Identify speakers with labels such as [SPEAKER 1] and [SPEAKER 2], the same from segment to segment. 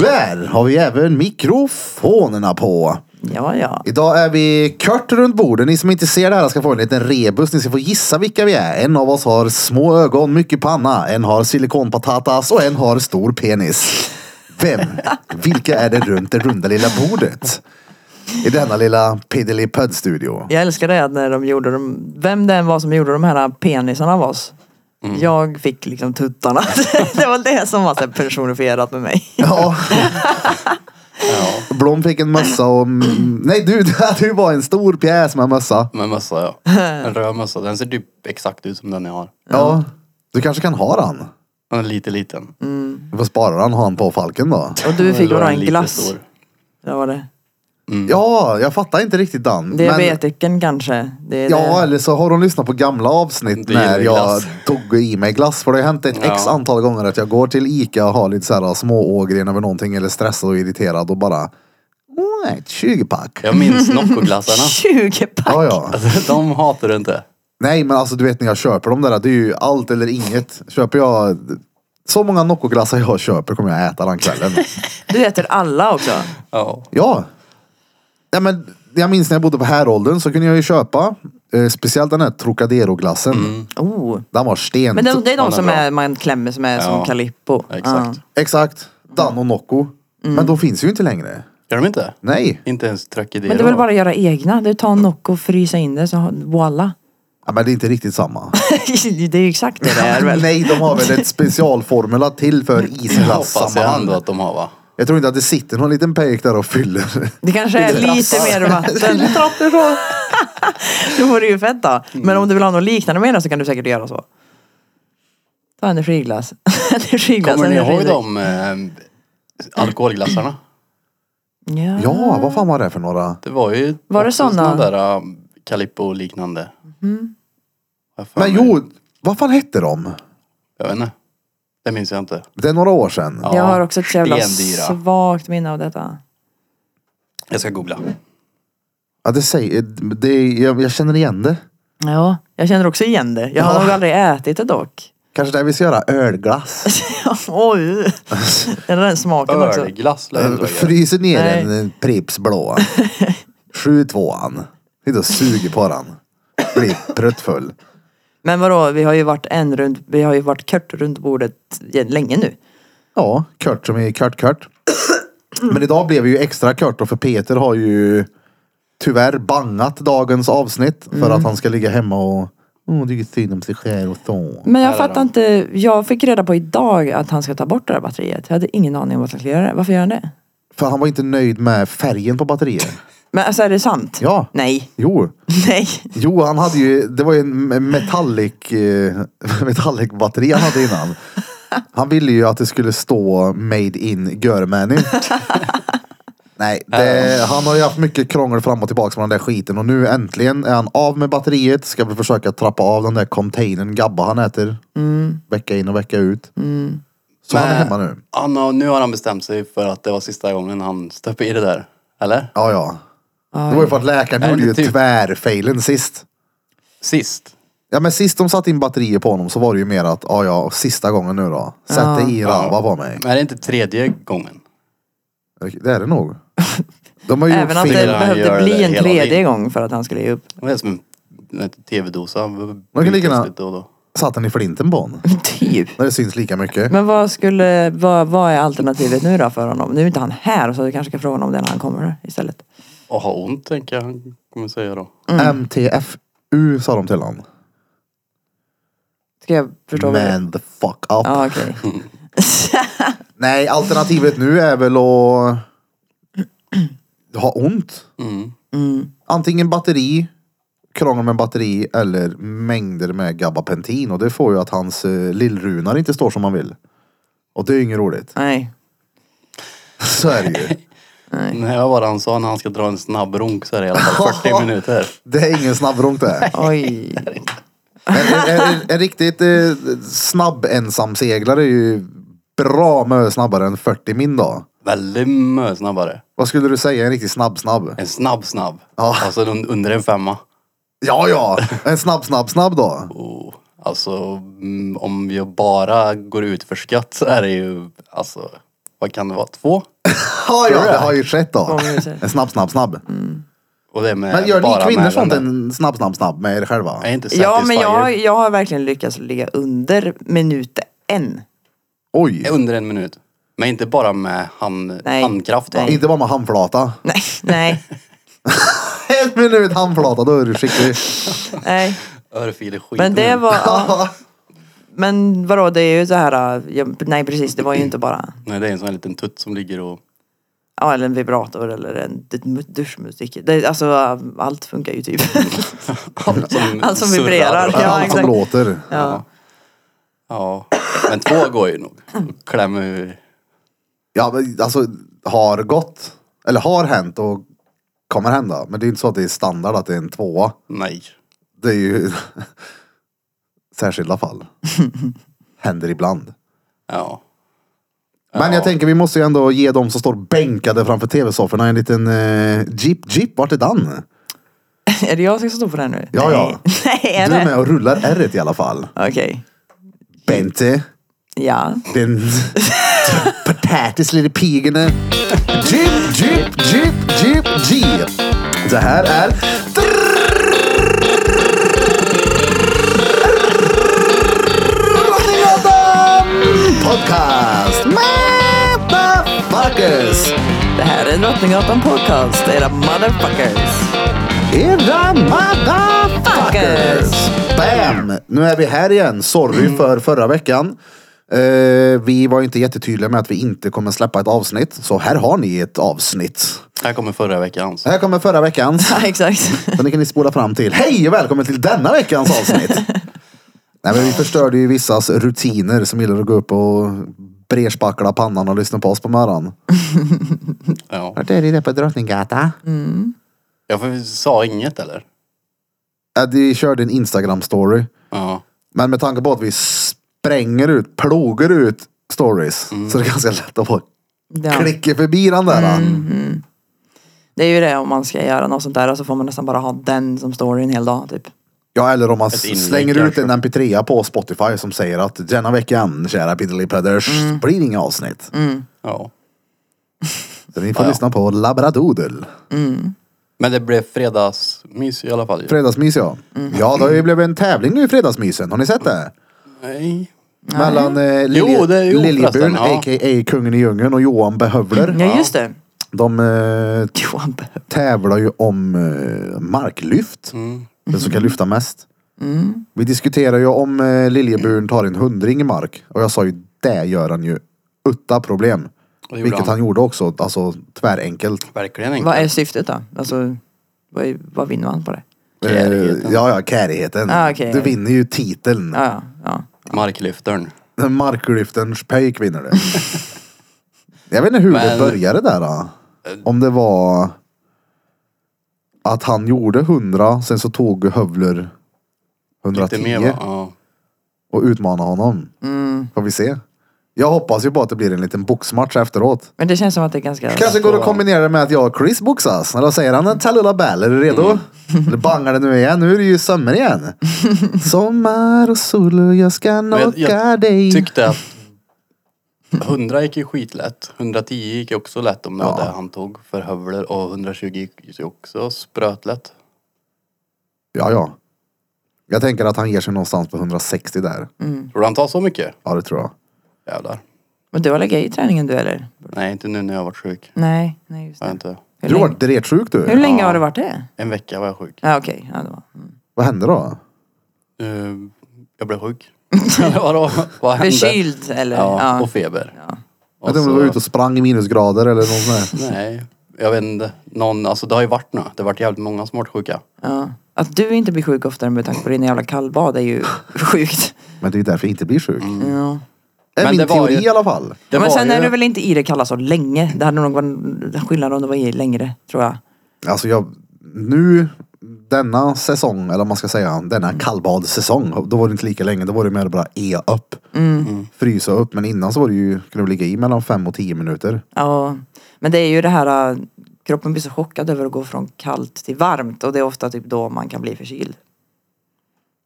[SPEAKER 1] Där har vi även mikrofonerna på.
[SPEAKER 2] Ja, ja.
[SPEAKER 1] Idag är vi kört runt bordet. Ni som inte ser det här ska få en liten rebus. Ni ska få gissa vilka vi är. En av oss har små ögon, mycket panna. En har silikonpatatas och en har stor penis. Vem? Vilka är det runt det runda lilla bordet? I denna lilla Piddelipödd-studio.
[SPEAKER 2] Jag älskar det att när de gjorde de, vem det än var som gjorde de här penisarna av oss.
[SPEAKER 3] Mm.
[SPEAKER 2] Jag fick liksom tuttarna. det var det som var så här personifierat med mig.
[SPEAKER 1] Ja. Blom fick en mössa och... Nej, du, du var en stor pjäs med mössa.
[SPEAKER 3] Med mössa ja. En röd mössa. Den ser typ exakt ut som den jag har.
[SPEAKER 1] Ja. Du kanske kan ha den?
[SPEAKER 3] Den är lite liten.
[SPEAKER 1] Du får spara den, ha den på falken då.
[SPEAKER 2] Och du fick
[SPEAKER 3] Eller
[SPEAKER 2] bara en
[SPEAKER 3] lite
[SPEAKER 2] glass.
[SPEAKER 3] stor.
[SPEAKER 2] Det var det.
[SPEAKER 3] Mm.
[SPEAKER 1] Ja, jag fattar inte riktigt Dan.
[SPEAKER 2] Diabetiken kanske. Det är
[SPEAKER 1] Ja,
[SPEAKER 2] det.
[SPEAKER 1] eller så har hon lyssnat på gamla avsnitt
[SPEAKER 3] Det
[SPEAKER 1] när
[SPEAKER 3] gäller
[SPEAKER 1] jag
[SPEAKER 3] glass.
[SPEAKER 1] tog i mig glass. För det har hänt ett
[SPEAKER 3] Ja.
[SPEAKER 1] x antal gånger att jag går till Ica och har lite så här småågren över någonting eller stressad och irriterad och bara... Åh, ett 20-pack. Ja.
[SPEAKER 3] Jag minns Noccoglassarna.
[SPEAKER 2] 20 pack.
[SPEAKER 1] ja,
[SPEAKER 3] Alltså, de hatar du inte.
[SPEAKER 1] Nej, men alltså du vet när jag köper de där, det är ju allt eller inget. Köper jag... Så många Noccoglassar jag köper kommer jag äta den kvällen.
[SPEAKER 2] Du äter alla också.
[SPEAKER 3] Ja.
[SPEAKER 1] Ja. ja men, jag minns när jag bodde på häråldern så kunde jag ju köpa eh, speciellt den här Trocadero-glassen.
[SPEAKER 3] Mm.
[SPEAKER 2] Oh.
[SPEAKER 1] Den var sten.
[SPEAKER 2] Men det, det är de
[SPEAKER 3] Ja, den
[SPEAKER 2] som
[SPEAKER 3] är bra.
[SPEAKER 2] är, man klämmer som är som
[SPEAKER 3] Ja,
[SPEAKER 2] Calippo.
[SPEAKER 3] Exakt.
[SPEAKER 1] Exakt. Dan och Nocco.
[SPEAKER 2] Mm.
[SPEAKER 1] Men de finns ju inte längre.
[SPEAKER 3] Gör de inte?
[SPEAKER 1] Nej.
[SPEAKER 3] Inte ens tröckidéer.
[SPEAKER 2] Men det är väl bara att göra egna. Du tar en Nocco och frysa in det så har- voila.
[SPEAKER 1] Ja, men det är inte riktigt samma.
[SPEAKER 2] det är ju exakt det det är väl.
[SPEAKER 1] Nej, de har väl ett specialformula till för
[SPEAKER 3] Hoppas jag ändå
[SPEAKER 1] isglassammanhang.
[SPEAKER 3] att de har va?
[SPEAKER 1] Jag tror inte att det sitter någon liten pejk där och fyller.
[SPEAKER 2] Det kanske är
[SPEAKER 1] Lite
[SPEAKER 2] lite
[SPEAKER 1] trappar.
[SPEAKER 2] mer vatten. Då vore det ju fett då. Men om du vill ha något liknande med det så kan du säkert göra så. Ta energiglass. energiglass
[SPEAKER 3] Kommer ni ihåg
[SPEAKER 2] energidryck.
[SPEAKER 3] de eh, alkoholglassarna?
[SPEAKER 2] Ja.
[SPEAKER 1] Ja, vad fan var det för några?
[SPEAKER 3] Det var ju
[SPEAKER 2] Var det
[SPEAKER 3] också
[SPEAKER 2] såna? Mm.
[SPEAKER 3] där eh, Calippo och liknande. Vad fan
[SPEAKER 1] Men
[SPEAKER 3] är det?
[SPEAKER 1] jo, vad fan hette de?
[SPEAKER 3] Jag vet inte. Det minns jag inte.
[SPEAKER 1] Det är några år sedan.
[SPEAKER 3] Ja.
[SPEAKER 2] Jag har också ett så jävla
[SPEAKER 3] Stendyra.
[SPEAKER 2] svagt minne av detta.
[SPEAKER 3] Jag ska googla.
[SPEAKER 1] Ja, det säger, det, jag, jag känner igen det.
[SPEAKER 2] Ja, jag känner också igen det. Jag har
[SPEAKER 1] Ja.
[SPEAKER 2] nog aldrig ätit det dock.
[SPEAKER 1] Kanske där vi ska göra ölglass.
[SPEAKER 2] Oj! Är det den smaken också?
[SPEAKER 3] Ölglass lär det vara.
[SPEAKER 1] Fryser ner
[SPEAKER 2] Nej.
[SPEAKER 1] en en Pripps blå. 7-2an. Sitter och suger på den. Blir pruttfull.
[SPEAKER 2] Men vadå, vi har ju varit en runt, vi har ju varit kört runt bordet länge nu.
[SPEAKER 1] Ja, kört som är kört kört. Men idag blev vi ju extra kört då för Peter har ju tyvärr bangat dagens avsnitt för att han ska ligga hemma och oh, tycker synd om sig själv och så.
[SPEAKER 2] Men
[SPEAKER 3] Här
[SPEAKER 2] jag
[SPEAKER 3] är
[SPEAKER 2] fattar
[SPEAKER 3] de.
[SPEAKER 2] inte, jag fick reda på idag att han ska ta bort det där batteriet. Jag hade ingen aning om att han skulle göra det. Varför gör han det?
[SPEAKER 1] För han var inte nöjd med färgen på batteriet.
[SPEAKER 2] Men alltså är det sant?
[SPEAKER 1] Ja.
[SPEAKER 2] Nej.
[SPEAKER 1] Jo,
[SPEAKER 2] Nej.
[SPEAKER 1] jo han hade ju, det var ju en metallic, eh, metallic batteri han hade innan. Han ville ju att det skulle stå made in Germany. Nej, det, han har ju haft mycket krångel fram och tillbaka med den där skiten och nu äntligen är han av med batteriet. Ska väl försöka trappa av den där containern Gabba han äter.
[SPEAKER 3] Mm.
[SPEAKER 1] Vecka in och vecka ut. Så han är
[SPEAKER 3] Men-
[SPEAKER 1] hemma nu.
[SPEAKER 3] Han har, nu har han bestämt sig för att det var sista gången han stöp i det där. Eller?
[SPEAKER 1] Ja, ja. Det var ju för att läkaren
[SPEAKER 3] Är
[SPEAKER 1] gjorde
[SPEAKER 3] det
[SPEAKER 1] ju
[SPEAKER 3] typ-
[SPEAKER 1] tvärfailen sist.
[SPEAKER 3] Sist.
[SPEAKER 1] Ja men sist de satte in batterier på honom så var det ju mer att, ja ja, och sista gången nu då. Sätt dig i rava på mig.
[SPEAKER 3] Men är det inte tredje gången?
[SPEAKER 1] Det är det nog. De har ju
[SPEAKER 2] Även att
[SPEAKER 1] gjort
[SPEAKER 2] det
[SPEAKER 1] fel.
[SPEAKER 3] Fick han göra
[SPEAKER 2] behövde
[SPEAKER 3] det
[SPEAKER 2] bli en
[SPEAKER 3] hela
[SPEAKER 2] tredje
[SPEAKER 3] tiden?
[SPEAKER 2] gång för att han skulle ge upp.
[SPEAKER 3] Det är som en, en tv-dosa. Man
[SPEAKER 1] kan lika gärna- Satt den i flinten på honom.
[SPEAKER 2] Typ.
[SPEAKER 1] När det syns lika mycket.
[SPEAKER 2] Men vad skulle, vad, vad är alternativet nu då för honom? Nu är inte han här så du kanske ska fråga honom det när han kommer istället.
[SPEAKER 3] Och ha ont tänker jag han kommer säga då.
[SPEAKER 2] Mm.
[SPEAKER 1] MTFU sa de till honom.
[SPEAKER 2] Ska jag förstå vad det är?
[SPEAKER 1] Man the fuck up.
[SPEAKER 2] Ja okej.
[SPEAKER 1] Nej, alternativet nu är väl att ha ont.
[SPEAKER 3] Mm.
[SPEAKER 1] Antingen batteri, krångel med batteri eller mängder med gabapentin. Och det får ju att hans eh, lillrunar inte står som man vill. Och det är ju inget roligt.
[SPEAKER 2] Nej.
[SPEAKER 1] Så är det ju.
[SPEAKER 3] Nej, vad var det han sa när han ska dra en snabb runk så är det i alla fall 40 minuter.
[SPEAKER 1] Det är ingen snabbrunk det. här.
[SPEAKER 2] Oj.
[SPEAKER 1] En, en, en, en riktigt eh, snabb ensamseglare är ju bra mycket snabbare än 40 min då.
[SPEAKER 3] Väldigt mycket snabbare.
[SPEAKER 1] Vad skulle du säga? En riktigt snabb snabb?
[SPEAKER 3] En snabb snabb.
[SPEAKER 1] Ja.
[SPEAKER 3] Alltså un- under en femma.
[SPEAKER 1] Ja, ja. En snabb snabb snabb då.
[SPEAKER 3] Oh. Alltså mm, om jag bara går ut för skatt så är det ju alltså. vad vad kan det vara, två?
[SPEAKER 1] Ja, ja, det har ju skett då.
[SPEAKER 2] Många hushåll.
[SPEAKER 1] En snabb, snabb, snabb.
[SPEAKER 3] Och det är med
[SPEAKER 1] Men gör
[SPEAKER 3] bara
[SPEAKER 1] ni kvinnor
[SPEAKER 3] männen.
[SPEAKER 1] sånt en snabb, snabb, snabb med er själva?
[SPEAKER 3] Jag är inte
[SPEAKER 2] Ja, men jag,
[SPEAKER 3] satisfied.
[SPEAKER 2] jag har verkligen lyckats ligga under minuten.
[SPEAKER 1] Oj.
[SPEAKER 3] Under en minut. Men inte bara med hand,
[SPEAKER 2] Nej.
[SPEAKER 3] handkraft va?
[SPEAKER 2] Nej.
[SPEAKER 1] Inte bara med handflata.
[SPEAKER 2] Nej, nej,
[SPEAKER 1] En minut handflata, då är du skicklig.
[SPEAKER 2] nej.
[SPEAKER 3] Örfil är skit.
[SPEAKER 2] Men det var... Ja. Men vadå, det är ju så här... äh, Jag, nej, precis. Det var ju inte bara...
[SPEAKER 3] Nej, det är en sån här liten tutt som ligger och...
[SPEAKER 2] Ja, eller en vibrator eller en ett mu- duschmusik. Det, alltså, äh, allt funkar ju typ.
[SPEAKER 3] Allt som,
[SPEAKER 2] Allt som
[SPEAKER 3] surrar.
[SPEAKER 2] vibrerar. Ja,
[SPEAKER 1] Allt som
[SPEAKER 2] exakt.
[SPEAKER 1] låter.
[SPEAKER 2] Ja.
[SPEAKER 3] Ja. Men två går ju nog. Och Klämmer ur.
[SPEAKER 1] Ja, men alltså har gått. Eller har hänt och kommer hända. Men det är inte så att det är standard att det är en tvåa.
[SPEAKER 3] Nej.
[SPEAKER 1] Det är ju särskilda fall. Händer ibland.
[SPEAKER 3] Ja.
[SPEAKER 1] Men jag tänker vi måste ju ändå ge de som står bänkade framför tv-sofforna en liten eh, jeep jeep. Vart är den?
[SPEAKER 2] är det jag som ska stå för det nu?
[SPEAKER 1] Ja, ja.
[SPEAKER 2] Nej, nej är
[SPEAKER 1] Du är med
[SPEAKER 2] det?
[SPEAKER 1] och rullar ärret i alla fall.
[SPEAKER 2] Okej.
[SPEAKER 1] Bente.
[SPEAKER 2] Ja.
[SPEAKER 1] Den potatis lille pigene. Jeep jeep jeep jeep jeep. Det här är Drottninggatan Podcast. Motherfuckers.
[SPEAKER 2] Det här är Drottninggatan Podcast, era motherfuckers.
[SPEAKER 1] Era motherfuckers! Bam! Nu är vi här igen. Sorry för förra veckan. Eh, vi var ju inte jättetydliga med att vi inte kommer släppa ett avsnitt. Så här har ni ett avsnitt.
[SPEAKER 3] Här kommer förra veckans.
[SPEAKER 1] Här kommer förra veckans.
[SPEAKER 2] Ja, exakt.
[SPEAKER 1] Så det kan ni spola fram till. Hej och välkommen till denna veckans avsnitt. Nej, men vi förstörde ju vissas rutiner som gillar att gå upp och brerspackla pannan och lyssna på oss på morgonen.
[SPEAKER 3] Ja.
[SPEAKER 1] Vart är det på Drottninggatan?
[SPEAKER 3] Jag för- sa inget eller?
[SPEAKER 1] Ja, de körde en Instagram-story.
[SPEAKER 3] Ja.
[SPEAKER 1] Men med tanke på att vi spränger ut, plogar ut stories.
[SPEAKER 3] Mm.
[SPEAKER 1] Så det är ganska lätt att få
[SPEAKER 2] Ja.
[SPEAKER 1] klicka förbi den där.
[SPEAKER 3] Mm.
[SPEAKER 2] Det är ju det om man ska göra något sånt där så får man nästan bara ha den som står i en hel dag typ.
[SPEAKER 1] Ja, eller om man
[SPEAKER 3] inlägg
[SPEAKER 1] slänger ut
[SPEAKER 3] kanske.
[SPEAKER 1] en mp3 på Spotify som säger att denna veckan, kära Piddly Pedders,
[SPEAKER 3] Mm.
[SPEAKER 1] blir det inga avsnitt.
[SPEAKER 3] ja.
[SPEAKER 1] Så ni får
[SPEAKER 3] Mm. Ja, ja.
[SPEAKER 1] lyssna på Labradoodle.
[SPEAKER 3] Men det blev fredagsmys i alla fall ju.
[SPEAKER 1] Fredagsmys ja.
[SPEAKER 3] Mm.
[SPEAKER 1] Ja, det har ju blivit en tävling nu i Fredagsmysen. Har ni sett det?
[SPEAKER 3] Nej.
[SPEAKER 1] Mellan eh, Lilje,
[SPEAKER 3] Jo, det- jo,
[SPEAKER 1] Liljeburn,
[SPEAKER 3] förresten, ja. Mm.
[SPEAKER 1] a.k.a. Kungen i djungeln och Johan Behövler.
[SPEAKER 2] Ja, just det.
[SPEAKER 1] De eh,
[SPEAKER 2] Johan behöver.
[SPEAKER 1] tävlar ju om eh, marklyft.
[SPEAKER 3] Mm.
[SPEAKER 1] Den som kan lyfta mest.
[SPEAKER 2] Mm.
[SPEAKER 1] Vi diskuterar ju om eh, Liljeburen tar en hundring i mark. Och jag sa ju det gör han ju. Utta problem.
[SPEAKER 3] Det gjorde
[SPEAKER 1] Vilket han.
[SPEAKER 3] han.
[SPEAKER 1] gjorde också. Alltså tvärenkelt.
[SPEAKER 3] Verkligen inte.
[SPEAKER 2] Vad är syftet då? Alltså, vad, är, vad vinner man på det?
[SPEAKER 1] Eh,
[SPEAKER 3] Kärigheten.
[SPEAKER 1] ja, ja, kärigheten.
[SPEAKER 2] Ah, okej.
[SPEAKER 1] Du vinner ju titeln.
[SPEAKER 2] Ja, ja, ja.
[SPEAKER 3] Marklyftaren.
[SPEAKER 1] Marklyfterns pöjk vinner du. jag vet inte hur det
[SPEAKER 3] Men-
[SPEAKER 1] började där då. Om det var att han gjorde 100, sen så tog Hövler 110.
[SPEAKER 3] Lite mer va? Mm. Ja.
[SPEAKER 1] och utmana honom. Får vi se. Jag hoppas ju bara att det blir en liten boxmatch efteråt.
[SPEAKER 2] Men det känns som att det är ganska...
[SPEAKER 1] Kanske går det att kombinera det med att jag och Chris boxas. Eller säger han en Tallulah Bell, är du redo?
[SPEAKER 3] Mm.
[SPEAKER 1] Eller bangar det nu igen? Nu är det ju sommar igen. Sommar och sol och jag ska
[SPEAKER 3] Men
[SPEAKER 1] knocka
[SPEAKER 3] jag,
[SPEAKER 1] dig.
[SPEAKER 3] jag Mm. tyckte att 100 gick ju skitlätt. 110 gick ju också lätt om det var det han tog för hövler och 120 gick ju också sprötlätt.
[SPEAKER 1] Ja, ja. Jag tänker att han ger sig någonstans på 160 där.
[SPEAKER 3] Tror du han tar så mycket?
[SPEAKER 1] Ja, det tror jag.
[SPEAKER 3] Jävlar.
[SPEAKER 2] Men du har legat i träningen du eller?
[SPEAKER 3] Nej, inte nu när jag har varit sjuk.
[SPEAKER 2] Nej, nej just
[SPEAKER 3] Jag har
[SPEAKER 2] det.
[SPEAKER 3] inte.
[SPEAKER 2] Hur
[SPEAKER 1] Du har
[SPEAKER 2] länge,
[SPEAKER 1] varit dretsjuk
[SPEAKER 2] hur
[SPEAKER 1] du.
[SPEAKER 2] länge har du varit det?
[SPEAKER 3] En vecka var jag sjuk.
[SPEAKER 2] Ja okej, ja, det var... mm.
[SPEAKER 1] Vad hände då?
[SPEAKER 3] Eh, Jag blev sjuk. Eller Vadå? Vad hände?
[SPEAKER 2] Förkyld eller?
[SPEAKER 3] Ja,
[SPEAKER 2] Ja.
[SPEAKER 3] och feber.
[SPEAKER 2] Ja.
[SPEAKER 1] Jag
[SPEAKER 3] Och
[SPEAKER 1] tänkte om du
[SPEAKER 3] så,
[SPEAKER 1] var ute och sprang i minusgrader eller något sånt där.
[SPEAKER 3] nej, jag vet inte. Någon, alltså det har ju varit nu. Det har varit jävligt många som har varit sjuka.
[SPEAKER 2] ja. Att du inte blir sjuk oftare med tanke på dina jävla kallbad är ju sjukt.
[SPEAKER 1] Men det är ju därför jag inte blir sjuk.
[SPEAKER 2] Ja.
[SPEAKER 1] Är
[SPEAKER 3] Men
[SPEAKER 1] min
[SPEAKER 3] det var
[SPEAKER 1] teori
[SPEAKER 3] ju-
[SPEAKER 1] i alla fall.
[SPEAKER 3] Det
[SPEAKER 2] men
[SPEAKER 3] var
[SPEAKER 2] sen
[SPEAKER 3] ju-
[SPEAKER 2] är du väl inte i det kalla så länge? Det hade nog varit skillnad om det var i längre, tror jag.
[SPEAKER 1] Alltså jag, nu, denna säsong, eller vad man ska säga, denna
[SPEAKER 2] Mm.
[SPEAKER 1] kallbadsäsong. Då var det inte lika länge, då var det mer bara e upp.
[SPEAKER 2] Mm.
[SPEAKER 3] Mm.
[SPEAKER 1] Frysa upp, men innan så var det ju, kunde du ligga i mellan 5 och 10 minuter.
[SPEAKER 2] Ja, men det är ju det här äh, kroppen blir så chockad över att gå från kallt till varmt och det är ofta typ då man kan bli förkyld.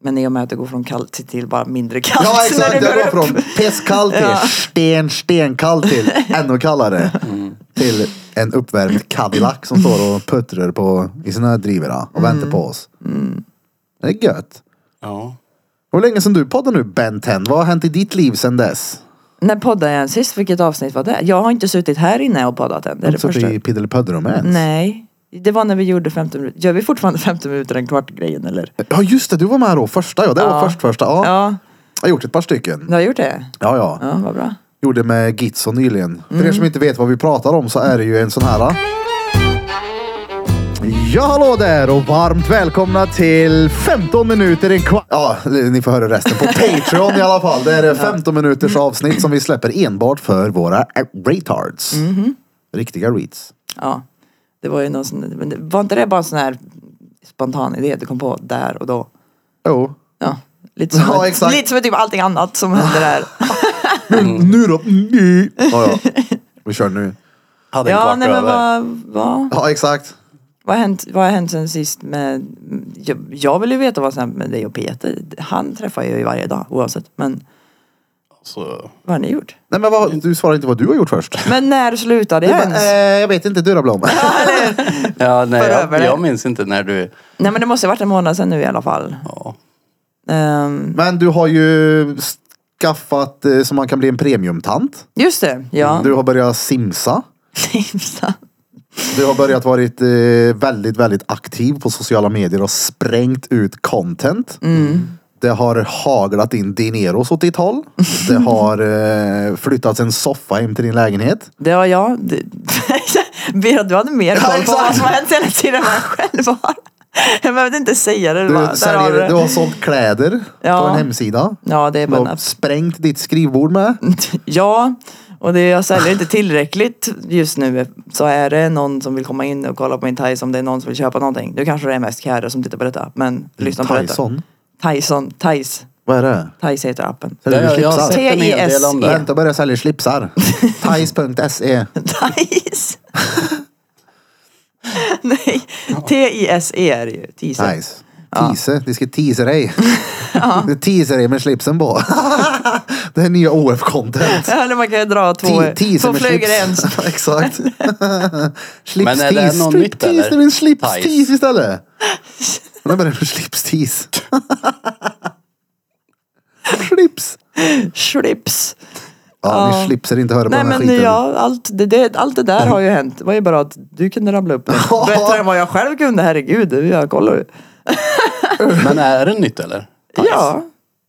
[SPEAKER 2] Men i och med att det går från kallt till, till bara mindre kallt
[SPEAKER 1] Ja exakt,
[SPEAKER 2] Alltså, när
[SPEAKER 1] jag
[SPEAKER 2] det går
[SPEAKER 1] går
[SPEAKER 2] upp.
[SPEAKER 1] från pesskall till
[SPEAKER 2] Ja.
[SPEAKER 1] sten, stenkall till ännu kallare.
[SPEAKER 2] Mm.
[SPEAKER 1] Till en uppvärmd Cadillac som står och puttrar på, i sina drivor och väntar på oss.
[SPEAKER 2] Mm.
[SPEAKER 1] Det är gött.
[SPEAKER 3] Ja.
[SPEAKER 1] Hur länge sedan du poddar nu Ben 10? Vad har hänt i ditt liv sedan dess?
[SPEAKER 2] När poddade jag sist? Vilket avsnitt var det? Jag har inte suttit här inne och poddat än. Det
[SPEAKER 1] Har
[SPEAKER 2] är
[SPEAKER 1] du
[SPEAKER 2] det
[SPEAKER 1] suttit
[SPEAKER 2] första.
[SPEAKER 1] i Piddelpödderummet ens?
[SPEAKER 2] Nej. Det var när vi gjorde 15 minuter. Gör vi fortfarande 15 minuter en kvart grejen eller?
[SPEAKER 1] Ja just det, du var med då första ja. Det var
[SPEAKER 2] Ja.
[SPEAKER 1] först första. Ja.
[SPEAKER 2] Ja,
[SPEAKER 1] Jag har gjort ett par stycken.
[SPEAKER 2] du har gjort det?
[SPEAKER 1] Ja ja.
[SPEAKER 2] Ja, vad bra.
[SPEAKER 1] Gjorde med Gitzo nyligen. För er som inte vet vad vi pratar om så är det ju en sån här. ah. Ja hallå där och varmt välkomna till 15 minuter en kvart. Ja, ni får höra resten på Patreon i alla fall. Det är 15 minuters avsnitt som vi släpper enbart för våra eh, retards. Riktiga reads.
[SPEAKER 2] Ja. Det var ju någon sån, men det, var inte det bara en sån här spontan idé du kom på där och då?
[SPEAKER 1] Jo.
[SPEAKER 2] Ja, lite som,
[SPEAKER 1] Ja, exakt.
[SPEAKER 2] lite som typ allting annat som hände där.
[SPEAKER 1] Nu då? Mm. Ja, ja. Vi kör nu.
[SPEAKER 3] Hade en
[SPEAKER 2] Ja,
[SPEAKER 3] kvart
[SPEAKER 2] nej men
[SPEAKER 3] över.
[SPEAKER 2] vad, vad,
[SPEAKER 1] Ja exakt.
[SPEAKER 2] vad, har hänt, vad har hänt sen sist med... Jag, jag vill ju veta vad som hänt med dig och Peter. Han träffar jag ju varje dag oavsett. Men
[SPEAKER 3] Så,
[SPEAKER 2] vad har ni gjort?
[SPEAKER 1] Nej men vad, du svarar inte vad du har gjort först.
[SPEAKER 2] Men när slutade jag
[SPEAKER 1] Du bara,
[SPEAKER 2] ens?
[SPEAKER 1] eh, jag vet inte, Durablom.
[SPEAKER 3] ja, nej,
[SPEAKER 2] För över
[SPEAKER 3] jag,
[SPEAKER 2] det.
[SPEAKER 3] jag minns inte när du...
[SPEAKER 2] Nej men det måste ha varit en månad sedan nu i alla fall.
[SPEAKER 3] Ja.
[SPEAKER 2] Ehm,
[SPEAKER 1] Men du har ju skaffat eh, så man kan bli en premiumtant.
[SPEAKER 2] just det, ja.
[SPEAKER 1] Du har börjat simsa.
[SPEAKER 2] Simsa.
[SPEAKER 1] Du har börjat varit eh, väldigt, väldigt aktiv på sociala medier och sprängt ut content.
[SPEAKER 2] Mm.
[SPEAKER 1] Det har haglat in dineros åt ditt håll. Det har eh, flyttats en soffa hem till din lägenhet.
[SPEAKER 2] det var jag. Det- Birra, du hade mer koll på
[SPEAKER 1] exakt.
[SPEAKER 2] vad som har hänt hela tiden än vad jag själv har. Jag behövde inte säga det. det.
[SPEAKER 1] Du,
[SPEAKER 2] var- där har
[SPEAKER 1] säljer,
[SPEAKER 2] du det.
[SPEAKER 1] du har sålt kläder
[SPEAKER 2] Ja.
[SPEAKER 1] på en hemsida.
[SPEAKER 2] Ja, det är
[SPEAKER 1] Du
[SPEAKER 2] bara en
[SPEAKER 1] har
[SPEAKER 2] app.
[SPEAKER 1] sprängt ditt skrivbord med.
[SPEAKER 2] Mm. Ja, och det jag säljer inte tillräckligt just nu. Så är det någon som vill komma in och kolla på min Tyson, det är någon som vill köpa någonting. Nu kanske det är mest Kärre som tittar på detta, men lyssna på detta.
[SPEAKER 1] Mm, Tyson.
[SPEAKER 2] Tyson, Tice,
[SPEAKER 1] Vad är det?
[SPEAKER 2] Tice heter appen.
[SPEAKER 1] Eller
[SPEAKER 3] Ja,
[SPEAKER 1] du
[SPEAKER 3] jag, jag
[SPEAKER 1] slipsar?
[SPEAKER 3] har sett en hel
[SPEAKER 2] E.
[SPEAKER 3] del om det.
[SPEAKER 1] Vänta börja sälja slipsar. Thais.se.
[SPEAKER 2] Tice! Nej, T-I-S-E E är det ju. Teaser.
[SPEAKER 1] Thais. Tease. De ska teasa dig. De teasar dig med slipsen på. det är nya OF-content.
[SPEAKER 2] Ja, eller man kan ju dra två,
[SPEAKER 1] Te- teaser
[SPEAKER 2] två
[SPEAKER 1] med
[SPEAKER 2] flugor i en
[SPEAKER 1] slips. Exakt.
[SPEAKER 3] Men är det
[SPEAKER 1] Slips-tease.
[SPEAKER 3] någon nytt,
[SPEAKER 1] Strip-tease.
[SPEAKER 3] eller?
[SPEAKER 1] Det blir en slips-tease
[SPEAKER 3] Thais.
[SPEAKER 1] istället. Men det börjar med slips-tease. Slips.
[SPEAKER 2] slips.
[SPEAKER 1] Ja,
[SPEAKER 2] Ja.
[SPEAKER 1] ni slipser inte höra på
[SPEAKER 2] Nej
[SPEAKER 1] den här
[SPEAKER 2] men
[SPEAKER 1] skiten.
[SPEAKER 2] ja, allt det, det, allt det där har ju hänt. Det var ju bara att du kunde rabbla upp det. Bättre än vad jag själv kunde, herregud. Jag kollar ju.
[SPEAKER 3] Men är det nytt eller? Thais?
[SPEAKER 2] Ja.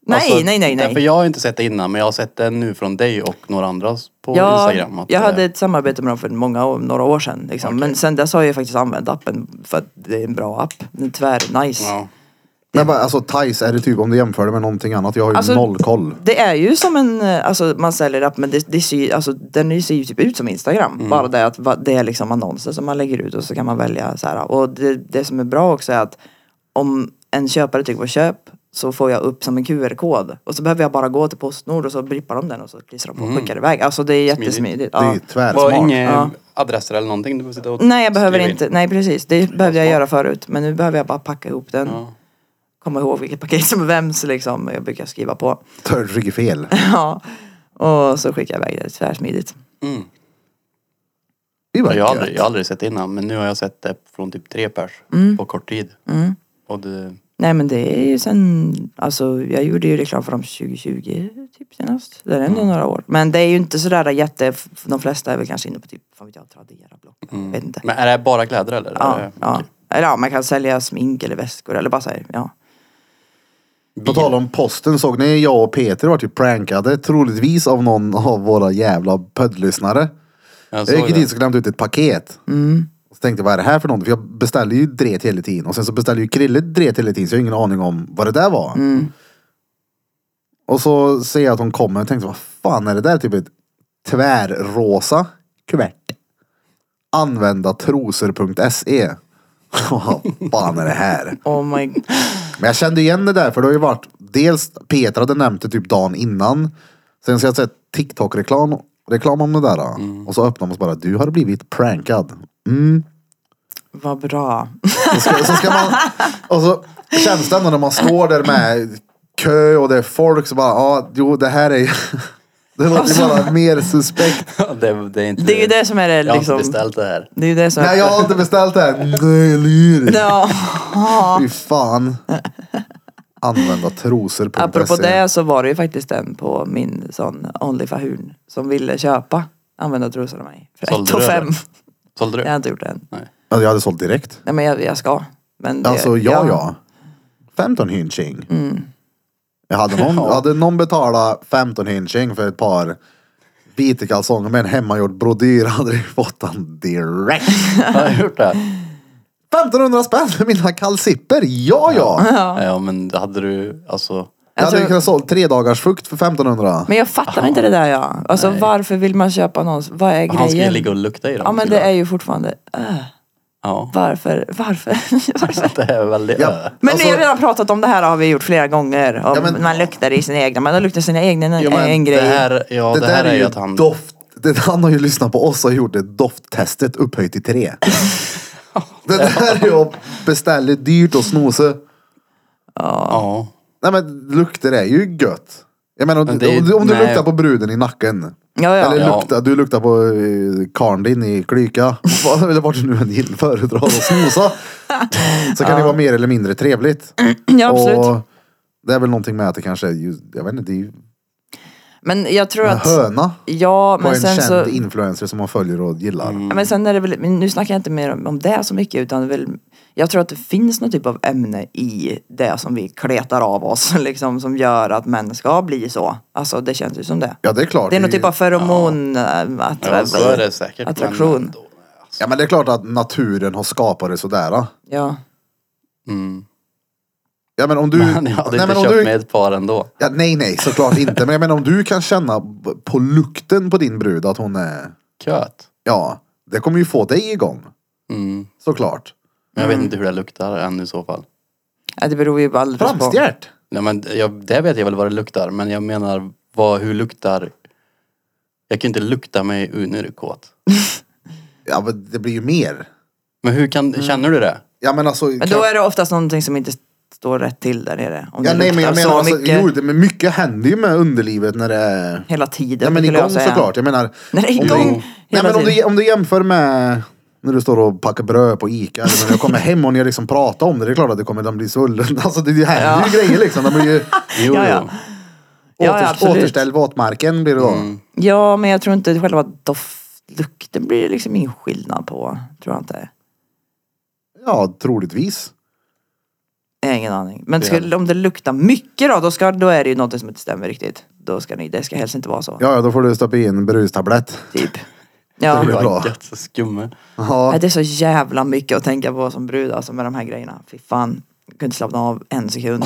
[SPEAKER 2] Nej,
[SPEAKER 3] Alltså,
[SPEAKER 2] nej, nej, nej.
[SPEAKER 3] Därför jag har inte sett det innan men jag har sett det nu från dig och några andra på
[SPEAKER 2] jag,
[SPEAKER 3] Instagram. att eh,
[SPEAKER 2] jag
[SPEAKER 3] det-
[SPEAKER 2] hade ett samarbete med dem för många år, några år sedan. Liksom. Men sen dess har jag ju faktiskt använt appen för att det är en bra app. Den är tvär nice.
[SPEAKER 3] Ja.
[SPEAKER 1] Nej, men alltså Thais är det typ om du jämför det med någonting annat. Jag har ju
[SPEAKER 3] Typ
[SPEAKER 2] Alltså,
[SPEAKER 1] noll koll.
[SPEAKER 2] Det är ju som en, eh, alltså man säljer app men det, det ser, ju- alltså, den ser ju typ ut som Instagram.
[SPEAKER 3] Mm.
[SPEAKER 2] Bara det att va- det är liksom annonser som man lägger ut och så kan man välja så här. Och det, det som är bra också är att om en köpare tycker på köp så får jag upp som en QR-kod. Och så behöver jag bara gå till Postnord och så blippar de den och så klistrar de på och
[SPEAKER 3] Mm.
[SPEAKER 2] skickar iväg. Alltså det är jättesmidigt.
[SPEAKER 1] Det är ju
[SPEAKER 2] Ja.
[SPEAKER 1] tvärsmart.
[SPEAKER 3] Var inga
[SPEAKER 2] Ja.
[SPEAKER 3] adresser eller någonting du behöver sitta och
[SPEAKER 2] Nej jag behöver
[SPEAKER 3] skriva in.
[SPEAKER 2] inte, nej precis. Det behövde jag
[SPEAKER 3] smart.
[SPEAKER 2] göra förut. Men nu behöver jag bara packa ihop den.
[SPEAKER 3] Ja.
[SPEAKER 2] Komma ihåg vilket paket som är vems liksom. Jag brukar skriva på.
[SPEAKER 1] Tör- Trycker fel.
[SPEAKER 2] Ja. Och så skickar jag iväg det tvärsmidigt.
[SPEAKER 3] Mm.
[SPEAKER 1] Det var
[SPEAKER 3] Jag,
[SPEAKER 1] gött.
[SPEAKER 3] har aldrig, jag har aldrig sett det innan men nu har jag sett det från typ tre pers
[SPEAKER 2] Mm.
[SPEAKER 3] på kort tid. Och det,
[SPEAKER 2] Nej men det är ju sen, alltså jag gjorde ju reklam för dem 2020 typ senast. Det är ändå
[SPEAKER 3] Mm.
[SPEAKER 2] några år. Men det är ju inte sådär jätte, de flesta är väl kanske inne på typ, vad vet jag, Tradera, Blocket, jag vet inte.
[SPEAKER 3] men är det bara kläder eller? Är
[SPEAKER 2] ja,
[SPEAKER 3] det-
[SPEAKER 2] ja. Eller ja, man kan sälja smink eller väskor eller bara säger ja.
[SPEAKER 1] På tal om posten såg ni jag och Peter var typ prankade troligtvis av någon av våra jävla poddlyssnare.
[SPEAKER 3] Jag
[SPEAKER 1] Jag
[SPEAKER 3] såg
[SPEAKER 1] gick
[SPEAKER 3] det. Mm.
[SPEAKER 1] dit och glömde ut ett paket. Och så tänkte jag vad är det här för något? För jag beställde ju dret hela tiden och sen så beställde ju Krille dret hela tiden så jag har ingen aning om vad det där var.
[SPEAKER 3] Mm.
[SPEAKER 1] Och så ser jag att hon kommer och tänkte vad fan är det där? Typ ett tvärrosa kuvert. Använda trosor.se. E. Vad fan är det här?
[SPEAKER 2] Oh my,
[SPEAKER 1] Men jag kände igen det där för det har ju varit dels Peter hade nämnt det typ dagen innan. Sen så har jag sett TikTok-reklam reklam om det där. Och så öppnar man och så bara du har blivit prankad. Mm.
[SPEAKER 2] Vad bra.
[SPEAKER 1] Så ska, så ska man, och så känns det ändå när man står där med kö och det är folk så bara, ja, jo det här är ju- Det låter ju
[SPEAKER 2] Alltså.
[SPEAKER 1] bara mer suspekt.
[SPEAKER 3] det, det är inte...
[SPEAKER 2] Det är ju det som är det
[SPEAKER 3] Mm. Jag har inte
[SPEAKER 2] liksom.
[SPEAKER 3] beställt det här.
[SPEAKER 2] Det är ju det som är...
[SPEAKER 1] Nej jag har inte beställt det här. Nej, eller hur?
[SPEAKER 2] Ja.
[SPEAKER 1] Fy fan. Använda trosor.se.
[SPEAKER 2] Apropå det så var det ju faktiskt en på min sån Onlyfahun som ville köpa använda trosor av mig. För
[SPEAKER 3] Sålde
[SPEAKER 2] ett och
[SPEAKER 3] du
[SPEAKER 2] fem.
[SPEAKER 3] eller? Sålde du?
[SPEAKER 2] Jag har inte gjort det än.
[SPEAKER 3] Nej.
[SPEAKER 1] Ja, Jag hade sålt direkt.
[SPEAKER 2] Nej men jag, jag ska. Men det,
[SPEAKER 1] Alltså ja, ja. 15 hynching. Jag hade någon,
[SPEAKER 3] Ja.
[SPEAKER 1] hade någon betalat 15 hynching för ett par vita kalsonger med en hemmagjord brodyr hade du fått den direkt.
[SPEAKER 3] Jag har gjort det.
[SPEAKER 1] 1500 spänn för mina kalsipper, ja ja.
[SPEAKER 3] Eh, Ja. ja men hade du, alltså.
[SPEAKER 1] Jag hade
[SPEAKER 2] tror-
[SPEAKER 1] ju kunnat sålt tre dagars frukt för 1500.
[SPEAKER 2] Men jag fattar inte det där jag. Alltså varför vill man köpa någons, vad är
[SPEAKER 3] Han ska ju
[SPEAKER 2] grejen?
[SPEAKER 3] ligga och lukta i dem.
[SPEAKER 2] ja men det är ju fortfarande, öh,
[SPEAKER 3] Ja.
[SPEAKER 2] varför, varför? varför?
[SPEAKER 3] Det är väldigt...
[SPEAKER 1] Ja.
[SPEAKER 2] Men
[SPEAKER 1] Alltså-
[SPEAKER 2] vi har redan pratat om det här har vi gjort flera gånger. Om
[SPEAKER 1] Ja, men-
[SPEAKER 2] man luktar i sina egna, man luktar sina egna är
[SPEAKER 3] Ja, men
[SPEAKER 2] en grej.
[SPEAKER 3] Det här, ja, det,
[SPEAKER 1] det,
[SPEAKER 3] här
[SPEAKER 1] där
[SPEAKER 3] är ju
[SPEAKER 1] ju
[SPEAKER 3] att han...
[SPEAKER 1] doft. Det, han har ju lyssnat på oss och gjort det dofttestet upphöjt till tre. det där är ju att beställa dyrt och snose.
[SPEAKER 3] Ja.
[SPEAKER 1] Nej men lukter är ju gött. Jag menar om,
[SPEAKER 3] Men det är ju-
[SPEAKER 1] om du- om du
[SPEAKER 3] nej.
[SPEAKER 1] luktar på bruden i nacken.
[SPEAKER 2] Ja, ja.
[SPEAKER 1] Eller
[SPEAKER 3] Ja.
[SPEAKER 1] luktar, du luktar på eh, karln din i klyka. Vad- eller vart du nu än gillar- föredrar att snosa. Så kan det vara mer eller mindre trevligt.
[SPEAKER 2] ja absolut.
[SPEAKER 1] Och det är väl någonting med att det kanske är, ju- jag vet inte, det är ju
[SPEAKER 2] Men jag tror
[SPEAKER 1] en
[SPEAKER 2] att,
[SPEAKER 1] höna.
[SPEAKER 2] ja
[SPEAKER 1] På
[SPEAKER 2] men
[SPEAKER 1] en
[SPEAKER 2] sen
[SPEAKER 1] känd
[SPEAKER 2] så. Mm.
[SPEAKER 1] influencer som man följer och gillar.
[SPEAKER 2] Ja, Men sen är det väl, men nu snackar jag inte mer om- om det så mycket utan väl, jag tror att det finns någon typ av ämne i det som vi kletar av oss liksom som gör att män ska bli så. Alltså det känns ju som det.
[SPEAKER 1] Ja det är klart.
[SPEAKER 2] Det är någon
[SPEAKER 1] ju-
[SPEAKER 2] typ av feromon, äh, att,
[SPEAKER 3] ja, så är det säkert. men
[SPEAKER 2] Attraktion.
[SPEAKER 3] ändå.
[SPEAKER 1] Ja men det är klart att naturen har skapat det sådär.
[SPEAKER 2] Ja.
[SPEAKER 3] Mm.
[SPEAKER 1] Ja men om du...
[SPEAKER 3] Men jag hade
[SPEAKER 1] nej,
[SPEAKER 3] inte
[SPEAKER 1] men om
[SPEAKER 3] köpt
[SPEAKER 1] du,
[SPEAKER 3] mig ett par ändå.
[SPEAKER 1] Ja, nej, nej, såklart inte. Men jag menar om du kan känna b- på lukten på din brud att hon är,
[SPEAKER 3] Köt.
[SPEAKER 1] ja, det kommer ju få dig igång.
[SPEAKER 3] Mm.
[SPEAKER 1] Såklart.
[SPEAKER 3] Men
[SPEAKER 2] Mm.
[SPEAKER 3] jag vet inte hur det luktar än i så fall.
[SPEAKER 2] Ja, Det beror ju alldeles på.
[SPEAKER 1] Framstjärt.
[SPEAKER 3] Nej, men jag, det vet jag väl vad det luktar, men jag menar vad, hur luktar... Jag kan ju inte lukta mig ur när du är kåt.
[SPEAKER 1] Ja, men det blir ju mer.
[SPEAKER 3] Men hur kan,
[SPEAKER 2] Mm.
[SPEAKER 3] känner du det?
[SPEAKER 1] Ja, men alltså.
[SPEAKER 2] Men då är det oftast någonting som inte står rätt till där nere. Om
[SPEAKER 1] ja,
[SPEAKER 2] det
[SPEAKER 1] nej, men jag
[SPEAKER 2] luktar
[SPEAKER 1] menar
[SPEAKER 2] så
[SPEAKER 1] alltså,
[SPEAKER 2] mycket
[SPEAKER 1] jo, det, men mycket händer ju med underlivet när det är.
[SPEAKER 2] hela tiden.
[SPEAKER 1] Ja, men
[SPEAKER 2] skulle
[SPEAKER 1] igång
[SPEAKER 2] jag säga.
[SPEAKER 1] såklart. Jag menar.
[SPEAKER 2] När det är
[SPEAKER 1] om du-
[SPEAKER 2] igång
[SPEAKER 1] Nej,
[SPEAKER 2] hela
[SPEAKER 1] men om du,
[SPEAKER 2] tiden.
[SPEAKER 1] om du jämför med när du står och packar bröd på Ica eller när du kommer hem och ni liksom pratar om det, det är klart att du kommer att bli svullen. Alltså det händer ju grejer liksom. Det blir ju
[SPEAKER 3] Jo,
[SPEAKER 2] Ja, ja.
[SPEAKER 3] jo.
[SPEAKER 2] Ja,
[SPEAKER 1] åter,
[SPEAKER 2] ja, absolut.
[SPEAKER 1] Mm. återställ våtmarken blir det då.
[SPEAKER 3] Mm.
[SPEAKER 2] Ja, men jag tror inte själva doftlukten blir det liksom ingen skillnad på. Tror jag inte.
[SPEAKER 1] Ja, troligtvis.
[SPEAKER 2] Jag har ingen aning. Men
[SPEAKER 3] Det är-
[SPEAKER 2] skulle, om det luktar mycket då, då, ska, då är det ju något som inte stämmer riktigt. Då ska ni, det ska helst inte vara så.
[SPEAKER 1] Ja, ja, då får du stoppa i en brustablett.
[SPEAKER 2] Typ. Ja.
[SPEAKER 1] Det är bra.
[SPEAKER 3] Gött, så skumme.
[SPEAKER 1] Ja.
[SPEAKER 2] Nej, Det är så jävla mycket att tänka på som brud alltså med de här grejerna. Fy fan. Jag kunde inte slappna av en sekund.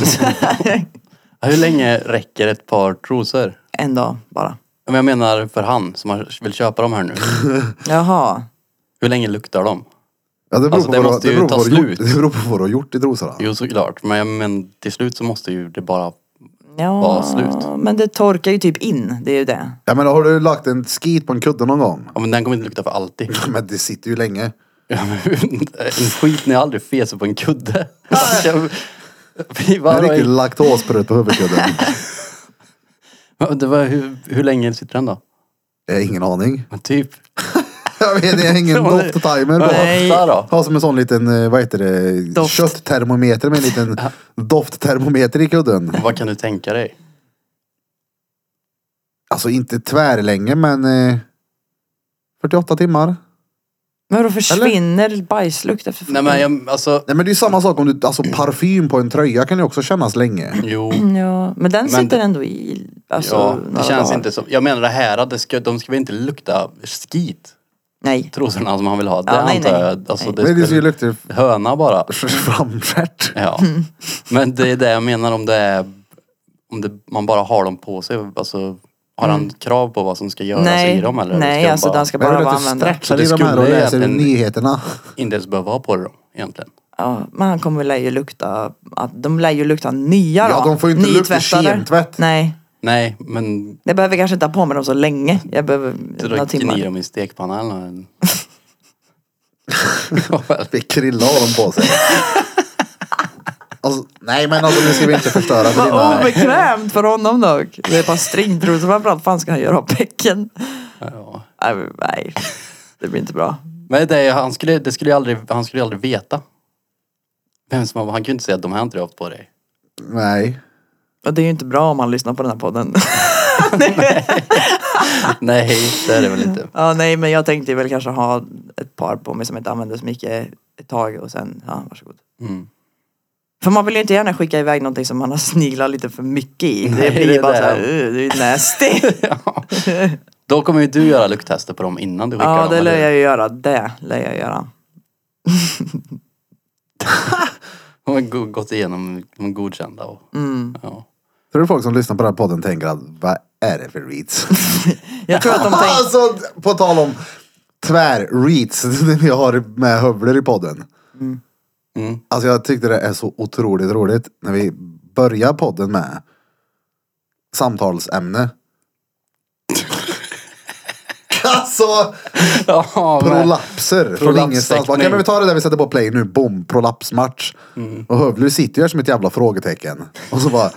[SPEAKER 3] Ja, Hur länge räcker ett par trosor?
[SPEAKER 2] en dag bara.
[SPEAKER 3] Men jag menar för han som har- vill köpa dem här nu.
[SPEAKER 2] Jaha.
[SPEAKER 3] Hur länge luktar de?
[SPEAKER 1] Ja, det beror
[SPEAKER 3] Alltså,
[SPEAKER 1] på
[SPEAKER 3] det
[SPEAKER 1] vad du-
[SPEAKER 3] måste
[SPEAKER 1] det
[SPEAKER 3] ju
[SPEAKER 1] beror på
[SPEAKER 3] ta
[SPEAKER 1] vad du har gjort-
[SPEAKER 3] slut.
[SPEAKER 1] det beror på vad du har gjort i trosorna.
[SPEAKER 3] Jo såklart, men, jag men till slut så måste ju det bara...
[SPEAKER 2] Ja,
[SPEAKER 3] Vad slut.
[SPEAKER 2] men det torkar ju typ in. Det är ju det.
[SPEAKER 1] Ja, men har du lagt en skit på en kudde någon gång?
[SPEAKER 3] Ja men den kommer inte lukta för alltid.
[SPEAKER 1] Men det sitter ju länge.
[SPEAKER 3] Ja, men hur- en skit när jag aldrig feser på en kudde. Alltså, jag- Vi
[SPEAKER 1] En
[SPEAKER 3] var-
[SPEAKER 1] riktig laktosprutt på huvudkudden.
[SPEAKER 3] Det var, hur, hur länge sitter den då?
[SPEAKER 1] Jag har ingen aning.
[SPEAKER 3] Men typ.
[SPEAKER 1] Jag vet, jag har ingen dofttimer
[SPEAKER 3] Vad
[SPEAKER 1] på.
[SPEAKER 2] Nej.
[SPEAKER 3] ofta då?
[SPEAKER 1] Ha som en sån liten, eh, vad heter det,
[SPEAKER 2] Doft.
[SPEAKER 1] kötttermometer med en liten dofttermometer i kudden.
[SPEAKER 3] Vad kan du tänka dig?
[SPEAKER 1] Alltså inte tvärlänge men eh, 48 timmar.
[SPEAKER 2] Men då försvinner bajslukt efter
[SPEAKER 3] Nej men jag, alltså.
[SPEAKER 1] Nej men det är ju samma sak om du, alltså parfym på en tröja kan ju också kännas länge.
[SPEAKER 3] Jo.
[SPEAKER 2] Ja, men den
[SPEAKER 3] Men
[SPEAKER 2] sitter
[SPEAKER 3] det-
[SPEAKER 2] ändå i. Alltså,
[SPEAKER 3] Ja, det
[SPEAKER 2] några
[SPEAKER 3] känns
[SPEAKER 2] dagar.
[SPEAKER 3] inte som. Jag menar det här, att det ska, de ska väl inte lukta skit?
[SPEAKER 2] Nej.
[SPEAKER 3] Trosorna som han vill ha. Det
[SPEAKER 2] Ja, nej,
[SPEAKER 3] antar
[SPEAKER 2] nej.
[SPEAKER 3] jag. Alltså,
[SPEAKER 2] Nej.
[SPEAKER 3] det
[SPEAKER 1] Men det
[SPEAKER 3] skulle-
[SPEAKER 1] luktar
[SPEAKER 3] Höna bara.
[SPEAKER 1] framstjärt.
[SPEAKER 3] Ja. Men det är det jag menar om det är... Om det, man bara har dem på sig. Alltså, har han krav på vad som ska göras
[SPEAKER 2] Mm. Nej,
[SPEAKER 3] i dem eller?
[SPEAKER 2] nej
[SPEAKER 3] ska de
[SPEAKER 2] alltså
[SPEAKER 3] bara,
[SPEAKER 2] den ska
[SPEAKER 1] Men
[SPEAKER 2] bara
[SPEAKER 1] jag
[SPEAKER 2] vara
[SPEAKER 1] vet inte,
[SPEAKER 2] använd.
[SPEAKER 1] stretchar
[SPEAKER 3] Det
[SPEAKER 1] i de här och
[SPEAKER 3] skulle
[SPEAKER 1] läser
[SPEAKER 3] egentligen-
[SPEAKER 1] nyheterna.
[SPEAKER 3] Inte ens behöva ha på dem egentligen.
[SPEAKER 2] Ja, men han kommer lär ju lukta, att de lär ju lukta nya då.
[SPEAKER 1] Ja, de får ju inte lukta
[SPEAKER 2] Nytvättade.
[SPEAKER 1] kemtvätt.
[SPEAKER 2] Nej,
[SPEAKER 3] Nej, men
[SPEAKER 2] jag behöver kanske inte ha på mig dem så länge. Jag behöver några
[SPEAKER 3] dra ner
[SPEAKER 2] timmar.
[SPEAKER 3] dem i stekpannan eller en
[SPEAKER 1] Det kryllar av dem på sig. Alltså, nej men alltså nu ska vi inte förstöra för
[SPEAKER 2] Vad
[SPEAKER 1] dina...
[SPEAKER 2] obekvämt för honom dock. Det är ett par stringtrosor framförallt. fan ska han göra av bäcken?
[SPEAKER 3] ja.
[SPEAKER 2] Nej, men nej, det blir inte bra.
[SPEAKER 3] Men det, är- han, skulle, det skulle ju aldrig, han skulle ju aldrig veta. Vem som, han kunde inte säga att de här har inte du haft på dig.
[SPEAKER 1] Nej.
[SPEAKER 2] Och det är ju inte bra om man lyssnar på den här podden.
[SPEAKER 3] Nej, det är det väl inte.
[SPEAKER 2] ja, nej, men jag tänkte väl kanske ha ett par på mig som inte använder så mycket ett tag och sen, ja, varsågod.
[SPEAKER 3] Mm.
[SPEAKER 2] För man vill ju inte gärna skicka iväg någonting som man har sniglat lite för mycket i. Det
[SPEAKER 3] Nej,
[SPEAKER 2] blir
[SPEAKER 3] det
[SPEAKER 2] ju bara
[SPEAKER 3] där.
[SPEAKER 2] såhär, "Ugh, det är ju nasty.
[SPEAKER 3] Ja. Då kommer ju du göra lukttester på dem innan du skickar
[SPEAKER 2] ja,
[SPEAKER 3] dem.
[SPEAKER 2] det lär
[SPEAKER 3] eller?
[SPEAKER 2] jag ju göra. Det lär jag göra.
[SPEAKER 3] De har go- gått igenom, de är godkända. Och,
[SPEAKER 2] Mm.
[SPEAKER 3] ja.
[SPEAKER 1] Tror du folk som lyssnar på den här podden tänker att vad är det för reads?
[SPEAKER 2] Jag tror att de tänker,
[SPEAKER 1] alltså på tal om tvär-reads. Jag har med hövler i podden.
[SPEAKER 3] Mm.
[SPEAKER 1] Alltså jag tyckte det är så otroligt roligt när vi börjar podden med samtalsämne. alltså
[SPEAKER 3] Ja, men,
[SPEAKER 1] prolapser från
[SPEAKER 3] Prolapssäckning.
[SPEAKER 1] ingenstans. Bara, Kan vi ta det där vi sätter på play nu? Bom, prolapsmatch.
[SPEAKER 3] Mm.
[SPEAKER 1] Och Hövler sitter ju här som ett jävla frågetecken. Och så bara.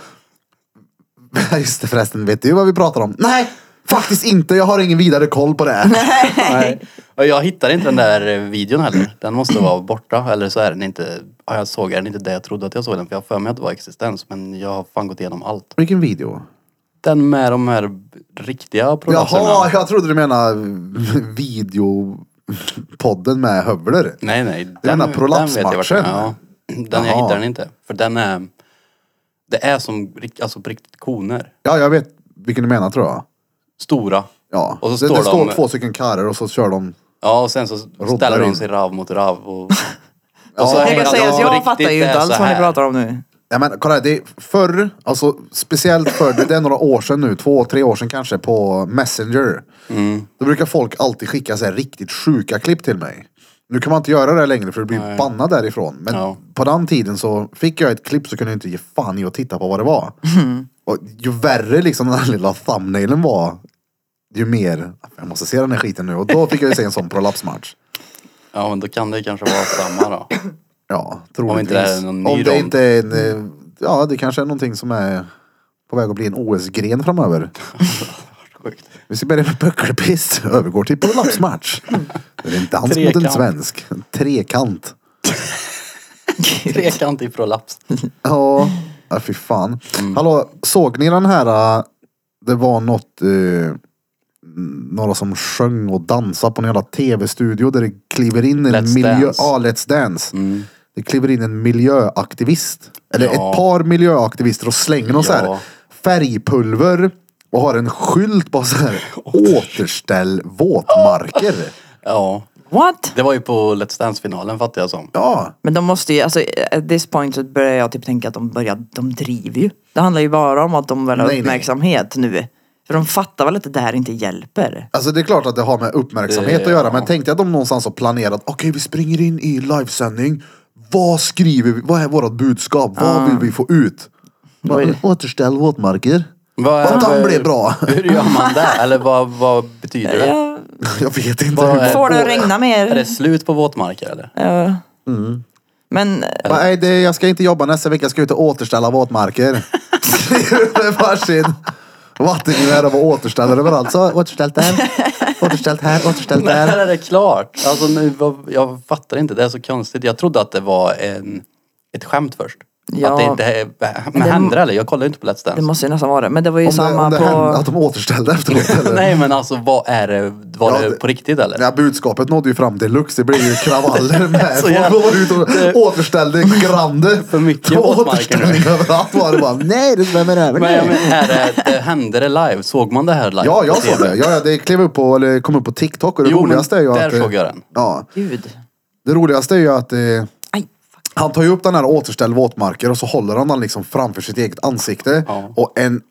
[SPEAKER 1] Just det förresten, vet du vad vi pratar om? Nej, faktiskt inte. Jag har ingen vidare koll på det. här."
[SPEAKER 3] nej. Och jag hittar inte den där eh, videon heller. Den måste vara borta. Eller så är den inte, ja, jag såg den inte där jag trodde att jag såg den. För jag har för mig att det var existens. Men jag har fan gått igenom allt.
[SPEAKER 1] Vilken video?
[SPEAKER 3] Den med de här riktiga prolapserna.
[SPEAKER 1] Jaha, jag trodde du menade videopodden med Hövler.
[SPEAKER 3] Nej, nej. Den,
[SPEAKER 1] menar prolapsmatchen?
[SPEAKER 3] ja. Den, jag
[SPEAKER 1] Jaha.
[SPEAKER 3] hittar den inte. För den är... Det är som rikt- alltså, på riktigt koner.
[SPEAKER 1] Ja, jag vet vilken du menar tror jag.
[SPEAKER 3] Stora.
[SPEAKER 1] Ja.
[SPEAKER 3] Och så
[SPEAKER 1] det,
[SPEAKER 3] står
[SPEAKER 1] det
[SPEAKER 3] de-
[SPEAKER 1] står två stycken karrar och så kör de.
[SPEAKER 3] Ja, och sen så ställer de
[SPEAKER 1] in.
[SPEAKER 3] sig rav mot rav. Och,
[SPEAKER 1] Ja,
[SPEAKER 3] så är
[SPEAKER 2] jag
[SPEAKER 3] det
[SPEAKER 2] kan säga att
[SPEAKER 3] på
[SPEAKER 2] jag
[SPEAKER 3] riktigt
[SPEAKER 2] fattar ju
[SPEAKER 3] är
[SPEAKER 2] inte
[SPEAKER 3] så
[SPEAKER 2] alls vad ni
[SPEAKER 3] här.
[SPEAKER 2] pratar om nu.
[SPEAKER 1] Ja, men kolla här, det är förr, alltså speciellt förr, det är några år sedan nu, två, tre år sedan kanske, på Messenger. Då brukar folk alltid skicka så här riktigt sjuka klipp till mig. Nu kan man inte göra det längre för du blir bannad därifrån. Men
[SPEAKER 3] Ja.
[SPEAKER 1] på den tiden så fick jag ett klipp så kunde jag inte ge fan i att titta på vad det var. Och ju värre liksom den här lilla thumbnailen var, ju mer, jag måste se den här skiten nu. Och då fick jag ju se en sån prolapsmatch.
[SPEAKER 3] Ja, men då kan det kanske vara samma då.
[SPEAKER 1] Ja, troligtvis.
[SPEAKER 3] det är någon ny
[SPEAKER 1] Om det
[SPEAKER 3] rond.
[SPEAKER 1] inte är en, eh, ja det kanske är någonting som är på väg att bli en OS-gren framöver.
[SPEAKER 3] Sjukt.
[SPEAKER 1] Vi ska börja med böckelpiss, övergår till prolapsmatch. Det är en dans mot en
[SPEAKER 3] Trekant.
[SPEAKER 1] svensk. En trekant.
[SPEAKER 3] Trekantig prolaps.
[SPEAKER 1] Ja, ja Äh, fy fan.
[SPEAKER 3] Mm.
[SPEAKER 1] Hallå, såg ni den här, eh, det var något, eh, några som sjöng och dansade på en jävla tv-studio där det kliver in en
[SPEAKER 3] Let's
[SPEAKER 1] miljö...
[SPEAKER 3] Dance.
[SPEAKER 1] Ja, Let's Dance.
[SPEAKER 3] Mm.
[SPEAKER 1] Det kliver in en miljöaktivist. Eller
[SPEAKER 3] Ja.
[SPEAKER 1] ett par miljöaktivister och slänger någon så här
[SPEAKER 3] Ja.
[SPEAKER 1] färgpulver. Och har en skylt på så här återställ våtmarker.
[SPEAKER 3] Ja.
[SPEAKER 2] What?
[SPEAKER 3] Det var ju på Let's Dance-finalen fattar jag som.
[SPEAKER 1] Ja.
[SPEAKER 2] Men de måste ju, alltså at this point så börjar jag typ tänka att de börjar, de driver ju. Det handlar ju bara om att de vill
[SPEAKER 1] Nej,
[SPEAKER 2] ha
[SPEAKER 1] nej.
[SPEAKER 2] uppmärksamhet nu. För de fattar väl att det här inte hjälper.
[SPEAKER 1] Alltså det är klart att det har med uppmärksamhet att
[SPEAKER 3] Det-
[SPEAKER 1] göra.
[SPEAKER 3] ja.
[SPEAKER 1] Men tänkte att de någonstans har planerat. Okej vi springer in i livesändning. Vad skriver vi? Vad är vårt budskap? Vad vill vi få ut?
[SPEAKER 2] Oj.
[SPEAKER 1] Återställ våtmarker.
[SPEAKER 3] Vad
[SPEAKER 1] Vad
[SPEAKER 3] för-
[SPEAKER 1] fan blev bra?
[SPEAKER 3] Hur gör man det? Eller vad, vad betyder det?
[SPEAKER 2] Ja,
[SPEAKER 1] Jag vet inte.
[SPEAKER 3] Vad är-
[SPEAKER 2] får det att regna
[SPEAKER 3] Är det
[SPEAKER 2] mer?
[SPEAKER 3] slut på våtmarker eller?
[SPEAKER 2] Ja. Men eh,
[SPEAKER 1] Bara, Nej, det, jag ska inte jobba nästa vecka. Jag ska ut och återställa våtmarker. Skriver med varsin vattengevär och bara återställer överallt. Så återställt där, återställt här, återställt
[SPEAKER 3] När
[SPEAKER 1] där.
[SPEAKER 3] är det klart? Alltså, nu, vad- jag fattar inte, det är så konstigt. Jag trodde att det var en, ett skämt först.
[SPEAKER 2] Ja.
[SPEAKER 3] Att det inte är, men händer det eller? Jag kollar ju inte på Let's
[SPEAKER 2] det
[SPEAKER 3] Dance.
[SPEAKER 2] måste ju nästan vara det. Men det var ju
[SPEAKER 1] Om det,
[SPEAKER 2] samma
[SPEAKER 1] om det
[SPEAKER 2] på...
[SPEAKER 1] hände att de återställde efteråt. Eller?
[SPEAKER 3] Nej men alltså vad är det, var
[SPEAKER 1] Ja,
[SPEAKER 3] det,
[SPEAKER 1] det-
[SPEAKER 3] på riktigt eller?
[SPEAKER 1] Ja, budskapet nådde ju fram deluxe. Det blev ju kravaller med.
[SPEAKER 3] så
[SPEAKER 1] Folk
[SPEAKER 3] jävla-
[SPEAKER 1] går ut
[SPEAKER 3] det-
[SPEAKER 1] och återställde grande. För
[SPEAKER 3] mycket våtmarker
[SPEAKER 1] återställning överallt var det bara. Nej, det svämmer över
[SPEAKER 3] Men, jag
[SPEAKER 1] nu.
[SPEAKER 3] menar, är det, det, hände det live? Såg man det här live?
[SPEAKER 1] Ja, jag
[SPEAKER 3] på
[SPEAKER 1] såg
[SPEAKER 3] TV?
[SPEAKER 1] det. Ja, ja, det klev upp på, eller kom upp på TikTok och det
[SPEAKER 3] Jo, men
[SPEAKER 1] roligaste är ju
[SPEAKER 3] där
[SPEAKER 1] att... det-
[SPEAKER 3] såg jag den.
[SPEAKER 1] Ja,
[SPEAKER 2] Gud.
[SPEAKER 1] det roligaste är ju att... Eh,
[SPEAKER 2] Aj.
[SPEAKER 1] Han tar ju upp den här återställ våtmarker och så håller han den liksom framför sitt eget ansikte.
[SPEAKER 3] Ja.
[SPEAKER 1] Och en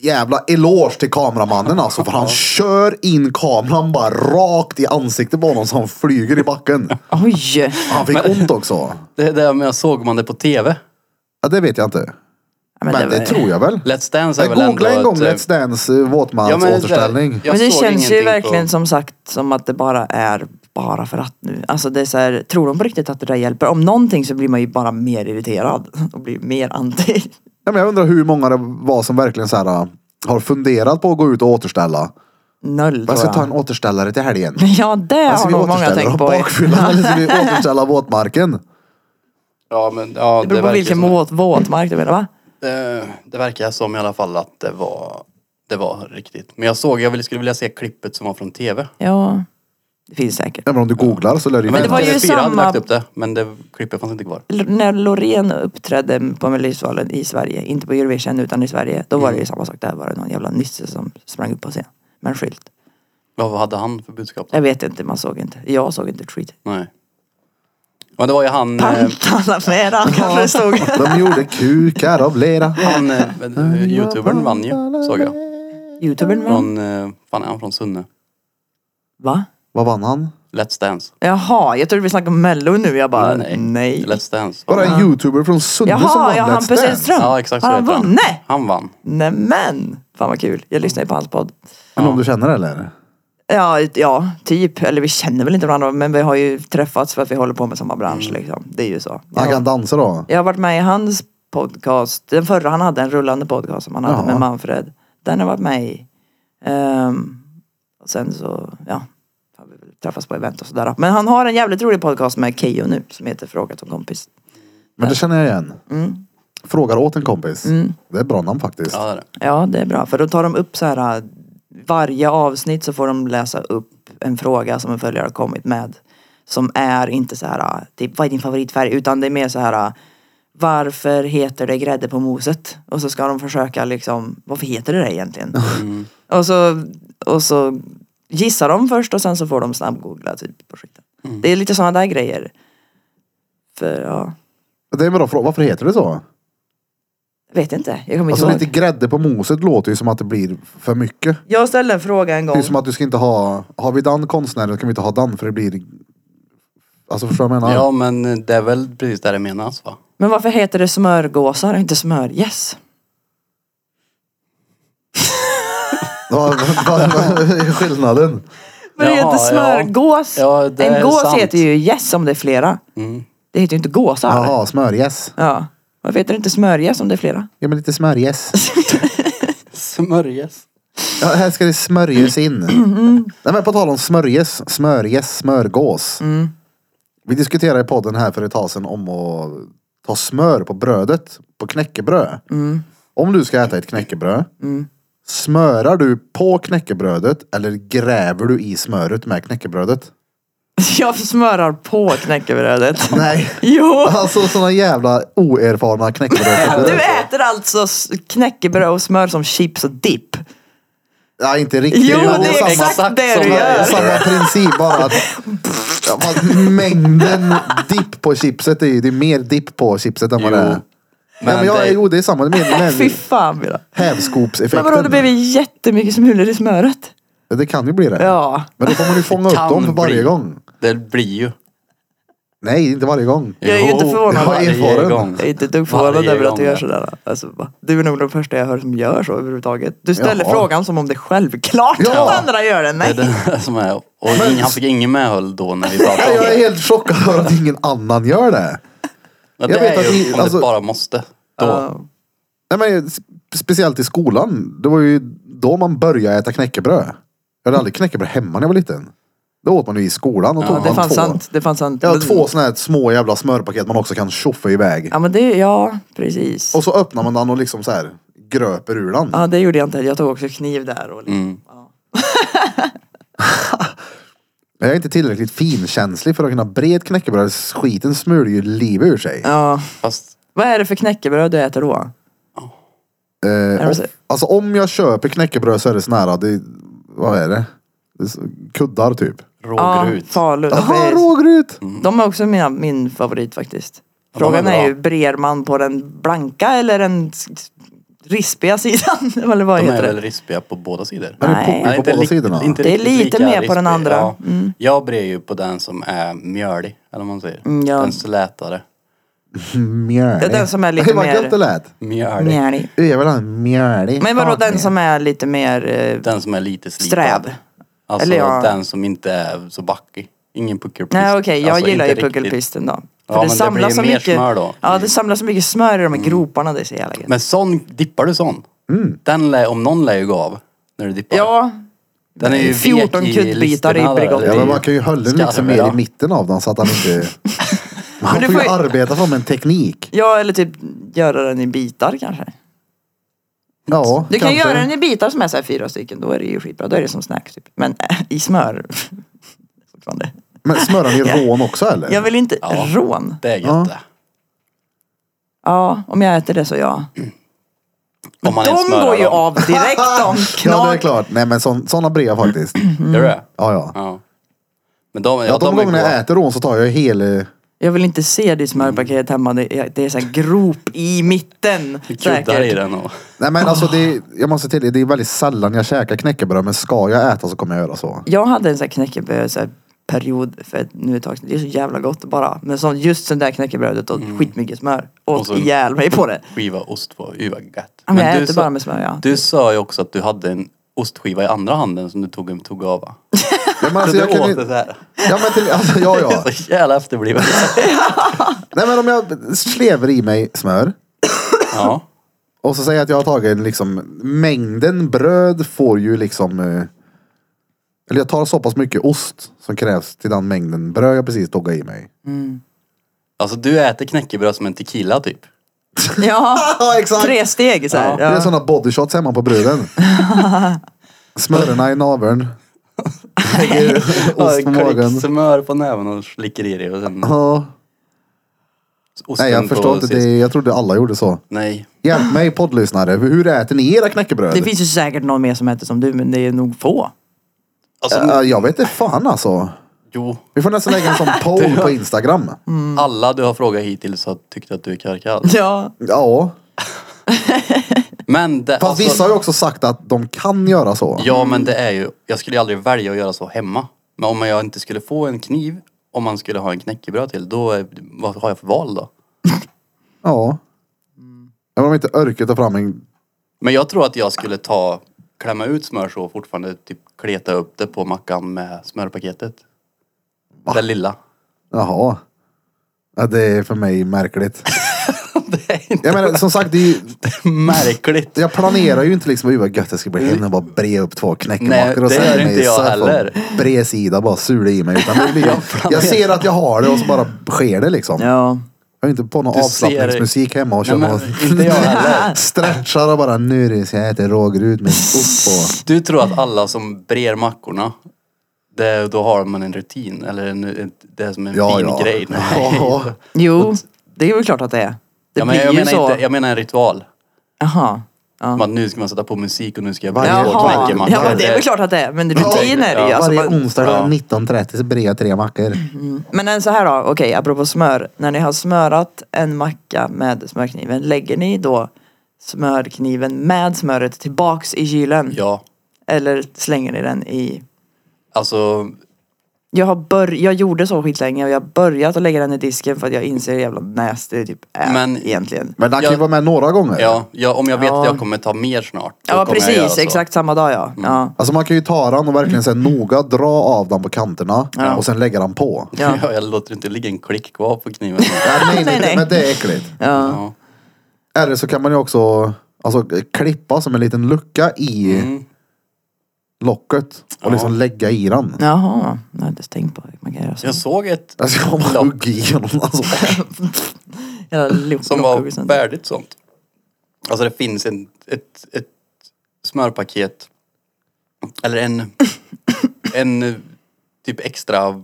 [SPEAKER 1] jävla eloge till kameramannen alltså. För han kör in kameran bara rakt i ansiktet på honom så han flyger i backen.
[SPEAKER 2] Oj.
[SPEAKER 1] Han fick ont också.
[SPEAKER 3] Det, det, men såg man det på TV?
[SPEAKER 1] Ja, det vet jag inte. Men, det,
[SPEAKER 2] var-
[SPEAKER 1] tror jag väl.
[SPEAKER 3] Let's Dance är
[SPEAKER 1] Jag
[SPEAKER 3] väl ändå
[SPEAKER 1] googlade en gång
[SPEAKER 3] ett, eh,
[SPEAKER 1] Let's Dance eh,
[SPEAKER 3] ja, men det-
[SPEAKER 1] våtmarksåterställning.
[SPEAKER 3] jag
[SPEAKER 2] Men det
[SPEAKER 3] såg
[SPEAKER 2] känns ju
[SPEAKER 3] ingenting på-
[SPEAKER 2] verkligen som sagt som att det bara är bara för att nu. Alltså det är så här, tror de på riktigt att det där hjälper? Om någonting så blir man ju bara mer irriterad och blir mer anti.
[SPEAKER 1] Ja, men jag undrar hur många det var som verkligen så här, eh, har funderat på att gå ut och återställa.
[SPEAKER 2] Noll
[SPEAKER 1] Jag
[SPEAKER 2] tror
[SPEAKER 1] ska
[SPEAKER 2] jag.
[SPEAKER 1] ta en återställare till helgen.
[SPEAKER 2] Ja det
[SPEAKER 1] Ska
[SPEAKER 2] har
[SPEAKER 1] vi
[SPEAKER 2] nog många
[SPEAKER 1] återställa dem
[SPEAKER 2] tänkt på.
[SPEAKER 1] bakfyllan eller ska vi återställa våtmarken?
[SPEAKER 3] Ja, men, ja,
[SPEAKER 2] Det beror på
[SPEAKER 3] verkar
[SPEAKER 2] vilken
[SPEAKER 3] som-
[SPEAKER 2] våt, våtmark du menar va?
[SPEAKER 3] Det, det verkar som i alla fall att det var, det var riktigt. Men jag såg, jag ville- skulle vilja se klippet som var från tv.
[SPEAKER 2] Ja, det finns säkert.
[SPEAKER 1] Ja, men om du googlar så lär du ju
[SPEAKER 3] Men
[SPEAKER 2] det
[SPEAKER 1] finnas.
[SPEAKER 2] var ju
[SPEAKER 3] TV4 hade
[SPEAKER 2] samma-
[SPEAKER 3] lagt upp det, men det, klippet fanns inte kvar.
[SPEAKER 2] L- när Loreen uppträdde på Melodifestivalen i Sverige, inte på Eurovision utan i Sverige, då var det ju samma sak. Där var det någon jävla nisse som sprang upp på scen med en skylt.
[SPEAKER 3] Vad hade han för budskap?
[SPEAKER 2] Jag vet inte, man såg inte. Jag såg inte tweet.
[SPEAKER 3] Nej. Men det var ju han, eh,
[SPEAKER 2] Pantarna med den kanske det stod.
[SPEAKER 1] De gjorde kukar av lera.
[SPEAKER 3] han eh, eh, youtubern vann ju, såg jag.
[SPEAKER 2] Youtubern var...
[SPEAKER 3] Från, eh, fan är han från Sunne?
[SPEAKER 2] Va?
[SPEAKER 1] Vad vann han?
[SPEAKER 3] Let's Dance.
[SPEAKER 2] Jaha, jag trodde vi snackade om mello nu. Jag bara, nej.
[SPEAKER 3] Let's Dance.
[SPEAKER 1] Var det en youtuber från Sunne som
[SPEAKER 2] Jaha,
[SPEAKER 1] vann
[SPEAKER 2] ja,
[SPEAKER 1] Let's
[SPEAKER 2] Hampus
[SPEAKER 1] Dance?
[SPEAKER 2] Edström.
[SPEAKER 3] Ja, exakt så
[SPEAKER 2] Har han
[SPEAKER 3] heter
[SPEAKER 2] vunnit?
[SPEAKER 3] Han vann.
[SPEAKER 2] Nämen! Fan vad kul. Jag lyssnar ju på hans podd.
[SPEAKER 1] Men om du känner eller?
[SPEAKER 2] Ja, ja, typ. Eller vi känner väl inte varandra men vi har ju träffats för att vi håller på med samma bransch liksom. Det är ju så.
[SPEAKER 1] Han kan dansa då?
[SPEAKER 2] Jag har varit med i hans podcast. Den förra han hade, en rullande podcast som han hade
[SPEAKER 1] Jaha.
[SPEAKER 2] med Manfred. Den har jag varit med i. Ehm, och sen så, ja. Har vi väl träffats på event och sådär. Men han har en jävligt rolig podcast med Keyyo nu som heter Fråga till en kompis.
[SPEAKER 1] Men det känner jag igen. Frågar åt en kompis. Det är ett bra namn faktiskt.
[SPEAKER 3] Mm. Ja, det är det.
[SPEAKER 2] Ja, det är bra. För då tar de upp så här äh, varje avsnitt så får de läsa upp en fråga som en följare har kommit med. Som är inte så här, typ vad är din favoritfärg? Utan det är mer så här äh, varför heter det grädde på moset? Och så ska de försöka liksom, varför heter det det egentligen?
[SPEAKER 1] Mm.
[SPEAKER 2] Och, så, och så gissar de först och sen så får de snabbgoogla typ på skiten.
[SPEAKER 1] Mm.
[SPEAKER 2] Det är lite sådana där grejer. För ja,
[SPEAKER 1] Det är en bra fråga. Varför heter det så?
[SPEAKER 2] vet inte. Jag kommer inte
[SPEAKER 1] Alltså
[SPEAKER 2] ihåg.
[SPEAKER 1] lite grädde på moset låter ju som att det blir för mycket.
[SPEAKER 2] Jag ställde en fråga en
[SPEAKER 1] Det
[SPEAKER 2] gång.
[SPEAKER 1] är som att du ska inte ha, har vi den konstnären kan vi inte ha den för det blir, alltså förstår du vad jag menar?
[SPEAKER 3] Ja, men det är väl precis det det menas va?
[SPEAKER 2] Men varför heter det smörgåsar och inte smörgäss?
[SPEAKER 1] Vad vad- vad är skillnaden?
[SPEAKER 2] Men det
[SPEAKER 3] Jaha,
[SPEAKER 2] heter smörgås.
[SPEAKER 3] ja. Ja, det
[SPEAKER 2] en
[SPEAKER 3] är
[SPEAKER 2] gås
[SPEAKER 3] sant.
[SPEAKER 2] heter ju gäss om det är flera.
[SPEAKER 3] Mm.
[SPEAKER 2] Det heter ju inte gåsar.
[SPEAKER 1] Jaha, smörgäss.
[SPEAKER 2] Ja. Varför heter det inte smörgäss om det är flera?
[SPEAKER 1] Ge mig lite smörgäss.
[SPEAKER 3] Smörjes.
[SPEAKER 1] Ja, här ska det smörjas in. Nej men på tal om smörjes, smörjes, smörgås. Vi diskuterade i podden här för ett tag sedan om att ta smör på brödet, på knäckebröd. Om du ska äta ett knäckebröd, smörar du på knäckebrödet eller gräver du i smöret med knäckebrödet?
[SPEAKER 2] Jag smörar på knäckebrödet.
[SPEAKER 1] Nej,
[SPEAKER 2] Jo!
[SPEAKER 1] alltså sådana jävla oerfarna knäckebröd.
[SPEAKER 2] Du äter alltså s- knäckebröd och smör som chips och dipp.
[SPEAKER 1] Ja inte riktigt.
[SPEAKER 2] Jo,
[SPEAKER 1] men
[SPEAKER 2] det är
[SPEAKER 1] samma-
[SPEAKER 2] exakt det
[SPEAKER 3] som
[SPEAKER 2] du
[SPEAKER 1] Ja,
[SPEAKER 3] det
[SPEAKER 2] gör.
[SPEAKER 3] är.
[SPEAKER 1] Samma princip bara att ja, fast mängden dipp på chipset är ju, det är mer dipp på chipset än vad
[SPEAKER 3] Jo.
[SPEAKER 1] det är. Men,
[SPEAKER 3] Men
[SPEAKER 1] men jag,
[SPEAKER 3] det-
[SPEAKER 1] jo det är samma, det är mer-
[SPEAKER 2] Fy
[SPEAKER 1] men
[SPEAKER 2] fan Mira. Men
[SPEAKER 1] hävskopseffekten.
[SPEAKER 2] vadå, det blev ju jättemycket smulor i smöret.
[SPEAKER 1] Det kan ju bli det.
[SPEAKER 2] Ja.
[SPEAKER 1] Men då får man ju fånga upp
[SPEAKER 3] Kan
[SPEAKER 1] dem för varje
[SPEAKER 3] bli.
[SPEAKER 1] gång.
[SPEAKER 3] Det blir ju.
[SPEAKER 1] Nej, inte varje gång.
[SPEAKER 2] Jag är ju inte
[SPEAKER 3] Jo,
[SPEAKER 2] förvånad.
[SPEAKER 3] varje
[SPEAKER 1] Jag är erfaren.
[SPEAKER 3] gång.
[SPEAKER 2] Jag är inte ett dugg förvånad
[SPEAKER 3] Varje
[SPEAKER 2] över att
[SPEAKER 3] gång
[SPEAKER 2] du gör
[SPEAKER 3] det.
[SPEAKER 2] sådär. Alltså, va? du är nog den första jag hör som gör så överhuvudtaget. Du ställer
[SPEAKER 1] Jaha.
[SPEAKER 2] frågan som om det är självklart
[SPEAKER 1] Ja.
[SPEAKER 2] att andra gör det.
[SPEAKER 3] Det är
[SPEAKER 2] Nej.
[SPEAKER 3] det som är. Och ingen- han fick ingen medhåll då när vi
[SPEAKER 1] Nej,
[SPEAKER 3] pratade om
[SPEAKER 1] jag är
[SPEAKER 3] det.
[SPEAKER 1] helt chockad över att ingen annan gör det.
[SPEAKER 3] Men
[SPEAKER 1] jag
[SPEAKER 3] det
[SPEAKER 1] vet
[SPEAKER 3] är
[SPEAKER 1] att
[SPEAKER 3] ju
[SPEAKER 1] ni-
[SPEAKER 3] om
[SPEAKER 1] alltså-
[SPEAKER 3] det bara måste. Då.
[SPEAKER 2] Ja.
[SPEAKER 1] Nej, men, s- speciellt i skolan. Det var ju då man började äta knäckebröd. Jag hade aldrig knäckebröd hemma när jag var liten. Det åt man ju i skolan. Och
[SPEAKER 2] Ja,
[SPEAKER 1] tog
[SPEAKER 2] det
[SPEAKER 1] man
[SPEAKER 2] fanns
[SPEAKER 1] två.
[SPEAKER 2] sant. Det fanns sant.
[SPEAKER 1] Ja,
[SPEAKER 2] Men-
[SPEAKER 1] två såna här små jävla smörpaket man också kan tjoffa iväg.
[SPEAKER 2] Ja, men det, ja precis.
[SPEAKER 1] Och så öppnar man den och liksom så här gröper ur den.
[SPEAKER 2] Ja, det gjorde jag inte. Jag tog också kniv där. Och liksom.
[SPEAKER 3] Mm.
[SPEAKER 2] ja.
[SPEAKER 1] Jag är inte tillräckligt finkänslig för att kunna bre ett knäckebröd. Skiten smular ju livet ur sig.
[SPEAKER 2] ja.
[SPEAKER 3] Fast
[SPEAKER 2] Vad är det för knäckebröd du äter då?
[SPEAKER 1] Eh,
[SPEAKER 2] Ja,
[SPEAKER 1] om,
[SPEAKER 2] precis.
[SPEAKER 1] alltså om jag köper knäckebröd så är det sån här, det, vad är det? det är så- kuddar typ. Mm.
[SPEAKER 3] rågrut.
[SPEAKER 2] Ja, Falun.
[SPEAKER 1] Jaha,
[SPEAKER 2] precis.
[SPEAKER 1] rågrut!
[SPEAKER 2] De är också mina, min favorit faktiskt.
[SPEAKER 3] Ja, de är
[SPEAKER 2] Frågan är
[SPEAKER 3] bra.
[SPEAKER 2] ju, brer man på den blanka eller den s- s- rispiga sidan? Eller vad
[SPEAKER 3] De är
[SPEAKER 2] heter det?
[SPEAKER 3] väl rispiga på båda sidor?
[SPEAKER 1] Men
[SPEAKER 2] Nej.
[SPEAKER 1] det poppar ju på
[SPEAKER 3] inte
[SPEAKER 1] båda
[SPEAKER 3] li-
[SPEAKER 1] sidorna.
[SPEAKER 3] inte
[SPEAKER 2] Det är
[SPEAKER 3] riktigt
[SPEAKER 2] lite
[SPEAKER 3] lika
[SPEAKER 2] mer på den
[SPEAKER 3] rispig.
[SPEAKER 2] andra. Mm.
[SPEAKER 3] Ja. Jag brer ju på den som är mjölig, eller vad man säger.
[SPEAKER 2] Mm, ja.
[SPEAKER 3] Den slätare.
[SPEAKER 1] Mjölig.
[SPEAKER 2] Mm. Det är den som är lite
[SPEAKER 1] Vad
[SPEAKER 2] mer-
[SPEAKER 1] gött det lät.
[SPEAKER 3] Mjölig.
[SPEAKER 2] Mjälig.
[SPEAKER 1] Jag vill ha en mjölig.
[SPEAKER 2] Men vadå den som är lite mer eh,
[SPEAKER 3] Den som är lite slipad.
[SPEAKER 2] sträv?
[SPEAKER 3] Alltså
[SPEAKER 2] Eller ja.
[SPEAKER 3] den som inte är så backig. Ingen puckelpist.
[SPEAKER 2] Nej okej, jag
[SPEAKER 3] Alltså,
[SPEAKER 2] gillar ju
[SPEAKER 3] inte riktigt.
[SPEAKER 2] puckelpisten då. För
[SPEAKER 3] Ja, men
[SPEAKER 2] det
[SPEAKER 3] det
[SPEAKER 2] samlas
[SPEAKER 3] blir
[SPEAKER 2] så
[SPEAKER 3] mer
[SPEAKER 2] mycket,
[SPEAKER 3] smör då. Mm.
[SPEAKER 2] Ja, det samlas så mycket smör i de här groparna. Det är så jävla gött.
[SPEAKER 3] Men sån, dippar du sån? Den lär, om någon lär ju gå av när du dippar.
[SPEAKER 2] Mm. Ja,
[SPEAKER 3] den är ju
[SPEAKER 2] 14
[SPEAKER 3] vek
[SPEAKER 2] kuddbitar i
[SPEAKER 3] listerna där,
[SPEAKER 2] Bregott.
[SPEAKER 3] eller
[SPEAKER 1] Ja,
[SPEAKER 3] i
[SPEAKER 1] men man kan ju hålla den liksom
[SPEAKER 3] skarven,
[SPEAKER 1] mer i
[SPEAKER 3] ja.
[SPEAKER 1] mitten av den så att han inte...
[SPEAKER 2] Men
[SPEAKER 1] Han
[SPEAKER 2] du
[SPEAKER 1] får ju
[SPEAKER 2] får ju-
[SPEAKER 1] arbeta fram en teknik.
[SPEAKER 2] ja, eller typ göra den i bitar kanske.
[SPEAKER 1] Ja,
[SPEAKER 2] Du kan
[SPEAKER 1] kanske.
[SPEAKER 2] göra den i bitar som är så här fyra stycken. Då är det ju skitbra. Då är det som snack typ. Men äh, i smör. Fortfarande.
[SPEAKER 1] Men smörar ni rån också eller?
[SPEAKER 2] Jag vill inte
[SPEAKER 3] Ja.
[SPEAKER 2] rån.
[SPEAKER 3] Det är gött
[SPEAKER 1] Ja.
[SPEAKER 3] det.
[SPEAKER 2] Ja, om jag äter det så ja.
[SPEAKER 3] Om man ens
[SPEAKER 2] De
[SPEAKER 3] smörar
[SPEAKER 2] går ju
[SPEAKER 3] dem.
[SPEAKER 2] av direkt de
[SPEAKER 1] Ja, det är
[SPEAKER 2] knak.
[SPEAKER 1] klart. Nej, men så, såna brev faktiskt.
[SPEAKER 2] mm.
[SPEAKER 3] Gör du det?
[SPEAKER 1] Ja, ja.
[SPEAKER 3] Ja. Men de, ja,
[SPEAKER 1] Ja, de
[SPEAKER 3] de är
[SPEAKER 1] gångerna
[SPEAKER 3] goda.
[SPEAKER 1] jag äter rån så tar jag ju hela...
[SPEAKER 2] Jag vill inte se ditt smörpaket
[SPEAKER 3] Mm.
[SPEAKER 2] hemma. Det är, det är så här grop i mitten.
[SPEAKER 3] Du kuddar i
[SPEAKER 2] Säkert.
[SPEAKER 3] den och...
[SPEAKER 1] Nej men alltså
[SPEAKER 3] Ah.
[SPEAKER 1] det, jag måste till det är väldigt sällan jag käkar knäckebröd men ska jag äta så kommer jag göra så.
[SPEAKER 2] Jag hade en sån här knäckebröd så här period för ett, nu ett tag sedan. Det är så jävla gott bara. Men sån, just sån där knäckebrödet och skitmycket smör. Åt
[SPEAKER 3] Mm. Och så-
[SPEAKER 2] ihjäl mig på det.
[SPEAKER 3] skiva ost var ju vad gött.
[SPEAKER 2] Ja, Men jag äter
[SPEAKER 3] sa,
[SPEAKER 2] bara med smör ja.
[SPEAKER 3] du sa ju också att du hade en ostskiva i andra handen som du tog, tog av va?
[SPEAKER 1] Ja, men
[SPEAKER 3] Så
[SPEAKER 1] alltså,
[SPEAKER 3] du
[SPEAKER 1] jag
[SPEAKER 3] åt
[SPEAKER 1] kan
[SPEAKER 3] det
[SPEAKER 1] ju,
[SPEAKER 3] så här.
[SPEAKER 1] ja men till, alltså, ja ja.
[SPEAKER 3] Så jävla efterbliven.
[SPEAKER 1] Nej men om jag slever i mig smör
[SPEAKER 3] Ja.
[SPEAKER 1] och så säger jag att jag har tagit en, liksom mängden bröd får ju liksom eh, eller jag tar så pass mycket ost som krävs till den mängden bröd jag precis tog i mig.
[SPEAKER 3] Alltså du äter knäckebröd som en tequila typ.
[SPEAKER 2] Ja,
[SPEAKER 1] Ja exakt.
[SPEAKER 2] tre steg så här.
[SPEAKER 1] Det är
[SPEAKER 2] Ja.
[SPEAKER 1] sådana bodyshots hemma på bruden. Smörerna i naveln. Lägger ost på magen.
[SPEAKER 3] Smör på näven och slicker i det och sen
[SPEAKER 1] Ja.
[SPEAKER 3] osten
[SPEAKER 1] Nej jag
[SPEAKER 3] på
[SPEAKER 1] förstår inte,
[SPEAKER 3] sist.
[SPEAKER 1] det, jag trodde alla gjorde så.
[SPEAKER 3] Nej.
[SPEAKER 1] Hjälp mig poddlyssnare, hur äter ni era knäckebröd?
[SPEAKER 2] Det finns ju säkert någon mer som äter som du men det är nog få.
[SPEAKER 3] Alltså,
[SPEAKER 1] Ja, jag vet inte fan alltså.
[SPEAKER 3] jo.
[SPEAKER 1] Vi får nästan lägga en sån poll på Instagram.
[SPEAKER 2] Mm.
[SPEAKER 3] Alla du har frågat hittills har tyckt att du är karkad.
[SPEAKER 2] Ja.
[SPEAKER 1] Ja,
[SPEAKER 3] Men det,
[SPEAKER 1] fast
[SPEAKER 3] alltså-
[SPEAKER 1] vissa har ju också sagt att de kan göra så.
[SPEAKER 3] Ja men det är ju, jag skulle ju aldrig välja att göra så hemma. Men om jag inte skulle få en kniv, om man skulle ha en knäckebröd till, då, är, vad har jag för val då?
[SPEAKER 1] Ja. Jag om inte örket tar fram en...
[SPEAKER 3] Men jag tror att jag skulle ta, klämma ut smör så och fortfarande typ kleta upp det på mackan med smörpaketet. Det lilla.
[SPEAKER 1] Jaha. Ja, det är för mig märkligt.
[SPEAKER 3] Det är inte
[SPEAKER 1] Jag menar som sagt, det är ju,
[SPEAKER 3] märkligt.
[SPEAKER 1] jag planerar ju inte liksom, "Oj, vad gött det ska bli hem och bara bre upp två
[SPEAKER 3] Nej,
[SPEAKER 1] knäckemackor
[SPEAKER 3] det
[SPEAKER 1] och
[SPEAKER 3] gör
[SPEAKER 1] mig
[SPEAKER 3] inte jag
[SPEAKER 1] så här från
[SPEAKER 3] heller.
[SPEAKER 1] Bred sida bara sula i mig. Utan det blir, jag, ser att jag har det och så bara sker det liksom.
[SPEAKER 2] Ja.
[SPEAKER 1] Jag är inte på någon
[SPEAKER 3] Du ser-
[SPEAKER 1] avslappningsmusik hemma och
[SPEAKER 3] Nej,
[SPEAKER 1] kör
[SPEAKER 3] men,
[SPEAKER 1] någon...
[SPEAKER 3] inte jag heller.
[SPEAKER 1] Stretchar och bara nu är det så jag äter rågryt med ost på.
[SPEAKER 3] Du tror att alla som brer mackorna, det, då har man en rutin eller en, en, det är som en
[SPEAKER 1] Ja,
[SPEAKER 3] fin
[SPEAKER 1] ja.
[SPEAKER 3] grej. Nej.
[SPEAKER 1] Ja.
[SPEAKER 2] Jo, det är väl klart att det är. Det
[SPEAKER 3] Ja, men
[SPEAKER 2] blir
[SPEAKER 3] jag,
[SPEAKER 2] ju
[SPEAKER 3] menar
[SPEAKER 2] så.
[SPEAKER 3] inte, jag menar en ritual.
[SPEAKER 2] Jaha.
[SPEAKER 3] Som att nu ska man sätta på musik och nu ska jag
[SPEAKER 1] Varje-
[SPEAKER 3] bli hård
[SPEAKER 2] Jaha.
[SPEAKER 3] knäckemacka.
[SPEAKER 2] Ja, men det är väl klart att det är. Men rutin är det ju.
[SPEAKER 3] Ja,
[SPEAKER 2] Alltså,
[SPEAKER 1] Varje
[SPEAKER 2] man,
[SPEAKER 1] onsdag
[SPEAKER 3] ja. Mm.
[SPEAKER 1] klockan 19.30 så brer jag tre mackor.
[SPEAKER 2] men en så här då, okej apropå smör. När ni har smörat en macka med smörkniven, lägger ni då smörkniven med smöret tillbaks i kylen?
[SPEAKER 3] Ja,
[SPEAKER 2] Eller slänger ni den i
[SPEAKER 3] alltså
[SPEAKER 2] Jag, har bör- jag gjorde så skitlänge och jag har börjat att lägga den i disken för att jag inser hur jävla näst det typ är
[SPEAKER 3] Men-
[SPEAKER 2] egentligen.
[SPEAKER 1] Men den kan ju
[SPEAKER 3] Ja.
[SPEAKER 1] vara med några gånger.
[SPEAKER 3] Ja, ja om jag vet
[SPEAKER 2] Ja.
[SPEAKER 3] att jag kommer ta mer snart. då
[SPEAKER 2] Ja
[SPEAKER 3] kommer jag göra
[SPEAKER 2] precis,
[SPEAKER 3] så. Mm.
[SPEAKER 2] exakt samma dag ja. ja.
[SPEAKER 1] Alltså man kan ju ta den och verkligen så här, noga dra av den på kanterna och sen lägga den på.
[SPEAKER 2] Ja.
[SPEAKER 3] Ja, jag låter inte ligga en klick kvar på kniven.
[SPEAKER 1] Nej, nej,
[SPEAKER 2] Nej,
[SPEAKER 1] nej,
[SPEAKER 2] nej.
[SPEAKER 1] Men det är äckligt.
[SPEAKER 3] ja.
[SPEAKER 1] Eller så kan man ju också alltså, klippa som en liten lucka i
[SPEAKER 2] Mm.
[SPEAKER 3] Mm.
[SPEAKER 1] locket och liksom lägga i den.
[SPEAKER 2] Jaha, jag har inte tänkt på hur man kan göra så.
[SPEAKER 3] Jag såg ett
[SPEAKER 1] Alltså jag har
[SPEAKER 3] lock
[SPEAKER 1] hugg igenom alltså.
[SPEAKER 2] Jävla lock-
[SPEAKER 3] som
[SPEAKER 2] lock-
[SPEAKER 3] var
[SPEAKER 2] sånt.
[SPEAKER 3] färdigt sånt. Alltså det finns en, ett, ett smörpaket eller en, en eh, typ extra eh,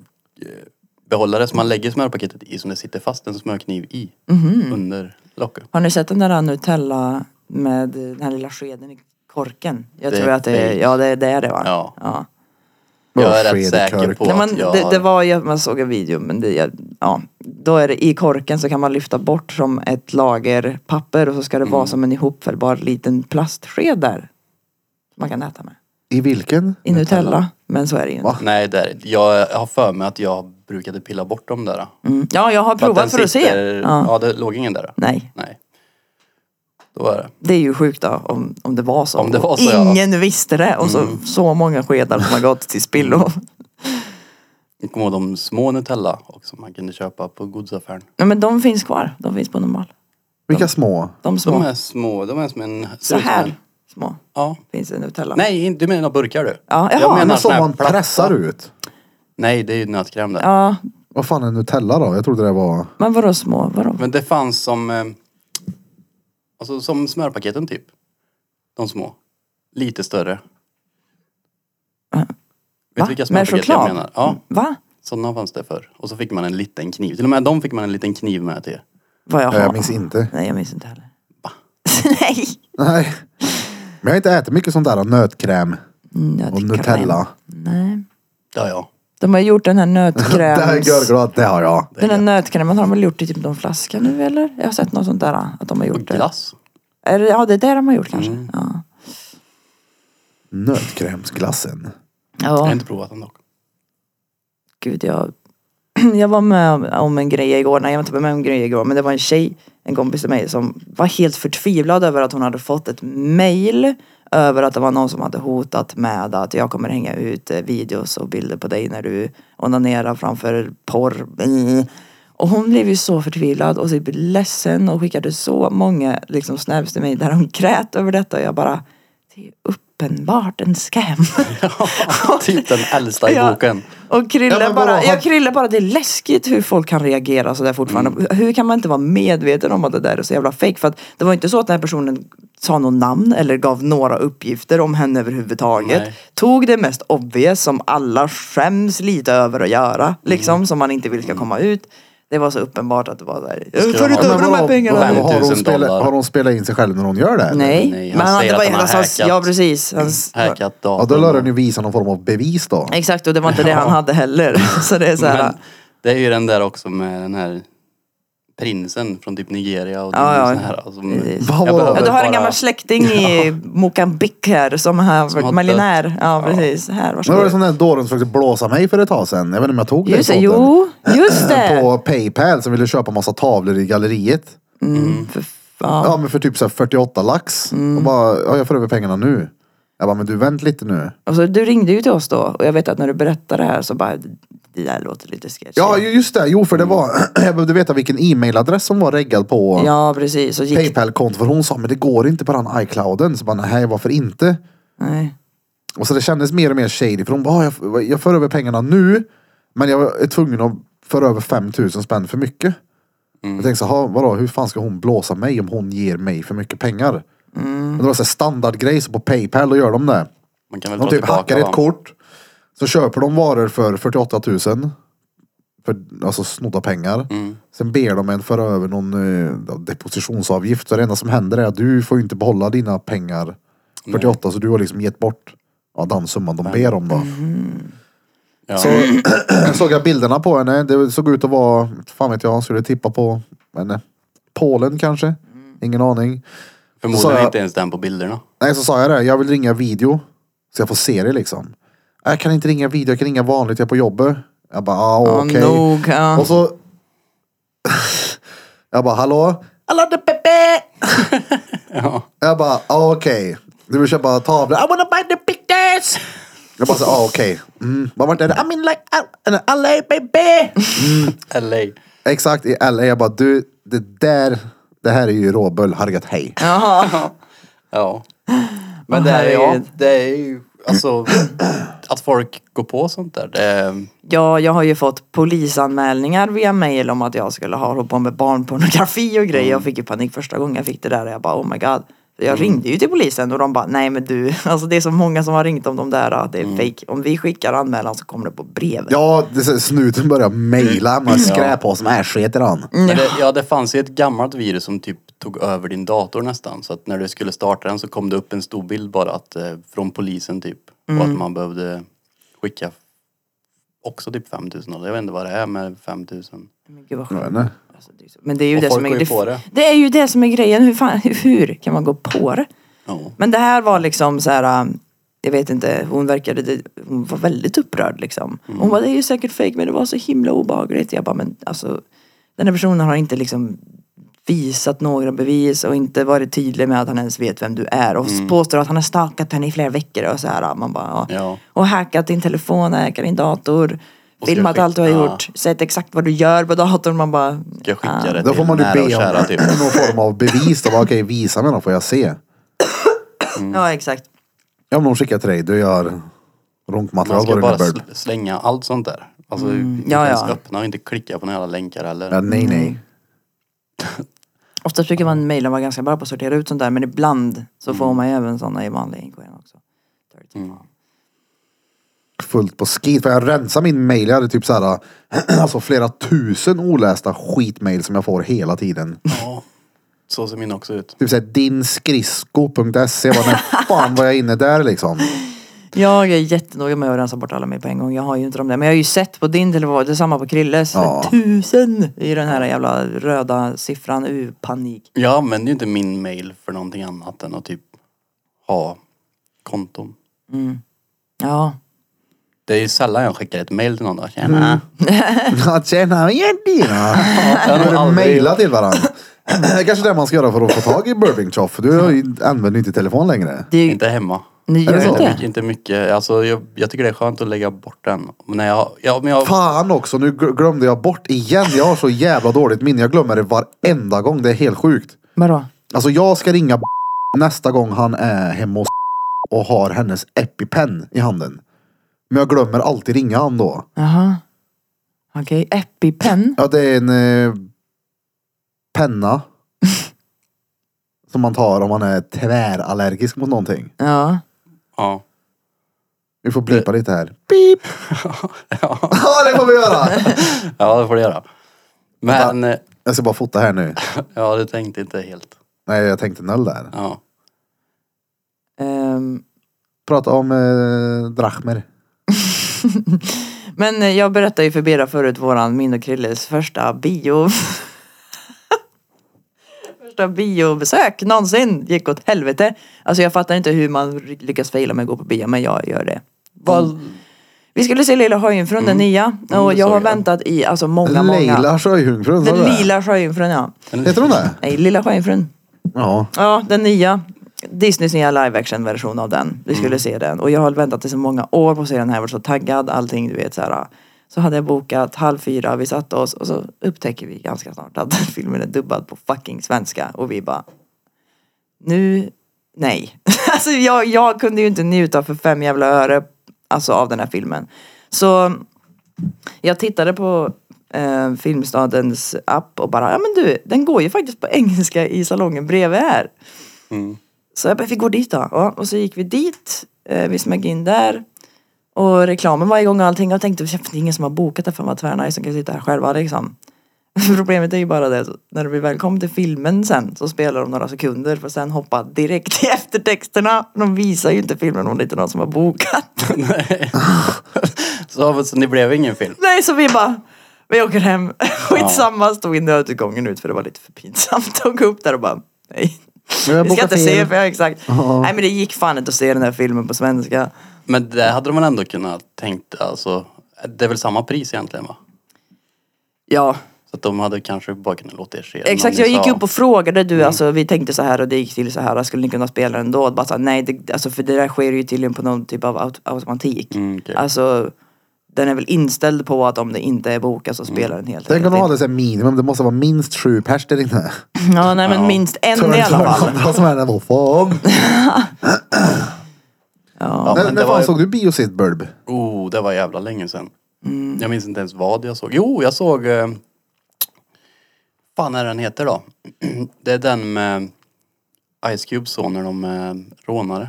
[SPEAKER 3] behållare som man lägger smörpaketet i som det sitter fast en smörkniv i
[SPEAKER 2] Mhm.
[SPEAKER 3] under locket.
[SPEAKER 2] Har ni sett den där Nutella med den här lilla skeden i korken? Jag
[SPEAKER 3] Det
[SPEAKER 2] tror
[SPEAKER 3] är
[SPEAKER 2] att det är,
[SPEAKER 3] fake.
[SPEAKER 2] ja det, det är det va?
[SPEAKER 3] Ja.
[SPEAKER 2] ja.
[SPEAKER 3] Jag är
[SPEAKER 1] Fredrik
[SPEAKER 3] rätt säker
[SPEAKER 1] Kirk.
[SPEAKER 3] på
[SPEAKER 2] Nej,
[SPEAKER 3] att
[SPEAKER 2] men
[SPEAKER 3] jag
[SPEAKER 2] det, det
[SPEAKER 3] har...
[SPEAKER 2] var, jag, man såg en video men det, jag- ja, då är det i korken så kan man lyfta bort som ett lager papper och så ska det
[SPEAKER 3] Mm.
[SPEAKER 2] vara som en ihopfällbar liten plastsked där. Som man kan äta med.
[SPEAKER 1] I vilken?
[SPEAKER 2] I Nutella. Men så är det ju inte.
[SPEAKER 1] Va?
[SPEAKER 3] Nej, där, jag har för mig att jag brukade pilla bort dem där.
[SPEAKER 2] Mm. Ja, jag har
[SPEAKER 3] För
[SPEAKER 2] provat
[SPEAKER 3] den
[SPEAKER 2] för att se.
[SPEAKER 3] sitter-
[SPEAKER 2] Ja.
[SPEAKER 3] Ja, det låg ingen där.
[SPEAKER 2] Nej,
[SPEAKER 3] Nej. Då var det.
[SPEAKER 2] det är ju sjukt då om, om det var så.
[SPEAKER 3] Om det var så, ja. Mm.
[SPEAKER 2] Ingen visste det och så, så många skedar som har gått till spillo.
[SPEAKER 3] Jag kommer ihåg de små Nutella också man kunde köpa på godisaffären.
[SPEAKER 2] Ja, men de finns kvar. De finns på normal.
[SPEAKER 1] Vilka små?
[SPEAKER 2] De små.
[SPEAKER 3] De är små, de är som en...
[SPEAKER 2] så här små
[SPEAKER 3] Ja.
[SPEAKER 2] finns det Nutella.
[SPEAKER 3] Nej, inte- du menar burkar du?
[SPEAKER 2] Ja, jaha,
[SPEAKER 3] jag
[SPEAKER 1] Ja,
[SPEAKER 3] menar
[SPEAKER 1] men som
[SPEAKER 3] såna här
[SPEAKER 1] man
[SPEAKER 3] platta.
[SPEAKER 1] pressar ut.
[SPEAKER 3] Nej, det är ju nötkräm där.
[SPEAKER 2] Ja,
[SPEAKER 1] Vad fan är Nutella då? Jag trodde det var...
[SPEAKER 2] men vadå små? Vadå?
[SPEAKER 3] Men det fanns som... eh, Alltså som smörpaketen typ. De små. Lite större. Vet
[SPEAKER 2] Va?
[SPEAKER 3] du vilka
[SPEAKER 2] Med
[SPEAKER 3] smörpaket jag
[SPEAKER 2] choklad? Mm.
[SPEAKER 3] menar? Ja,
[SPEAKER 2] Va?
[SPEAKER 3] sådana fanns det för. Och så fick man en liten kniv. Till och med de fick man en liten kniv med till.
[SPEAKER 2] Vad jag
[SPEAKER 1] Ja,
[SPEAKER 2] har.
[SPEAKER 1] jag minns inte.
[SPEAKER 2] Nej, jag minns inte heller.
[SPEAKER 3] Va?
[SPEAKER 2] Nej.
[SPEAKER 1] Nej. Men jag har inte ätit mycket sånt där nötkräm
[SPEAKER 2] Mm, jag
[SPEAKER 1] och
[SPEAKER 2] tycker
[SPEAKER 1] Nutella.
[SPEAKER 2] det. Nej.
[SPEAKER 3] Ja, ja.
[SPEAKER 2] De har gjort den här
[SPEAKER 1] Det här är
[SPEAKER 2] nötkräms...
[SPEAKER 1] görglad, det har jag.
[SPEAKER 2] den här nötkrämen har de väl gjort i typ någon flaska nu eller? Jag har sett något sånt där. Att de har
[SPEAKER 3] Och
[SPEAKER 2] gjort det.
[SPEAKER 3] glass. Mm.
[SPEAKER 2] Är det. Ja, det är det de har gjort kanske. Ja.
[SPEAKER 1] Nötkrämsglassen.
[SPEAKER 3] Jag har
[SPEAKER 2] ja.
[SPEAKER 3] inte provat den dock.
[SPEAKER 2] Gud, jag... Jag var med om- om en grej igår, nej jag var inte med om en grej igår, men det var en tjej, en kompis till mig som var helt förtvivlad över att hon hade fått ett mail över att det var någon som hade hotat med att jag kommer hänga ut eh, videos och bilder på dig när du onanerar framför porr. Mm. Och hon blev ju så förtvivlad och typ ledsen och skickade så många liksom snaps till mig där hon grät över detta och jag bara, det är uppenbart en scam.
[SPEAKER 3] typ den äldsta i
[SPEAKER 2] Ja.
[SPEAKER 3] boken.
[SPEAKER 2] Och Krille
[SPEAKER 1] Ja, men vadå,
[SPEAKER 2] bara,
[SPEAKER 1] han-
[SPEAKER 2] jag Krille bara, det är läskigt hur folk kan reagera sådär fortfarande.
[SPEAKER 3] Mm.
[SPEAKER 2] Hur kan man inte vara medveten om att det där är så jävla fake? För att det var inte så att den här personen sa något namn eller gav några uppgifter om henne överhuvudtaget.
[SPEAKER 3] Nej.
[SPEAKER 2] Tog det mest obvious som alla skäms lite över att göra.
[SPEAKER 3] Mm.
[SPEAKER 2] Liksom, som man inte vill ska komma ut. Det var så uppenbart att det var där. Jag
[SPEAKER 3] Ska
[SPEAKER 2] får
[SPEAKER 3] de
[SPEAKER 2] du
[SPEAKER 3] ha-
[SPEAKER 2] ta de här
[SPEAKER 1] vadå,
[SPEAKER 2] pengarna?
[SPEAKER 1] vadå, har,
[SPEAKER 3] 5 000
[SPEAKER 1] hon spelat,
[SPEAKER 3] dollar.
[SPEAKER 1] har hon spelat in sig själv när hon gör det? eller?
[SPEAKER 2] Nej,
[SPEAKER 3] Nej, han
[SPEAKER 2] men han,
[SPEAKER 3] säger
[SPEAKER 2] det var
[SPEAKER 3] att
[SPEAKER 2] ju
[SPEAKER 3] han
[SPEAKER 2] hans,
[SPEAKER 3] har
[SPEAKER 2] hans,
[SPEAKER 3] hackat.
[SPEAKER 2] ja precis. Hans,
[SPEAKER 3] Hackat datorn.
[SPEAKER 1] Ja, då lär hon ju visa någon form av bevis då.
[SPEAKER 2] exakt, och det var inte det han hade heller. Så det är så här,
[SPEAKER 3] Men det är ju den där också med den här prinsen från typ Nigeria och
[SPEAKER 2] Ja, ja.
[SPEAKER 3] sån här. Alltså,
[SPEAKER 2] Precis.
[SPEAKER 1] Vad var det?
[SPEAKER 2] Ja,
[SPEAKER 1] behöver
[SPEAKER 2] du har en gammal släkting i Mocambique här som har
[SPEAKER 3] Som har
[SPEAKER 2] varit miljonär.
[SPEAKER 3] dött.
[SPEAKER 2] Ja, precis. Här,
[SPEAKER 1] Men det var
[SPEAKER 2] varsågod.
[SPEAKER 1] det som den där dåren som försökte blåsa mig för ett tag sedan. Jag vet inte om jag tog
[SPEAKER 2] Just det,
[SPEAKER 1] det i podden.
[SPEAKER 2] jo, just det.
[SPEAKER 1] På Paypal som ville köpa massa tavlor i galleriet.
[SPEAKER 2] Mm, för, ja. Mm.
[SPEAKER 1] Ja men för typ så här 48 lax. Och bara, ja jag får över pengarna nu. Jag bara, men du vänt lite nu.
[SPEAKER 2] Och så, Alltså, du ringde ju till oss då och jag vet att när du berättade det här så bara, det där låter lite sketchy.
[SPEAKER 1] Ja ju- just det, jo för det var, jag behövde veta vilken e-mailadress som var reggad på
[SPEAKER 2] ja precis. Och gick,
[SPEAKER 1] Paypal-konto. För hon sa, men det går inte på den iClouden. Så bara, nej varför inte?
[SPEAKER 2] nej.
[SPEAKER 1] Och så det kändes mer och mer shady. För hon bara, ah, jag, jag för över pengarna nu. Men jag är tvungen att föra över 5000 spänn för mycket. Jag tänkte så här, vadå, hur fan ska hon blåsa mig om hon ger mig för mycket pengar? Men det var så här standardgrej, så på Paypal då gör de det.
[SPEAKER 3] Man kan väl
[SPEAKER 1] De
[SPEAKER 3] dra
[SPEAKER 1] typ
[SPEAKER 3] tillbaka
[SPEAKER 1] hackar ett
[SPEAKER 3] va?
[SPEAKER 1] kort. Så köper de varor för 48 000. För, alltså snodda pengar. Sen ber de en föra över någon eh, ja, depositionsavgift. Så det enda som händer är att du får ju inte behålla dina pengar. 48 så du har liksom gett bort ja, den summan de ber om då.
[SPEAKER 3] Ja.
[SPEAKER 1] Så såg jag bilderna på henne. Det såg ut att vara, fan vet jag, skulle tippa på henne. Polen kanske? Ingen aning. Så
[SPEAKER 3] Förmodligen
[SPEAKER 1] jag-
[SPEAKER 3] inte ens den på bilderna.
[SPEAKER 1] Nej, så sa jag det. Jag vill ringa video. Så jag får se det liksom. "Nej, Jag kan inte ringa video, jag kan ringa vanligt, jag är på jobbet. Jag bara, ah,
[SPEAKER 2] Ja,
[SPEAKER 1] okej.
[SPEAKER 2] nog, ja.
[SPEAKER 1] Och så... jag bara, hallå?
[SPEAKER 2] Hallå du Peppe!
[SPEAKER 1] Jag bara, ah, okej. Du vill köpa tavlor? I wanna buy the pictures! Jag bara, så, ah, okej. Mm. Vad var det? I mean like, I- in LA baby!
[SPEAKER 3] LA.
[SPEAKER 1] Exakt, i LA. Jag bara, du, det där, det här är ju råböll, hargat hej.
[SPEAKER 3] Ja. Men
[SPEAKER 2] Åh,
[SPEAKER 3] det, är, ja,
[SPEAKER 2] herregud.
[SPEAKER 3] det är ju, alltså, att folk går på sånt där. Det är,
[SPEAKER 2] Ja, jag har ju fått polisanmälningar via mail om att jag skulle ha hållit på med barnpornografi och grejer.
[SPEAKER 3] Mm.
[SPEAKER 2] Jag fick ju panik första gången jag fick det där och jag bara oh my god. Så Jag ringde ju till polisen och de bara nej men du, alltså det är så många som har ringt om de där att det är
[SPEAKER 3] Mm.
[SPEAKER 2] fake. Om vi skickar anmälan så kommer det på brevet.
[SPEAKER 1] Ja, det, är så- snuten börjar mejla
[SPEAKER 3] Mm.
[SPEAKER 1] med skräp på som är sket i den.
[SPEAKER 3] men det, ja, det fanns ju ett gammalt virus som typ tog över din dator nästan. Så att när du skulle starta den så kom det upp en stor bild bara att, eh, från polisen typ. Och
[SPEAKER 1] Mm.
[SPEAKER 3] att man behövde skicka också typ 5000 dollar. Jag vet inte vad det är med 5000.
[SPEAKER 2] Men gud vad
[SPEAKER 1] Jag vet
[SPEAKER 2] sjukt.
[SPEAKER 1] inte.
[SPEAKER 2] Alltså, det är så- men det är ju
[SPEAKER 3] Och
[SPEAKER 2] det
[SPEAKER 3] folk
[SPEAKER 2] som är
[SPEAKER 3] går ju på det.
[SPEAKER 2] det, det är ju det som är grejen. Hur, fan, hur kan man gå på det?
[SPEAKER 3] Ja.
[SPEAKER 2] Men det här var liksom så här. um, Jag vet inte, hon verkade, det- hon var väldigt upprörd liksom.
[SPEAKER 3] Mm.
[SPEAKER 2] Hon bara, det är ju säkert fake men det var så himla obehagligt. Jag bara, men alltså den här personen har inte liksom visat några bevis och inte varit tydlig med att han ens vet vem du är och
[SPEAKER 3] Mm.
[SPEAKER 2] påstår att han har stalkat henne i flera veckor och så här. uh, Man bara, ja.
[SPEAKER 3] Ja.
[SPEAKER 2] Och hackat din telefon, hackat din dator.
[SPEAKER 3] ska
[SPEAKER 2] filmat
[SPEAKER 3] skicka-
[SPEAKER 2] allt du har
[SPEAKER 3] ja.
[SPEAKER 2] gjort, sett exakt vad du gör på datorn. Man bara, uh,
[SPEAKER 3] Ska jag skicka det
[SPEAKER 1] Då får
[SPEAKER 3] till
[SPEAKER 1] man ju
[SPEAKER 3] nära
[SPEAKER 1] be
[SPEAKER 3] och kära
[SPEAKER 1] om
[SPEAKER 3] typ.
[SPEAKER 1] någon form av bevis. då. Bara, Okej, visa mig då får jag se.
[SPEAKER 3] Mm.
[SPEAKER 2] ja exakt.
[SPEAKER 1] Ja, men de skickar till dig. Du gör
[SPEAKER 3] Man
[SPEAKER 1] runkmaterial på
[SPEAKER 3] ska bara
[SPEAKER 1] dina bird.
[SPEAKER 3] sl- slänga allt sånt där. Alltså
[SPEAKER 1] Mm.
[SPEAKER 3] inte
[SPEAKER 2] Ja,
[SPEAKER 3] ens
[SPEAKER 2] ja.
[SPEAKER 3] öppna och inte klicka på några jävla länkar eller.
[SPEAKER 1] Ja, nej, nej.
[SPEAKER 2] Oftast brukar man mejlen vara ganska bra på att sortera ut sånt där men ibland så
[SPEAKER 3] Mm.
[SPEAKER 2] får man ju även såna i vanliga inkorgen också. Dirty som fan.
[SPEAKER 1] Fullt på skit. För jag rensar min mail. Jag hade typ så här, alltså flera tusen olästa skitmail som jag får hela tiden.
[SPEAKER 3] Ja. Så ser min också ut.
[SPEAKER 1] Typ såhär dinskrisko.se. Vad när fan var jag inne där liksom?
[SPEAKER 2] Jag är jättenoga med att rensa bort alla mejl på en gång. Jag har ju inte dem där. Men jag har ju sett på din telefon, det är samma på Krilles.
[SPEAKER 1] Ja.
[SPEAKER 2] Tusen! I den här jävla röda siffran. U, panik.
[SPEAKER 3] Jag använder ju inte min mail för någonting annat än att typ ha konton.
[SPEAKER 2] Ja.
[SPEAKER 3] Det är ju sällan jag skickar ett mail till någon och tjena.
[SPEAKER 2] Mm.
[SPEAKER 1] Ja, Tjena, Jenny!
[SPEAKER 3] Jag har nog
[SPEAKER 1] Börja
[SPEAKER 3] aldrig-
[SPEAKER 1] mejla till varandra. kanske det man ska göra för att få tag i Burbingchoff. Du har ju- använder ju inte telefon längre.
[SPEAKER 2] Det är ju,
[SPEAKER 3] Inte hemma.
[SPEAKER 2] ni
[SPEAKER 1] Är det
[SPEAKER 2] gör
[SPEAKER 1] så?
[SPEAKER 3] Inte
[SPEAKER 2] det.
[SPEAKER 3] mycket, inte mycket. Alltså, jag, jag tycker det är skönt att lägga bort den. Men när jag, ja, men jag,
[SPEAKER 1] Fan också, nu gl- glömde jag bort igen. Jag har så jävla dåligt minne. Jag glömmer det varenda gång. Det är helt sjukt.
[SPEAKER 2] Vadå?
[SPEAKER 1] Alltså jag ska ringa nästa gång han är hemma hos och har hennes EpiPen i handen. Men jag glömmer alltid ringa han då.
[SPEAKER 2] Jaha. Okej, Epipen.
[SPEAKER 1] Ja, det är en eh, penna. som man tar om man är tvärallergisk mot någonting.
[SPEAKER 2] Ja.
[SPEAKER 3] ja.
[SPEAKER 1] Vi får blipa lite här. Pip!
[SPEAKER 3] ja,
[SPEAKER 1] Ja, det får vi göra!
[SPEAKER 3] ja, det får du göra. Men, eh,
[SPEAKER 1] Jag ska bara fota här nu.
[SPEAKER 3] ja, du tänkte inte helt.
[SPEAKER 1] Nej, jag tänkte noll där.
[SPEAKER 3] Ja.
[SPEAKER 2] Ehm,
[SPEAKER 1] Prata om eh, drachmer.
[SPEAKER 2] Men eh, jag berättade ju för Bera förut våran, min och Krilles första bio... första biobesök någonsin gick åt helvete. Alltså jag fattar inte hur man lyckas faila med att gå på bio men jag gör det. Vi skulle se Lilla Sjöjungfrun den nya och
[SPEAKER 3] det
[SPEAKER 2] jag
[SPEAKER 3] såg
[SPEAKER 2] har
[SPEAKER 3] jag.
[SPEAKER 2] väntat i alltså många, många...
[SPEAKER 1] Leila Sjöjungfrun. sa
[SPEAKER 2] Den
[SPEAKER 1] du det?
[SPEAKER 2] lila Sjöjungfrun ja.
[SPEAKER 1] Heter hon det?
[SPEAKER 2] Nej, Lilla Sjöjungfrun.
[SPEAKER 1] Ja.
[SPEAKER 2] Ja, den nya. Disneys nya live action version av den. Vi skulle se den. Och jag har väntat i så många år på att se den här. Varit så taggad, allting du vet så här. Så hade jag bokat halv fyra, vi satte oss och så upptäcker vi ganska snart att filmen är dubbad på fucking svenska. Och vi bara, nu, nej. alltså jag, jag kunde ju inte njuta för fem jävla öre alltså, av den här filmen. Så jag tittade på eh, Filmstadens app och bara, ja men du, den går ju faktiskt på engelska i salongen bredvid här. Så jag bara, vi går dit då. Ja, och så gick vi dit, eh, vi smög in där. Och reklamen var igång och allting. Jag tänkte, "Fan, det är ingen som har bokat det, fan vad tvärnice, som kan sitta här själva liksom. Problemet är ju bara det, när du blir välkommen till filmen sen så spelar de några sekunder för sen hoppa direkt till eftertexterna. De visar ju inte filmen om det inte är någon som har bokat.
[SPEAKER 3] Så, så det blev ingen film.
[SPEAKER 2] Nej, så vi bara, vi åker hem. Skitsamma, stod i nödutgången ut för det var lite för pinsamt. Och gå upp där och bara, nej.
[SPEAKER 1] Men jag
[SPEAKER 2] Vi ska
[SPEAKER 1] bokar
[SPEAKER 2] inte
[SPEAKER 1] fel.
[SPEAKER 2] se, för jag exakt. Nej men det gick fan inte att se den här filmen på svenska.
[SPEAKER 3] Men det hade man ändå kunnat tänkt, alltså. Det är väl samma pris egentligen va?
[SPEAKER 2] Ja,
[SPEAKER 3] Så att de hade kanske bara kunnat låta er se den
[SPEAKER 2] exakt.
[SPEAKER 3] om
[SPEAKER 2] Jag
[SPEAKER 3] ni
[SPEAKER 2] gick
[SPEAKER 3] sa- Mm.
[SPEAKER 2] upp och frågade du, alltså vi tänkte så här och det gick till så här. Skulle ni kunna spela den då? Bara så här, nej, det, alltså, för det där sker ju tydligen på någon typ av aut- automatik.
[SPEAKER 3] Mm, okej.
[SPEAKER 2] Alltså, den är väl inställd på att om det inte är bokat så
[SPEAKER 3] Mm.
[SPEAKER 2] spelar den helt
[SPEAKER 1] Tänk om de
[SPEAKER 2] enkelt
[SPEAKER 1] hade så här minimum. Det måste vara minst sju pers där inne.
[SPEAKER 2] inte. Ja, nej men
[SPEAKER 3] Ja.
[SPEAKER 2] minst en
[SPEAKER 1] Så
[SPEAKER 2] i alla
[SPEAKER 1] de
[SPEAKER 2] fall.
[SPEAKER 1] andra som är där, vad fan?
[SPEAKER 3] Ja,
[SPEAKER 1] När,
[SPEAKER 3] men
[SPEAKER 1] när
[SPEAKER 3] det
[SPEAKER 1] fan
[SPEAKER 3] var,
[SPEAKER 1] såg du Biosit Burb?
[SPEAKER 3] oh, det var jävla länge sedan.
[SPEAKER 1] Mm.
[SPEAKER 3] Jag minns inte ens vad jag såg. Jo, jag såg... Eh, fan är den heter då? det är den med Ice Cubes son när de är rånare.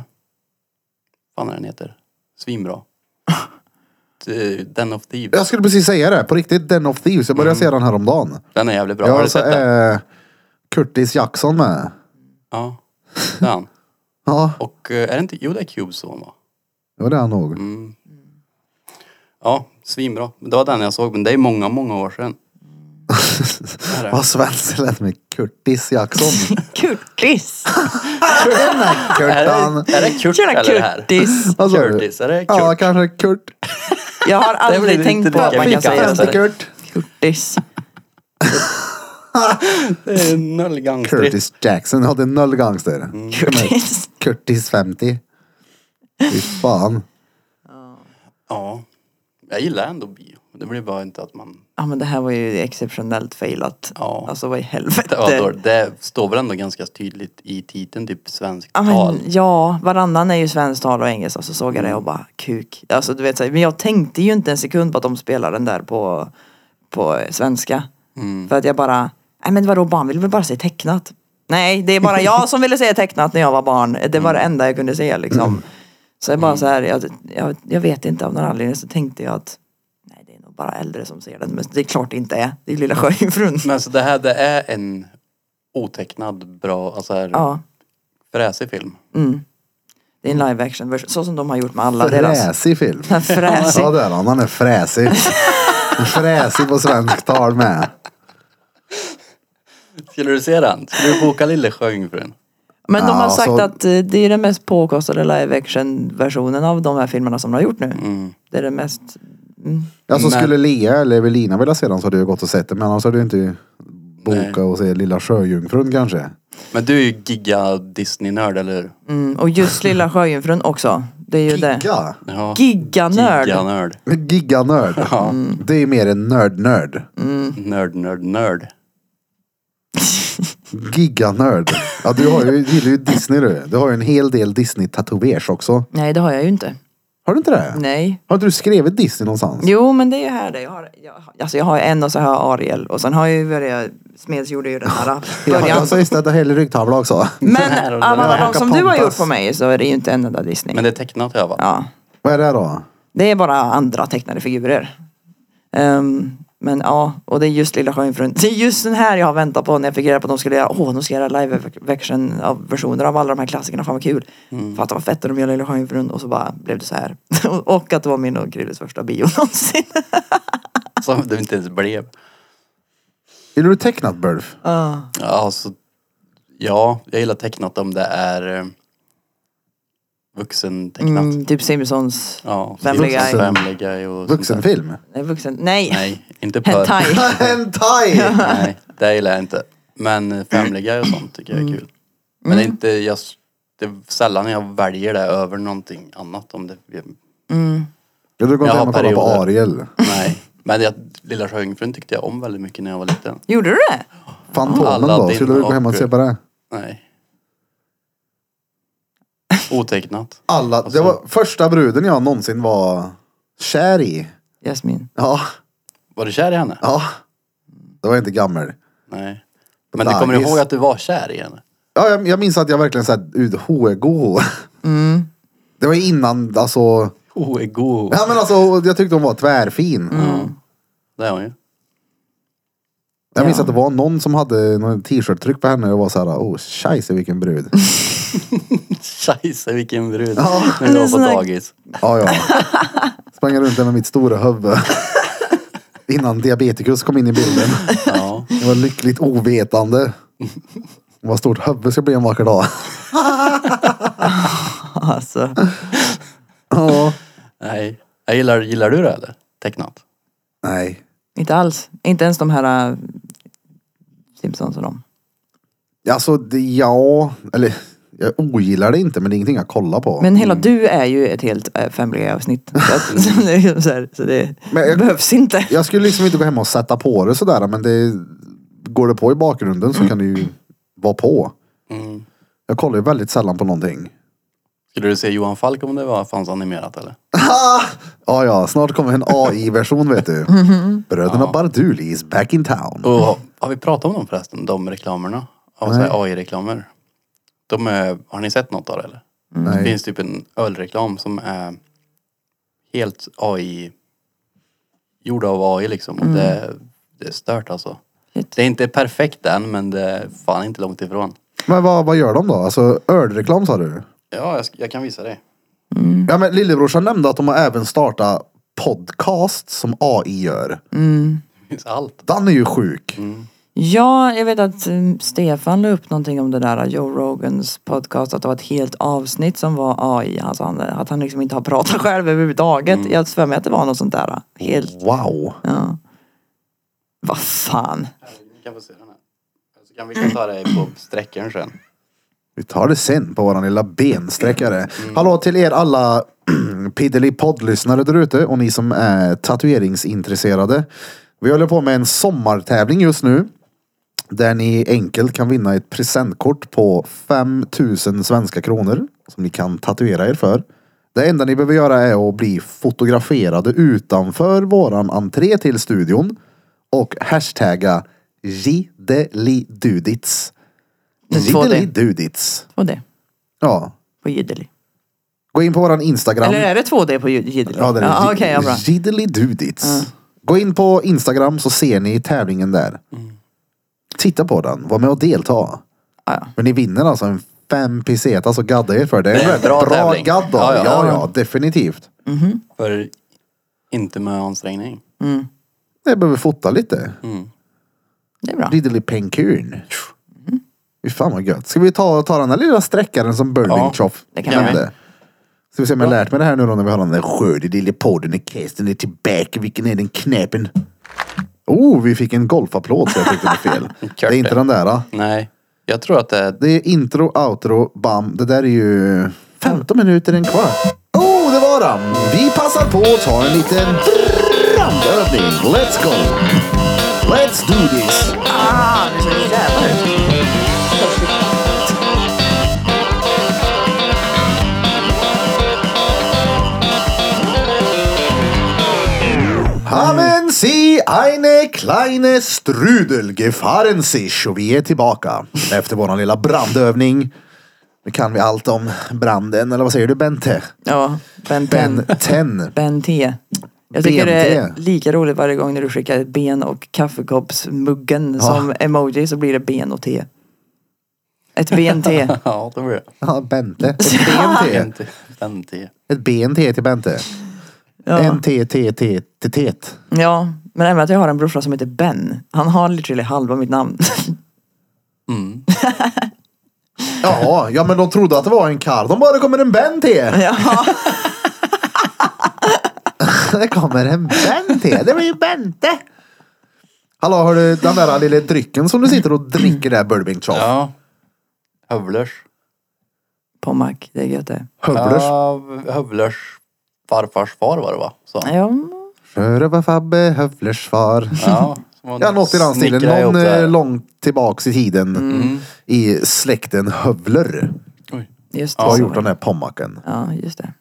[SPEAKER 3] fan är den heter? Svinbra. Det- den of Thieves.
[SPEAKER 1] Jag skulle precis säga det. På riktigt, Den of Thieves. Jag började se den häromdagen.
[SPEAKER 3] Den är jävligt bra.
[SPEAKER 1] Ja,
[SPEAKER 3] Har du
[SPEAKER 1] alltså,
[SPEAKER 3] sett den?
[SPEAKER 1] eh, Curtis Jackson med.
[SPEAKER 3] Ja. Det är han.
[SPEAKER 1] Ja,
[SPEAKER 3] Och eh, är det inte... Jo, det är Cubes son va?
[SPEAKER 1] det var det han nog.
[SPEAKER 3] Mm. Ja, svinbra. Det var den jag såg, men det är många, många år sedan. Det är det.
[SPEAKER 1] Vad svenskt det lät med Curtis Jackson.
[SPEAKER 2] Kurtis!
[SPEAKER 1] Den här
[SPEAKER 3] Är
[SPEAKER 1] Kurtan.
[SPEAKER 3] det, är det Kurt
[SPEAKER 2] Tjena
[SPEAKER 3] eller det här?
[SPEAKER 2] Kurtis!
[SPEAKER 1] Vad sa du?
[SPEAKER 3] Curtis, är det Kurt?
[SPEAKER 1] Ja, kanske Kurt.
[SPEAKER 2] Jag har
[SPEAKER 3] blir
[SPEAKER 2] aldrig
[SPEAKER 3] inte
[SPEAKER 2] tänkt på
[SPEAKER 3] lika
[SPEAKER 2] att man kan
[SPEAKER 3] mycket
[SPEAKER 2] säga
[SPEAKER 3] alltså.
[SPEAKER 1] Femte
[SPEAKER 2] så.
[SPEAKER 1] Kurt.
[SPEAKER 2] Kurtis.
[SPEAKER 3] Det är nollgangstrigt.
[SPEAKER 1] Curtis Jackson hade noll gangster.
[SPEAKER 3] Mm.
[SPEAKER 2] Kurtis.
[SPEAKER 1] Curtis 50. Fy fan.
[SPEAKER 3] Ja. Jag gillar ändå bio. Det blir bara inte att man...
[SPEAKER 2] Ja men det här var ju exceptionellt failat.
[SPEAKER 3] Ja.
[SPEAKER 2] Alltså vad i
[SPEAKER 3] Det, var då,
[SPEAKER 2] helvete.
[SPEAKER 3] det står väl ändå ganska tydligt i titeln, typ svenskt
[SPEAKER 2] Ja,
[SPEAKER 3] tal.
[SPEAKER 2] Ah, men, ja, varannan är ju svenskt tal och engelska så såg jag det och bara kuk. Alltså du vet så här, men jag tänkte ju inte en sekund på att de spelar den där på, på svenska. För att jag bara, nej men vadå barn vill väl bara se tecknat. Nej det är bara jag som ville se tecknat när jag var barn. Det var det enda jag kunde se liksom. Så jag bara så här, jag, jag, jag vet inte av någon anledning så tänkte jag att nej det är nog bara äldre som ser den. Men det är klart det inte är. Det är ju lilla sjöjungfrun.
[SPEAKER 3] Men alltså det här, det är en otecknad, bra, alltså här,
[SPEAKER 2] Ja,
[SPEAKER 3] fräsig film.
[SPEAKER 2] det är en live action version. Så som de har gjort med alla deras.
[SPEAKER 1] Fräsig film.
[SPEAKER 2] Fräsig.
[SPEAKER 1] Ja det är han, han är fräsig. fräsig på svenskt tal med.
[SPEAKER 3] Skulle du se den? Skulle du boka Lille Sjöjungfrun?
[SPEAKER 2] Men de har
[SPEAKER 1] Ja,
[SPEAKER 2] sagt
[SPEAKER 1] så-
[SPEAKER 2] att eh, det är den mest påkostade live action versionen av de här filmerna som de har gjort nu.
[SPEAKER 1] Mm.
[SPEAKER 2] Det är den mest,
[SPEAKER 1] Alltså
[SPEAKER 3] Men-
[SPEAKER 1] skulle Lea eller Evelina vilja se den så hade jag gått och sett den. Men annars hade du inte bokat och se Lilla Sjöjungfrun kanske.
[SPEAKER 3] Men du är ju giga Disney-nörd, eller hur?
[SPEAKER 2] mm, och just Lilla Sjöjungfrun också. Det är ju det.
[SPEAKER 1] Giga.
[SPEAKER 3] Ja.
[SPEAKER 2] Giganörd.
[SPEAKER 3] Giganörd.
[SPEAKER 1] Giganörd.
[SPEAKER 3] Ja.
[SPEAKER 1] Det är mer en nörd-nörd.
[SPEAKER 2] Mm.
[SPEAKER 3] Nörd, nörd, nörd.
[SPEAKER 1] Giganörd. Ja du har ju, gillar ju Disney du. Du har ju en hel del Disney-tatuers också.
[SPEAKER 2] Nej det har jag ju inte.
[SPEAKER 1] Har du inte det?
[SPEAKER 2] Nej.
[SPEAKER 1] Har inte du skrivit Disney någonstans?
[SPEAKER 2] Jo men det är ju här det. Jag har, jag, alltså jag har en och så har jag Ariel och sen har jag ju börjat, Smeds gjorde ju den här
[SPEAKER 1] Ja, alltså,
[SPEAKER 2] början.
[SPEAKER 1] jag sa just det, du har hela ryggtavla också.
[SPEAKER 3] här
[SPEAKER 2] Men
[SPEAKER 3] och
[SPEAKER 2] av
[SPEAKER 3] den här.
[SPEAKER 2] alla de som du har
[SPEAKER 1] Pocahontas.
[SPEAKER 2] gjort på mig så är det ju inte en enda Disney.
[SPEAKER 3] Men det är tecknat i alla fall.
[SPEAKER 2] Ja.
[SPEAKER 1] Vad är det då?
[SPEAKER 2] Det är bara andra tecknade figurer. Ehm, men ja, och det är just Lilla Sjöjungfrun. Det är just den här jag har väntat på när jag fick reda på att de skulle göra, åh, de ska göra live action av versioner av alla de här klassikerna, fan vad kul. Fatta vad fett när de gör Lilla Sjöjungfrun och så bara blev det så här. och att det var min och Grilles första bio någonsin.
[SPEAKER 3] Som det inte ens blev.
[SPEAKER 1] Gillar du tecknat Burf?
[SPEAKER 3] Ja, Alltså, ja, jag gillar tecknat om det är eh, vuxentecknat.
[SPEAKER 2] Mm, typ Simpsons,
[SPEAKER 3] Ja,
[SPEAKER 2] Family
[SPEAKER 3] Simpsons,
[SPEAKER 1] Guy.
[SPEAKER 3] Family Guy och sånt där.
[SPEAKER 1] Vuxenfilm?
[SPEAKER 2] nej vuxen, nej,
[SPEAKER 3] Nej, inte Pearl.
[SPEAKER 2] hentai.
[SPEAKER 1] Hentai!
[SPEAKER 3] Nej, det gillar jag inte. Men eh, Family Guy och
[SPEAKER 2] Mm.
[SPEAKER 3] sånt tycker jag är kul. Men det är inte, jag, s- det är sällan jag väljer det över någonting annat om det.
[SPEAKER 1] Ja, du går
[SPEAKER 3] Jag
[SPEAKER 1] inte hem
[SPEAKER 3] har
[SPEAKER 1] och kollar på
[SPEAKER 3] perioder.
[SPEAKER 1] Ariel.
[SPEAKER 3] Nej. Men jag, Lilla Sjöjungfrun tyckte jag om väldigt mycket när jag var liten.
[SPEAKER 2] Gjorde du det?
[SPEAKER 1] Fantomen då?
[SPEAKER 3] Aladdin
[SPEAKER 1] Skulle du gå hem och
[SPEAKER 3] och-
[SPEAKER 1] se på det?
[SPEAKER 3] Nej. Otecknat.
[SPEAKER 1] Alla,
[SPEAKER 3] Alltså.
[SPEAKER 1] det var första bruden jag någonsin var kär i.
[SPEAKER 2] Jasmin.
[SPEAKER 1] Ja,
[SPEAKER 3] Var du kär i henne?
[SPEAKER 1] ja. Då var jag inte gammal.
[SPEAKER 3] Nej. Men du kommer
[SPEAKER 1] Dagis.
[SPEAKER 3] ihåg att du var kär i henne?
[SPEAKER 1] Ja, jag, jag minns att jag verkligen såhär, ut HG. Det var innan, alltså.
[SPEAKER 3] Oh, är god.
[SPEAKER 1] Ja men alltså, jag tyckte hon var tvärfin.
[SPEAKER 3] Det är hon ju.
[SPEAKER 1] Jag minns
[SPEAKER 2] Ja.
[SPEAKER 1] att det var någon som hade någon t-shirt-tryck på henne och var såhär, oh scheisse vilken brud.
[SPEAKER 3] Scheisse vilken brud. När du
[SPEAKER 2] Det är
[SPEAKER 3] var på
[SPEAKER 2] sån här-
[SPEAKER 3] dagis.
[SPEAKER 1] Ja, ja. Sprang runt där med mitt stora huvud. Innan diabetikus kom in i bilden.
[SPEAKER 3] Ja.
[SPEAKER 1] Jag var lyckligt ovetande. Vad stort huvud ska bli en vacker dag.
[SPEAKER 2] Alltså.
[SPEAKER 1] Ja.
[SPEAKER 3] Nej. Jag gillar, gillar du det eller? Tecknat?
[SPEAKER 1] Nej.
[SPEAKER 2] Inte alls. Inte ens de här äh, Simpsons och de.
[SPEAKER 1] Alltså, det, ja. Eller, jag ogillar det inte men det är ingenting jag kollar på. Men,
[SPEAKER 2] Men hela du är ju ett helt äh, Family Guy-avsnitt. Så, att- så det, är ju så, här, så det
[SPEAKER 1] Men jag-
[SPEAKER 2] behövs inte.
[SPEAKER 1] jag skulle liksom inte gå hem och sätta på det sådär men det går det på i bakgrunden så kan det ju vara på.
[SPEAKER 3] Mm.
[SPEAKER 1] Jag kollar ju väldigt sällan på någonting.
[SPEAKER 3] Skulle du se Johan Falk om det var, fanns animerat eller?
[SPEAKER 1] Ja, ja, snart kommer en AI-version vet du. Bröderna Barduli is back in town.
[SPEAKER 3] Och, har vi pratat om dem förresten? De reklamerna? Alltså
[SPEAKER 1] Nej.
[SPEAKER 3] AI-reklamer. De är, har ni sett något av det eller? Det
[SPEAKER 1] Nej.
[SPEAKER 3] finns typ en ölreklam som är helt AI. Gjord av AI liksom. Och det,
[SPEAKER 1] Mm.
[SPEAKER 3] det är stört alltså.
[SPEAKER 2] Shit.
[SPEAKER 3] Det är inte perfekt än men det är fan inte långt ifrån.
[SPEAKER 1] Men vad, vad gör de då? Alltså ölreklam sa du?
[SPEAKER 3] Ja, jag, sk- jag kan visa dig.
[SPEAKER 1] Ja men lillebrorsan nämnde att de har även startat podcast som AI gör.
[SPEAKER 3] Det finns allt.
[SPEAKER 1] Den är ju sjuk.
[SPEAKER 2] Ja, jag vet att mm, Stefan la upp någonting om det där äh, Joe Rogans podcast. Att det var ett helt avsnitt som var AI. Alltså han, att han liksom inte har pratat själv överhuvudtaget.
[SPEAKER 1] Mm.
[SPEAKER 2] Jag har för mig att det var något sånt där. äh, Helt,
[SPEAKER 1] Wow.
[SPEAKER 2] ja. Vad fan.
[SPEAKER 3] Ni kan få se den här. Så kan vi kan ta det på sträckaren sen.
[SPEAKER 1] Vi tar det sen på våran lilla bensträckare. Hallå till er alla Piddelipod-lyssnare där ute och ni som är tatueringsintresserade. Vi håller på med en sommartävling just nu. Där ni enkelt kan vinna ett presentkort på 5000 svenska kronor. Som ni kan tatuera er för. Det enda ni behöver göra är att bli fotograferade utanför våran entré till studion. Och hashtagga Jidelidudits.
[SPEAKER 2] Med två D.
[SPEAKER 1] Jidelidudits.
[SPEAKER 2] Och det.
[SPEAKER 1] Ja.
[SPEAKER 2] På jiddeli.
[SPEAKER 1] Gå in på våran Instagram.
[SPEAKER 2] Eller är det 2D på jid- jiddeli?
[SPEAKER 1] Ja, det är det.
[SPEAKER 2] ja, okej, ja, bra.
[SPEAKER 1] Jiddelidudits. Gå in på Instagram så ser ni tävlingen där. Titta på den. Var med och delta.
[SPEAKER 2] Mm. Ja, ja.
[SPEAKER 1] Men ni vinner alltså en fem pesetas så gadda er för det.
[SPEAKER 3] Det är en
[SPEAKER 1] rätt
[SPEAKER 3] bra
[SPEAKER 1] bra
[SPEAKER 3] tävling.
[SPEAKER 1] gadd då.
[SPEAKER 3] Ja,
[SPEAKER 1] Ja,
[SPEAKER 3] ja.
[SPEAKER 1] ja. definitivt.
[SPEAKER 3] För inte med ansträngning.
[SPEAKER 1] Jag behöver fota lite.
[SPEAKER 2] Det är bra.
[SPEAKER 1] Ridderlig penkun. Fy fan vad gött. Ska vi ta, ta den här lilla sträckaren som
[SPEAKER 3] Ja,
[SPEAKER 1] Burning Choff
[SPEAKER 2] det kan vi.
[SPEAKER 1] nämnde? Ska vi se om jag har lärt mig det här nu då när vi har den där skörde lille podden när casten är tillbaka. Vilken är den knäpen? Oh, vi fick en golfapplåd så jag tyckte det var fel. det är inte den där. Då.
[SPEAKER 3] Nej, jag tror att det är...
[SPEAKER 1] Det är intro, outro, bam. Det där är ju 15 minuter en kvar. Oh, det var den! Vi passar på att ta en liten brandövning. Let's go! Let's do this!
[SPEAKER 2] Ah, det ser så jävla ut.
[SPEAKER 1] Haben Sie eine kleine Strudel gefahren sich? Och vi är tillbaka efter våran lilla brandövning. Nu kan vi allt om branden, eller vad säger du Bente?
[SPEAKER 2] Ja, Ben 10.
[SPEAKER 1] Benten.
[SPEAKER 2] Ben T. Jag tycker
[SPEAKER 1] BNT.
[SPEAKER 2] det är lika roligt varje gång när du skickar ett ben och kaffekoppsmuggen som emoji så blir det ben och T. Ett BNT.
[SPEAKER 3] Ja, det blir
[SPEAKER 1] Ja, Bente. Ett BNT.
[SPEAKER 3] det. 50.
[SPEAKER 1] Ett BNT till Bente.
[SPEAKER 2] Ja.
[SPEAKER 1] En T, T, T, T, T.
[SPEAKER 2] ja, men även att jag har en brorsa som heter Ben. Han har literally halva mitt namn.
[SPEAKER 1] Jaha, ja men de trodde att det var en karl. De bara, det kommer en Bente.
[SPEAKER 2] ja,
[SPEAKER 1] Det kommer en Bente. Det blir ju Bente. Hallå, har du den där lilla drycken som du sitter och dricker där, Burbank Choff?
[SPEAKER 3] Ja. Hövlers.
[SPEAKER 2] Pommac, det är gött det.
[SPEAKER 1] Hövlers.
[SPEAKER 3] Ja, Hövlers farfars far var det va? Så.
[SPEAKER 2] Ja,
[SPEAKER 1] Föröva Fabbe Höflers far.
[SPEAKER 3] Ja, som man
[SPEAKER 1] Ja, något i den stilen.
[SPEAKER 3] snickrade ihop
[SPEAKER 1] Någon
[SPEAKER 3] det här. Mm.
[SPEAKER 1] eh, långt tillbaks i tiden i släkten Hövler
[SPEAKER 3] Oj.
[SPEAKER 2] just det.
[SPEAKER 1] har
[SPEAKER 2] så
[SPEAKER 1] gjort
[SPEAKER 2] var
[SPEAKER 1] den
[SPEAKER 2] det.
[SPEAKER 1] här pommaken.
[SPEAKER 2] Ja, just det.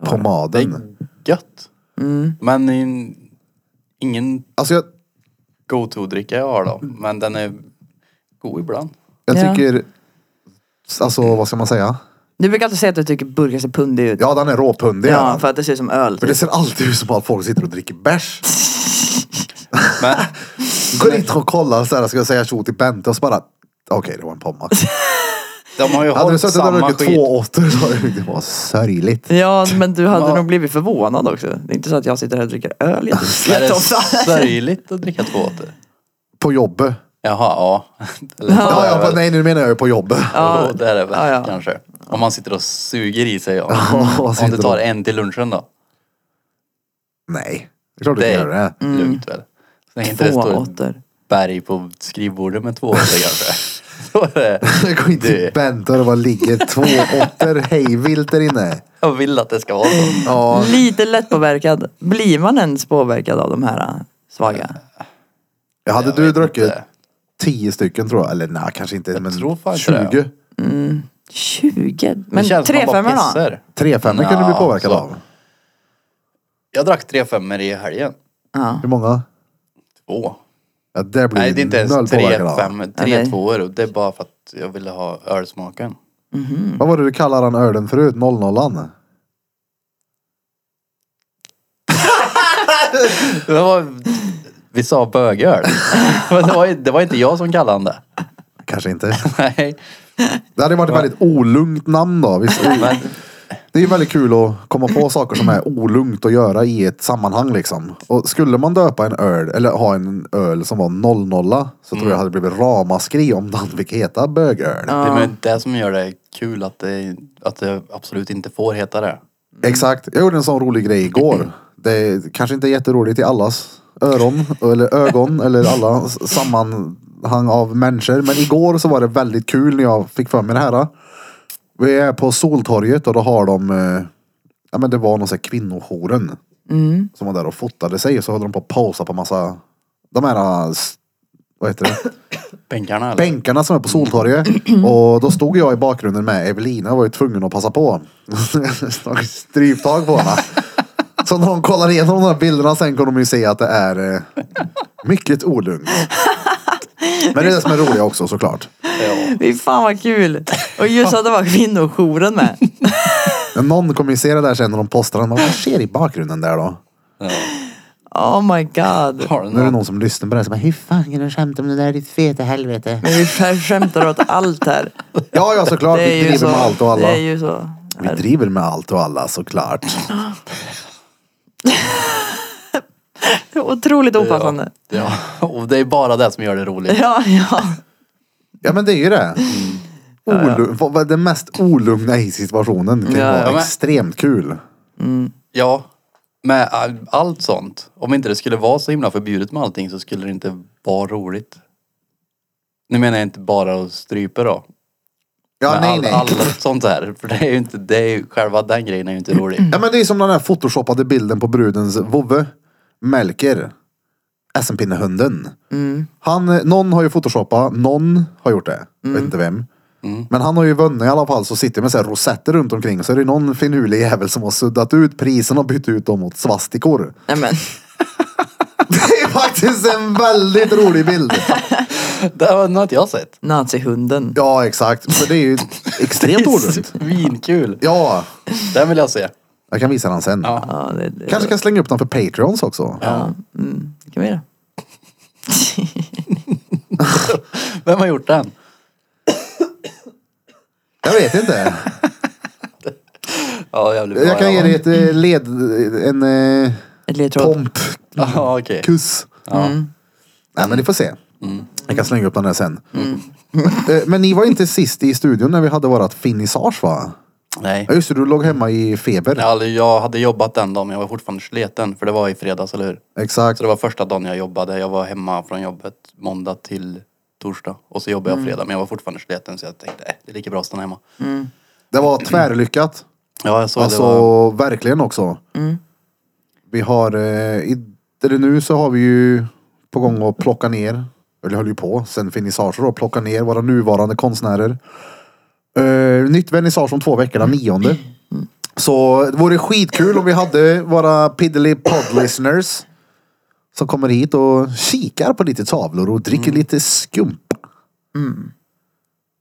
[SPEAKER 3] Det
[SPEAKER 1] Pomaden.
[SPEAKER 3] är gött.
[SPEAKER 1] Mm.
[SPEAKER 3] Men det är en- ingen
[SPEAKER 1] Alltså jag,
[SPEAKER 3] go-to-dricka jag har då. Men den är god ibland.
[SPEAKER 1] jag
[SPEAKER 2] Ja.
[SPEAKER 1] tycker, alltså vad ska man säga?
[SPEAKER 2] Du brukar alltid säga att du tycker burkar ser pundig ut.
[SPEAKER 1] Ja, den är råpundig.
[SPEAKER 2] Ja,
[SPEAKER 1] Ja,
[SPEAKER 2] för att det ser ut som öl. typ.
[SPEAKER 1] för det ser alltid ut som att folk sitter och dricker bärs.
[SPEAKER 3] Men
[SPEAKER 1] Går inte och kollar så här, ska jag säga tjo till Bente och så bara, okej det var en pommack.
[SPEAKER 3] de har ju
[SPEAKER 1] Hade du
[SPEAKER 3] hållit
[SPEAKER 1] suttit och
[SPEAKER 3] samma
[SPEAKER 1] druckit
[SPEAKER 3] skit.
[SPEAKER 1] två åttor så hade du- det var sörjligt.
[SPEAKER 2] Ja, men du hade
[SPEAKER 3] Ja.
[SPEAKER 2] nog blivit förvånad också. Det är inte så att jag sitter här och dricker öl
[SPEAKER 3] Det är
[SPEAKER 2] jätteofta.
[SPEAKER 3] sörjligt att dricka två åter.
[SPEAKER 1] På jobbet.
[SPEAKER 3] Jaha, ja. Eller,
[SPEAKER 1] Ja,
[SPEAKER 3] det är
[SPEAKER 1] ja, på,
[SPEAKER 3] väl-
[SPEAKER 1] nej nu menar jag ju på jobbet.
[SPEAKER 2] Ja.
[SPEAKER 3] Jo, det är det väl
[SPEAKER 2] Ja, ja.
[SPEAKER 3] kanske. Om man sitter och suger i sig. Ja.
[SPEAKER 1] Ja, vad
[SPEAKER 3] Om
[SPEAKER 1] sitter
[SPEAKER 3] du
[SPEAKER 1] de-
[SPEAKER 3] tar en till lunchen då.
[SPEAKER 1] Nej, det är klart du
[SPEAKER 3] Det
[SPEAKER 1] kan
[SPEAKER 3] är
[SPEAKER 1] göra det.
[SPEAKER 2] Mm.
[SPEAKER 3] lugnt väl. Så länge inte det
[SPEAKER 2] Två
[SPEAKER 3] står ett
[SPEAKER 2] åttor.
[SPEAKER 3] berg på skrivbordet med två åter kanske. Så är det.
[SPEAKER 1] Jag går inte till
[SPEAKER 3] Det-
[SPEAKER 1] Bente och det bara ligger två åttor hejvilt där inne.
[SPEAKER 3] Jag vill att det ska vara så.
[SPEAKER 1] Ja,
[SPEAKER 2] Lite lättpåverkad. Blir man ens påverkad av de här äh, svaga?
[SPEAKER 1] jag hade
[SPEAKER 3] Jag
[SPEAKER 1] du
[SPEAKER 3] vet
[SPEAKER 1] druckit
[SPEAKER 3] inte.
[SPEAKER 1] tio stycken tror jag. Eller nej, kanske inte. men
[SPEAKER 3] tror fan inte det.
[SPEAKER 1] 20.
[SPEAKER 2] 20? Men
[SPEAKER 3] det känns som man bara
[SPEAKER 2] 3-5 då?
[SPEAKER 3] pissar.
[SPEAKER 1] Tre femmor kan du
[SPEAKER 3] Nja,
[SPEAKER 1] bli påverkad
[SPEAKER 3] så.
[SPEAKER 1] av.
[SPEAKER 3] Jag drack tre femmor i helgen.
[SPEAKER 2] Ja.
[SPEAKER 1] Hur många?
[SPEAKER 3] Två.
[SPEAKER 1] Ja, det blir
[SPEAKER 3] Nej det är inte
[SPEAKER 1] Mm, noll
[SPEAKER 3] ens tre
[SPEAKER 1] påverkan av.
[SPEAKER 3] fem,
[SPEAKER 2] Nej.
[SPEAKER 3] tre tvåor. Och Det är bara för att jag ville ha ölsmaken.
[SPEAKER 1] Vad var det du kallade den ölen förut? 00an?
[SPEAKER 3] Det var, vi sa bögöl. Men det var, ju- det var inte jag som kallade han det.
[SPEAKER 1] Kanske inte.
[SPEAKER 3] Nej.
[SPEAKER 1] Det hade varit ett väldigt olugnt namn då. Visst,
[SPEAKER 3] Men,
[SPEAKER 1] Det är ju väldigt kul att komma på saker som är olugnt att göra i ett sammanhang liksom. Och skulle man döpa en öl, eller ha en öl som var 00 så
[SPEAKER 3] Mm.
[SPEAKER 1] tror jag det hade blivit ramaskri om den fick heta bögöl.
[SPEAKER 3] det är väl det som gör det kul att det, att det absolut inte får heta det.
[SPEAKER 1] Exakt. Jag gjorde en sån rolig grej igår. Det är kanske inte jätteroligt i allas öron, eller ögon, eller alla s- samman... sammanhang av människor. Men igår så var det väldigt kul när jag fick för mig det här. Vi är på Soltorget och då har de, eh, ja men det var någon sån här kvinnojouren. Som var där och fotade sig och så höll de på att pausa på massa, de här, eh, s- vad heter det?
[SPEAKER 3] Bänkarna eller?
[SPEAKER 1] bänkarna som är på Soltorget. Och då stod jag i bakgrunden med Evelina och var ju tvungen att passa på. Tog Stryptag på henne. Så när de kollar igenom de här bilderna sen kommer de ju se att det är eh, mycket olugnt. Men det är det som är roligt också såklart.
[SPEAKER 3] Ja.
[SPEAKER 2] Fy fan vad kul! Och just att det var kvinnojouren med.
[SPEAKER 1] Men någon kommer ju se det där sen när de postar den. Vad sker i bakgrunden där då?
[SPEAKER 2] Oh my god.
[SPEAKER 3] Har
[SPEAKER 1] Nu är
[SPEAKER 3] du
[SPEAKER 1] det
[SPEAKER 3] någon?
[SPEAKER 1] någon som lyssnar på det här som bara, hur fan kan du skämta om det där ditt feta helvete?
[SPEAKER 2] Men vi skämtar åt allt här.
[SPEAKER 1] Ja, ja såklart.
[SPEAKER 2] Det
[SPEAKER 1] Vi
[SPEAKER 2] är ju
[SPEAKER 1] driver
[SPEAKER 2] så.
[SPEAKER 1] med allt och alla.
[SPEAKER 2] Det är ju så.
[SPEAKER 1] Vi driver med allt och alla såklart.
[SPEAKER 2] Otroligt opassande.
[SPEAKER 3] Ja. Och det är bara det som gör det roligt.
[SPEAKER 2] Ja, ja.
[SPEAKER 1] Ja men det är ju det. Olugn, vad- vad- Den mest olugna i situationen kan ju
[SPEAKER 2] Ja,
[SPEAKER 1] vara
[SPEAKER 3] ja, men-
[SPEAKER 1] extremt kul.
[SPEAKER 3] Ja, med all- allt sånt. Om inte det skulle vara så himla förbjudet med allting så skulle det inte vara roligt. Nu menar jag inte bara att strypa då.
[SPEAKER 1] Ja
[SPEAKER 3] Men
[SPEAKER 1] nej
[SPEAKER 3] all-
[SPEAKER 1] nej.
[SPEAKER 3] Allt sånt här. För det är ju inte, det är ju, själva den grejen är ju inte rolig.
[SPEAKER 1] Ja men det är som den där photoshoppade bilden på brudens vovve. Melker. Essenpinnehunden. Han, eh, någon har ju photoshoppat, någon har gjort det. Vet inte vem. Men han har ju vunnit i alla fall så sitter det med så här rosetter runt omkring. Så är det någon finurlig jävel som har suddat ut prisen och bytt ut dem mot svastikor.
[SPEAKER 2] Nej men.
[SPEAKER 1] Det är faktiskt en väldigt rolig bild.
[SPEAKER 3] Det har något jag sett.
[SPEAKER 2] Nazihunden.
[SPEAKER 1] Ja exakt. För det är ju extremt olugnt.
[SPEAKER 3] Svinkul.
[SPEAKER 1] Ja,
[SPEAKER 3] Den vill jag se.
[SPEAKER 1] jag kan visa den sen.
[SPEAKER 3] Ja.
[SPEAKER 2] Ja, det, det,
[SPEAKER 1] Kanske kan jag slänga upp den för Patreons också.
[SPEAKER 2] det kan vi göra.
[SPEAKER 3] Vem har gjort den?
[SPEAKER 1] Jag vet inte.
[SPEAKER 3] Ja, jävligt bra.
[SPEAKER 1] Jag kan ge dig ett eh, led... En eh,
[SPEAKER 2] Ett ledtråd.
[SPEAKER 1] pomp.
[SPEAKER 3] Ja, okej.
[SPEAKER 1] Kuss. Nej men ni får se.
[SPEAKER 3] Mm.
[SPEAKER 1] Jag kan slänga upp den där sen. Eh, Men ni var inte sist i studion när vi hade vårat finissage va?
[SPEAKER 3] Nej.
[SPEAKER 1] Ja just det, du låg hemma i feber.
[SPEAKER 3] Jag hade- Jag hade jobbat den dagen men jag var fortfarande sleten. För det var i fredags, eller hur?
[SPEAKER 1] Exakt.
[SPEAKER 3] Så det var första dagen jag jobbade. Jag var hemma från jobbet måndag till torsdag. Och så
[SPEAKER 1] Mm.
[SPEAKER 3] jobbade jag fredag men jag var fortfarande sliten så jag tänkte eh, det är lika bra att stanna hemma.
[SPEAKER 1] Det var tvärlyckat.
[SPEAKER 3] Ja jag såg
[SPEAKER 1] Alltså
[SPEAKER 3] det var... Mm.
[SPEAKER 1] verkligen också. Vi har, eh, i, eller nu så har vi ju på gång att plocka ner, eller höll ju på sen vernissager då, plocka ner våra nuvarande konstnärer. Eh, nytt vernissage om två veckor,
[SPEAKER 3] Mm.
[SPEAKER 1] den nionde. Så det vore skitkul om vi hade våra piddly pod listeners som kommer hit och kikar på lite tavlor och dricker
[SPEAKER 3] Mm.
[SPEAKER 1] lite skumpa.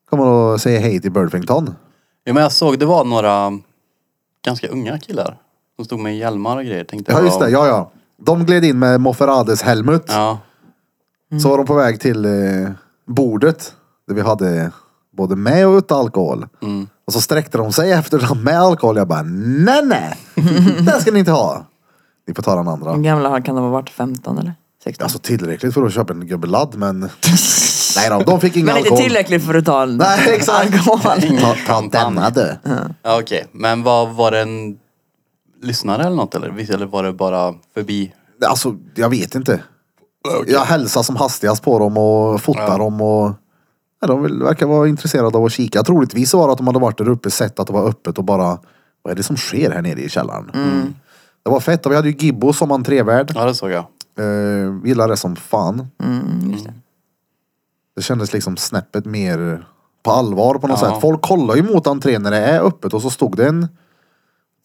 [SPEAKER 1] Kommer att säga hej till Birdfington.
[SPEAKER 3] Ja, men jag såg det var några ganska unga killar. Som stod med hjälmar och grejer. Tänkte
[SPEAKER 1] Ja
[SPEAKER 3] jag,
[SPEAKER 1] just det, ja ja. De gled in med Moferades Helmut.
[SPEAKER 3] Ja.
[SPEAKER 1] Så var de på väg till eh, bordet. Där vi hade både med och utan alkohol.
[SPEAKER 2] Mm.
[SPEAKER 1] Och så sträckte de sig efter den med alkohol. Jag bara nej nej. Den ska ni inte ha. Ni får ta den andra.
[SPEAKER 2] Hur gamla har- kan de ha varit? 15 eller 16?
[SPEAKER 1] Alltså tillräckligt för att köpa en gubbe ladd men. Nej då, de fick ingen
[SPEAKER 2] men inte
[SPEAKER 1] alkohol.
[SPEAKER 2] tillräckligt för att ta en
[SPEAKER 1] Nej exakt.
[SPEAKER 2] alkohol.
[SPEAKER 1] Ta, ta denna du.
[SPEAKER 3] ja okej. Men vad var det en lyssnare eller något eller? Visst, Eller var det bara förbi?
[SPEAKER 1] Alltså jag vet inte. Jag hälsar som hastigast på dem och fotar
[SPEAKER 3] Ja.
[SPEAKER 1] dem och ja, de vill- verkar vara intresserade av att kika. Troligtvis så var det att de hade varit där uppe, sett att det var öppet och bara vad är det som sker här nere i källaren?
[SPEAKER 2] Mm.
[SPEAKER 1] Mm. Det var fett och vi hade ju Gibbo som entrévärd.
[SPEAKER 3] Ja det såg jag.
[SPEAKER 1] Eh, gillade det som fan.
[SPEAKER 2] Mm, just det.
[SPEAKER 1] Det kändes liksom snäppet mer på allvar på något
[SPEAKER 3] Ja.
[SPEAKER 1] sätt. Folk kollar ju mot entrén när det är öppet och så stod det en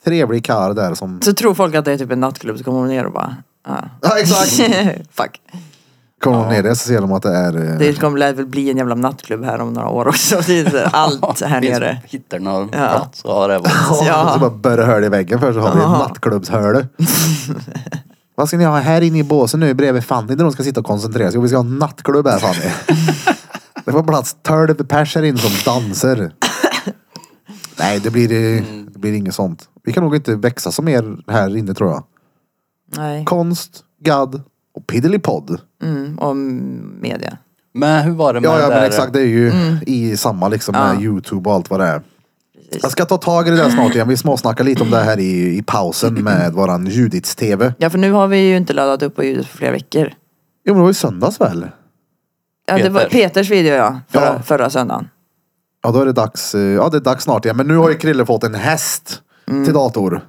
[SPEAKER 1] trevlig karl där som...
[SPEAKER 2] Så tror folk att det är typ en nattklubb så kommer de ner och bara ah.
[SPEAKER 1] Ja exakt!
[SPEAKER 2] Fuck.
[SPEAKER 1] Kommer de ner där så ser de att det är... eh,
[SPEAKER 2] Det kommer väl bli en jävla nattklubb här om några år också. Det är så- Allt här
[SPEAKER 3] Finns-
[SPEAKER 2] nere.
[SPEAKER 3] Hittar någon
[SPEAKER 2] Ja.
[SPEAKER 3] plats så har det varit.
[SPEAKER 1] Ja.
[SPEAKER 2] Ja.
[SPEAKER 1] Så bara börjar höra i väggen för så har vi en
[SPEAKER 2] Aha.
[SPEAKER 1] nattklubbshörde. Vad ska ni ha här inne i båsen nu bredvid Fanny där hon ska sitta och koncentrera sig? Jo, vi ska ha en nattklubb här Fanny. Det får plats 12 pers här inne som dansar. Nej, det blir, eh, det blir inget sånt. Vi kan nog inte växa som er här inne tror jag.
[SPEAKER 2] Nej.
[SPEAKER 1] Konst, gadd och piddelipod.
[SPEAKER 2] Mm, och media.
[SPEAKER 3] Men hur var det med
[SPEAKER 1] Ja, ja
[SPEAKER 3] det
[SPEAKER 1] men
[SPEAKER 3] där-
[SPEAKER 1] exakt. Det är ju i samma liksom med
[SPEAKER 2] Mm. Ja.
[SPEAKER 1] Youtube och allt vad det är.
[SPEAKER 2] Precis.
[SPEAKER 1] Jag ska ta tag i det där snart igen. Vi småsnackar lite om det här i, i pausen med våran Judits-TV.
[SPEAKER 2] Ja för nu har vi ju inte laddat upp på ljudet för flera veckor.
[SPEAKER 1] Jo men det var ju söndags väl?
[SPEAKER 2] Ja, det var
[SPEAKER 3] Peter.
[SPEAKER 2] Peters video ja, förra,
[SPEAKER 1] Ja.
[SPEAKER 2] förra söndagen.
[SPEAKER 1] Ja, då är det dags. eh, Ja, det är dags snart igen. Men nu har ju Krille fått en häst
[SPEAKER 2] Mm.
[SPEAKER 1] till dator.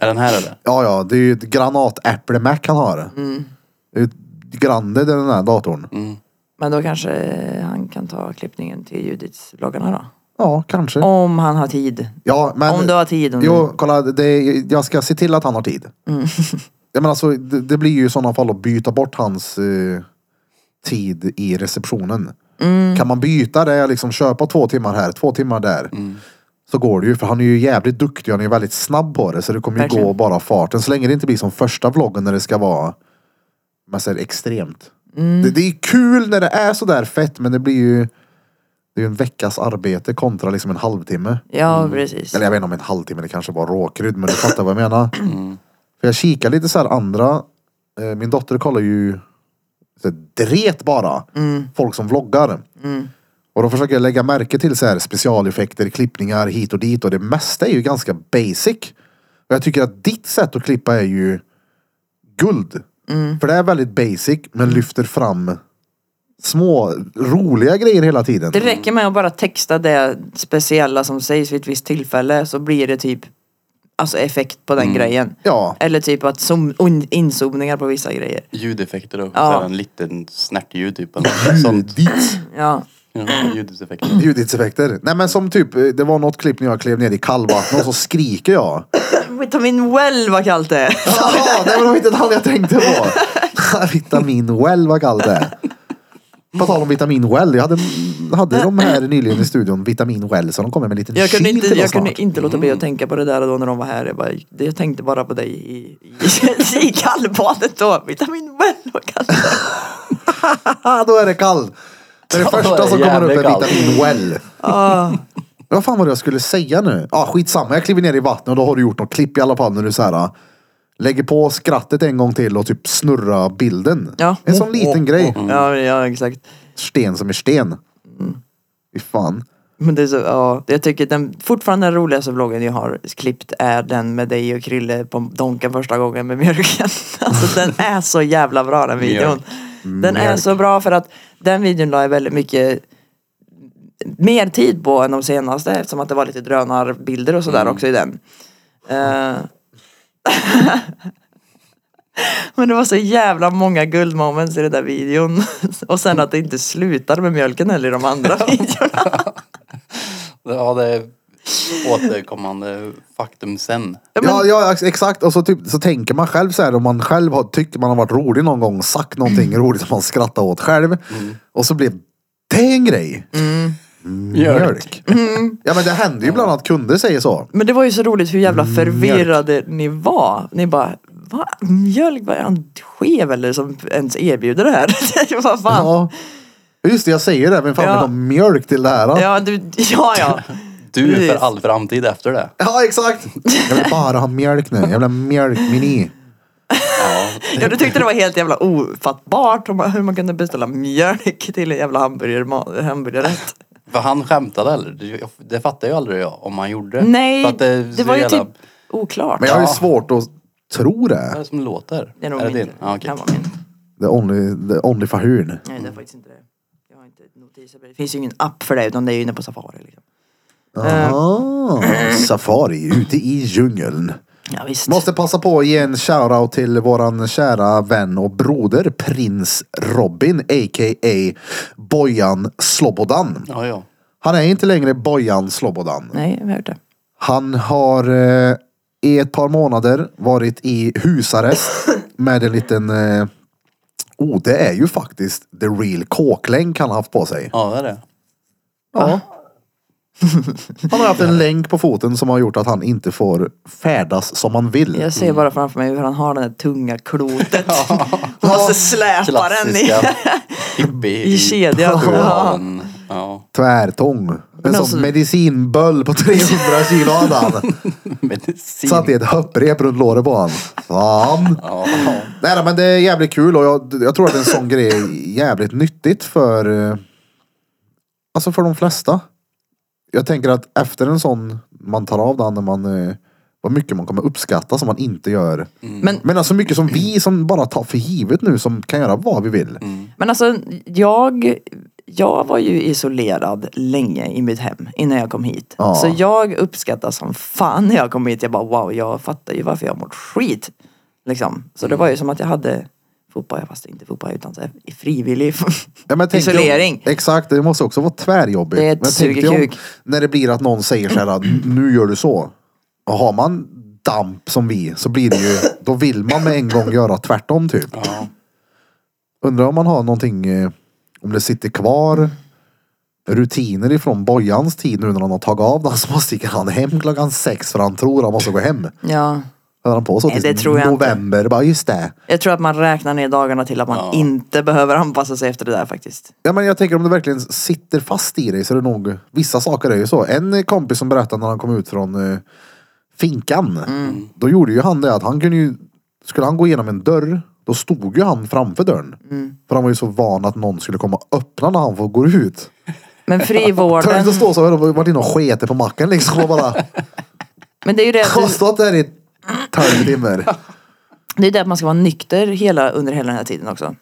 [SPEAKER 3] Är den här eller?
[SPEAKER 1] Ja, ja, det är ju ett granatäpple-Mac han har. Mm. Det är ju grande den här datorn.
[SPEAKER 3] Mm.
[SPEAKER 2] Men då kanske han kan ta klippningen till Judits-vloggarna då.
[SPEAKER 1] Ja, kanske.
[SPEAKER 2] Om han har tid.
[SPEAKER 1] Ja, men...
[SPEAKER 2] Om du har tid. Om
[SPEAKER 1] Jo, kolla. Det är, jag ska se till att han har tid. ja, men alltså, det, det blir ju i sådana fall att byta bort hans eh, tid i receptionen. Kan man byta det, liksom köpa två timmar här, två timmar där. Så går det ju, för han är ju jävligt duktig. Han är ju väldigt snabb på det. Så det kommer ju
[SPEAKER 2] Verkligen.
[SPEAKER 1] gå bara farten. Så länge det inte blir som första vloggen när det ska vara man säger, extremt. Det, det är kul när det är sådär fett, men det blir ju... Det är ju en veckas arbete kontra liksom en halvtimme.
[SPEAKER 2] du... Ja, precis.
[SPEAKER 1] Eller jag vet inte om en halvtimme, det kanske var råkrydd men du fattar vad jag menar. För jag kikar lite så här andra, eh, min dotter kollar ju så här, dret bara. Folk som vloggar. Och då försöker jag lägga märke till så här specialeffekter, klippningar hit och dit och det mesta är ju ganska basic. Och jag tycker att ditt sätt att klippa är ju guld. För det är väldigt basic men lyfter fram små roliga grejer hela tiden.
[SPEAKER 2] Det räcker med att bara texta det speciella som sägs vid ett visst tillfälle så blir det typ alltså effekt på den
[SPEAKER 1] Mm.
[SPEAKER 2] grejen.
[SPEAKER 1] Ja.
[SPEAKER 2] Eller typ att zoom, un, inzoomningar på vissa grejer.
[SPEAKER 3] Ljudeffekter då?
[SPEAKER 2] Ja.
[SPEAKER 3] Så här en liten snärtljud typ. Eller
[SPEAKER 1] Mm.
[SPEAKER 3] något sånt.
[SPEAKER 1] Ditt.
[SPEAKER 2] Ja.
[SPEAKER 3] Ja, Ljudeffekter.
[SPEAKER 1] Ljudeffekter. Nej men som typ, eh, det var något klipp när jag klev ner i kallvatten och så skriker jag.
[SPEAKER 2] Vitamin well vad kallt det är.
[SPEAKER 1] Jaha, det var nog inte den jag tänkte på. vitamin well vad kallt det är. På tal om vitamin well, jag hade, hade de här nyligen i studion, vitamin well, så de kommer med en liten
[SPEAKER 2] Jag kunde
[SPEAKER 1] kil
[SPEAKER 2] inte,
[SPEAKER 1] till
[SPEAKER 2] jag
[SPEAKER 1] oss snart. Mm.
[SPEAKER 2] kunde inte låta bli att tänka på det där då när de var här. Jag, bara, det- jag tänkte bara på dig i, i, i kallbadet då. Vitamin well vad kallt det är.
[SPEAKER 1] Ah, då är det kall. Det är det
[SPEAKER 3] Då är
[SPEAKER 1] första
[SPEAKER 3] det
[SPEAKER 1] som kommer upp
[SPEAKER 3] jävligt
[SPEAKER 1] är
[SPEAKER 3] kallt.
[SPEAKER 1] vitamin well. Vad fan var det jag skulle säga nu? Ja, ah, skitsamma. Jag kliver ner i vattnet och då har du gjort något klipp i alla fall när du så här ah, lägger på skrattet en gång till och typ snurrar bilden.
[SPEAKER 2] Ja. Mm.
[SPEAKER 1] En sån liten grej.
[SPEAKER 2] Ja, ja exakt.
[SPEAKER 1] Sten som är sten. Fy fan.
[SPEAKER 2] Men det är så, ja, jag tycker den fortfarande den roligaste vloggen jag har klippt är den med dig och Krille på Donken första gången med mjölken. Alltså den är så jävla bra den videon. Den är så bra för att den videon la jag väldigt mycket mer tid på än de senaste eftersom att det var lite drönarbilder och sådär också i den. Eh, Men det var så jävla många guldmoments i den där videon. Och sen att det inte slutade med mjölken eller i de andra videorna.
[SPEAKER 3] Ja, det är återkommande faktum sen.
[SPEAKER 2] Ja, men-
[SPEAKER 1] Ja, ja, ex- exakt. Och så, typ, så tänker man själv så här om man själv har, tycker man har varit rolig någon gång, sagt någonting roligt som man skrattar åt själv. Och så blev det en grej. Mjölk.
[SPEAKER 2] Mm.
[SPEAKER 1] Ja men det händer ju bland annat kunder säger så.
[SPEAKER 2] Men det var ju så roligt hur jävla förvirrade ni var. Ni bara, va? Mjölk, vad är han skev eller som ens erbjuder det här? Det var fan. Ja,
[SPEAKER 1] Ja. Just det, jag säger det. Vem fan
[SPEAKER 2] Ja.
[SPEAKER 1] vill ha mjölk till det här? då?
[SPEAKER 2] du, ja, ja.
[SPEAKER 3] Du är för
[SPEAKER 2] Precis.
[SPEAKER 3] all framtid efter det.
[SPEAKER 1] Ja, exakt. Jag vill bara ha mjölk nu. Jag vill ha mjölkmeny.
[SPEAKER 3] Ja,
[SPEAKER 2] ja. Du tyckte det var helt jävla ofattbart hur man- hur man kunde beställa mjölk till en jävla hamburgerma- hamburgerrätt.
[SPEAKER 3] för han skämtade eller? Det- Det fattade ju aldrig jag om han gjorde.
[SPEAKER 2] Nej,
[SPEAKER 3] För att
[SPEAKER 2] det,
[SPEAKER 3] så
[SPEAKER 2] var ju
[SPEAKER 3] jävla-
[SPEAKER 2] typ oklart.
[SPEAKER 1] Men jag har ju
[SPEAKER 3] Ja.
[SPEAKER 1] svårt att tro
[SPEAKER 3] Vad är
[SPEAKER 1] det.
[SPEAKER 3] det som låter?
[SPEAKER 2] Det är nog
[SPEAKER 3] är det
[SPEAKER 2] min.
[SPEAKER 3] din? Ja, okej.
[SPEAKER 2] kan vara min.
[SPEAKER 1] The only, the only for hurn.
[SPEAKER 2] Nej, det är faktiskt inte det. Jag har inte notiser. på Det Det finns ju ingen app för det utan det är ju inne på Safari. Liksom.
[SPEAKER 1] Ah, safari ute i djungeln.
[SPEAKER 2] Ja, visst.
[SPEAKER 1] Måste passa på att ge en shoutout till våran kära vän och broder Prins Robin a.k.a. Bojan Slobodan.
[SPEAKER 3] Ja, ja.
[SPEAKER 1] Han är inte längre Bojan Slobodan.
[SPEAKER 2] Nej, jag har hört det.
[SPEAKER 1] Han har eh, i ett par månader varit i husarrest med en liten... Eh, oh, det är ju faktiskt the real kåklänk han har haft på sig.
[SPEAKER 3] Ja, det är det.
[SPEAKER 1] Ja. Han har haft en länk på foten som har gjort att han inte får färdas som han vill.
[SPEAKER 2] Jag ser bara framför mig hur han har den där tunga klotet. Och Måste släpa den Alltså, i,
[SPEAKER 3] Klassiska hippie
[SPEAKER 2] i kedjan.
[SPEAKER 3] Ja.
[SPEAKER 2] Ja.
[SPEAKER 3] den- Ja,
[SPEAKER 1] Tvärtång. En
[SPEAKER 2] alltså-
[SPEAKER 1] sån medicinböll på 300 kilo hade han.
[SPEAKER 3] medicin.
[SPEAKER 1] Satt i ett hopprep runt låret på han. Fan.
[SPEAKER 3] Ja.
[SPEAKER 1] Nej då, men det är jävligt kul och jag, jag tror att en sån grej är jävligt nyttigt för eh, Alltså för de flesta. Jag tänker att efter en sån man tar av den när man eh, Vad mycket man kommer uppskatta som man inte gör.
[SPEAKER 2] Men,
[SPEAKER 1] Men alltså mycket som vi som bara tar för givet nu som kan göra vad vi vill.
[SPEAKER 2] men alltså jag, jag var ju isolerad länge i mitt hem innan jag kom hit.
[SPEAKER 1] Ja.
[SPEAKER 2] Så jag uppskattar som fan när jag kom hit. Jag bara wow, jag fattar ju varför jag mått skit. Liksom. Så
[SPEAKER 1] Mm.
[SPEAKER 2] det var ju som att jag hade fotboll, fast inte fotboll utan så här, i frivillig.
[SPEAKER 1] Ja, men tänk dig om-
[SPEAKER 2] Isolering.
[SPEAKER 1] Exakt, det måste också vara tvärjobbigt.
[SPEAKER 2] Det är ett
[SPEAKER 1] Men tänk dig om
[SPEAKER 2] sugekuk.
[SPEAKER 1] När det blir att någon säger så här, nu gör du så. Och har man damp som vi så blir det ju, då vill man med en gång göra tvärtom typ.
[SPEAKER 3] Ja.
[SPEAKER 1] Undrar om man har någonting, eh, om det sitter kvar rutiner ifrån Bojans tid nu när han har tagit av den så måste han hem klockan sex för han tror han måste gå hem.
[SPEAKER 2] ja.
[SPEAKER 1] Höll han på så
[SPEAKER 2] Nej,
[SPEAKER 1] tills
[SPEAKER 2] det tror jag inte.
[SPEAKER 1] november, bara just det.
[SPEAKER 2] Jag tror att man räknar ner dagarna till att man
[SPEAKER 3] Ja.
[SPEAKER 2] inte behöver anpassa sig efter det där faktiskt.
[SPEAKER 1] Ja men jag tänker om det verkligen sitter fast i dig så är det nog, vissa saker är ju så. En kompis som berättade när han kom ut från eh, finkan. Då gjorde ju han det att han kunde ju, skulle han gå igenom en dörr, då stod ju han framför dörren. För han var ju så van att någon skulle komma och öppna när han får gå ut.
[SPEAKER 2] Men
[SPEAKER 1] Tänk
[SPEAKER 2] frivården.
[SPEAKER 1] att stå så, här, de har varit inne och sketit på macken liksom och bara
[SPEAKER 2] Men det är ju det att
[SPEAKER 1] har stått där i tolv timmar.
[SPEAKER 2] Det är det att man ska vara nykter hela, under hela den här tiden också.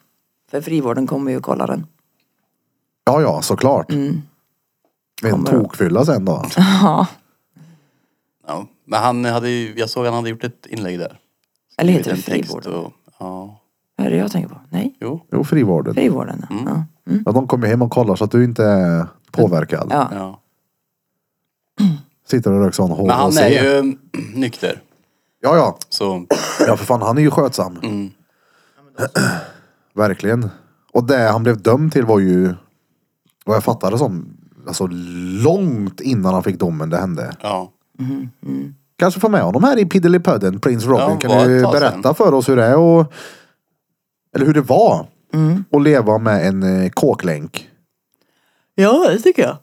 [SPEAKER 2] För frivården kommer ju och kollar den.
[SPEAKER 1] Ja ja, såklart. Med en
[SPEAKER 2] Kommer då.
[SPEAKER 1] tokfylla sen då.
[SPEAKER 3] Ja. Men han hade ju, jag såg han hade gjort ett inlägg där.
[SPEAKER 2] Eller heter det
[SPEAKER 3] Skrivit en text
[SPEAKER 2] frivården?
[SPEAKER 3] och- Ja,
[SPEAKER 2] Vad är det jag tänker på? Nej,
[SPEAKER 3] jo.
[SPEAKER 1] Jo, frivården.
[SPEAKER 2] frivården. ja. Ja. Mm.
[SPEAKER 1] Ja, de kommer hem och kollar så att du inte är påverkad.
[SPEAKER 2] Ja.
[SPEAKER 3] Ja.
[SPEAKER 1] Sitter och röker sån
[SPEAKER 3] Men han
[SPEAKER 1] HHC.
[SPEAKER 3] är ju nykter.
[SPEAKER 1] Ja, ja.
[SPEAKER 3] Så,
[SPEAKER 1] Ja, för fan. Han är ju skötsam.
[SPEAKER 3] mm.
[SPEAKER 1] Verkligen. Och det han blev dömd till var ju, vad jag fattade som, alltså långt innan han fick domen det hände.
[SPEAKER 3] ja.
[SPEAKER 1] Kanske få med honom här i Piddelipödden, Prins Robin.
[SPEAKER 3] Ja, var
[SPEAKER 1] kan
[SPEAKER 3] ett
[SPEAKER 1] du
[SPEAKER 3] tag
[SPEAKER 1] berätta för oss hur det är och, eller hur det var
[SPEAKER 3] Mm.
[SPEAKER 1] att leva med en eh, kåklänk.
[SPEAKER 2] ja, det tycker jag.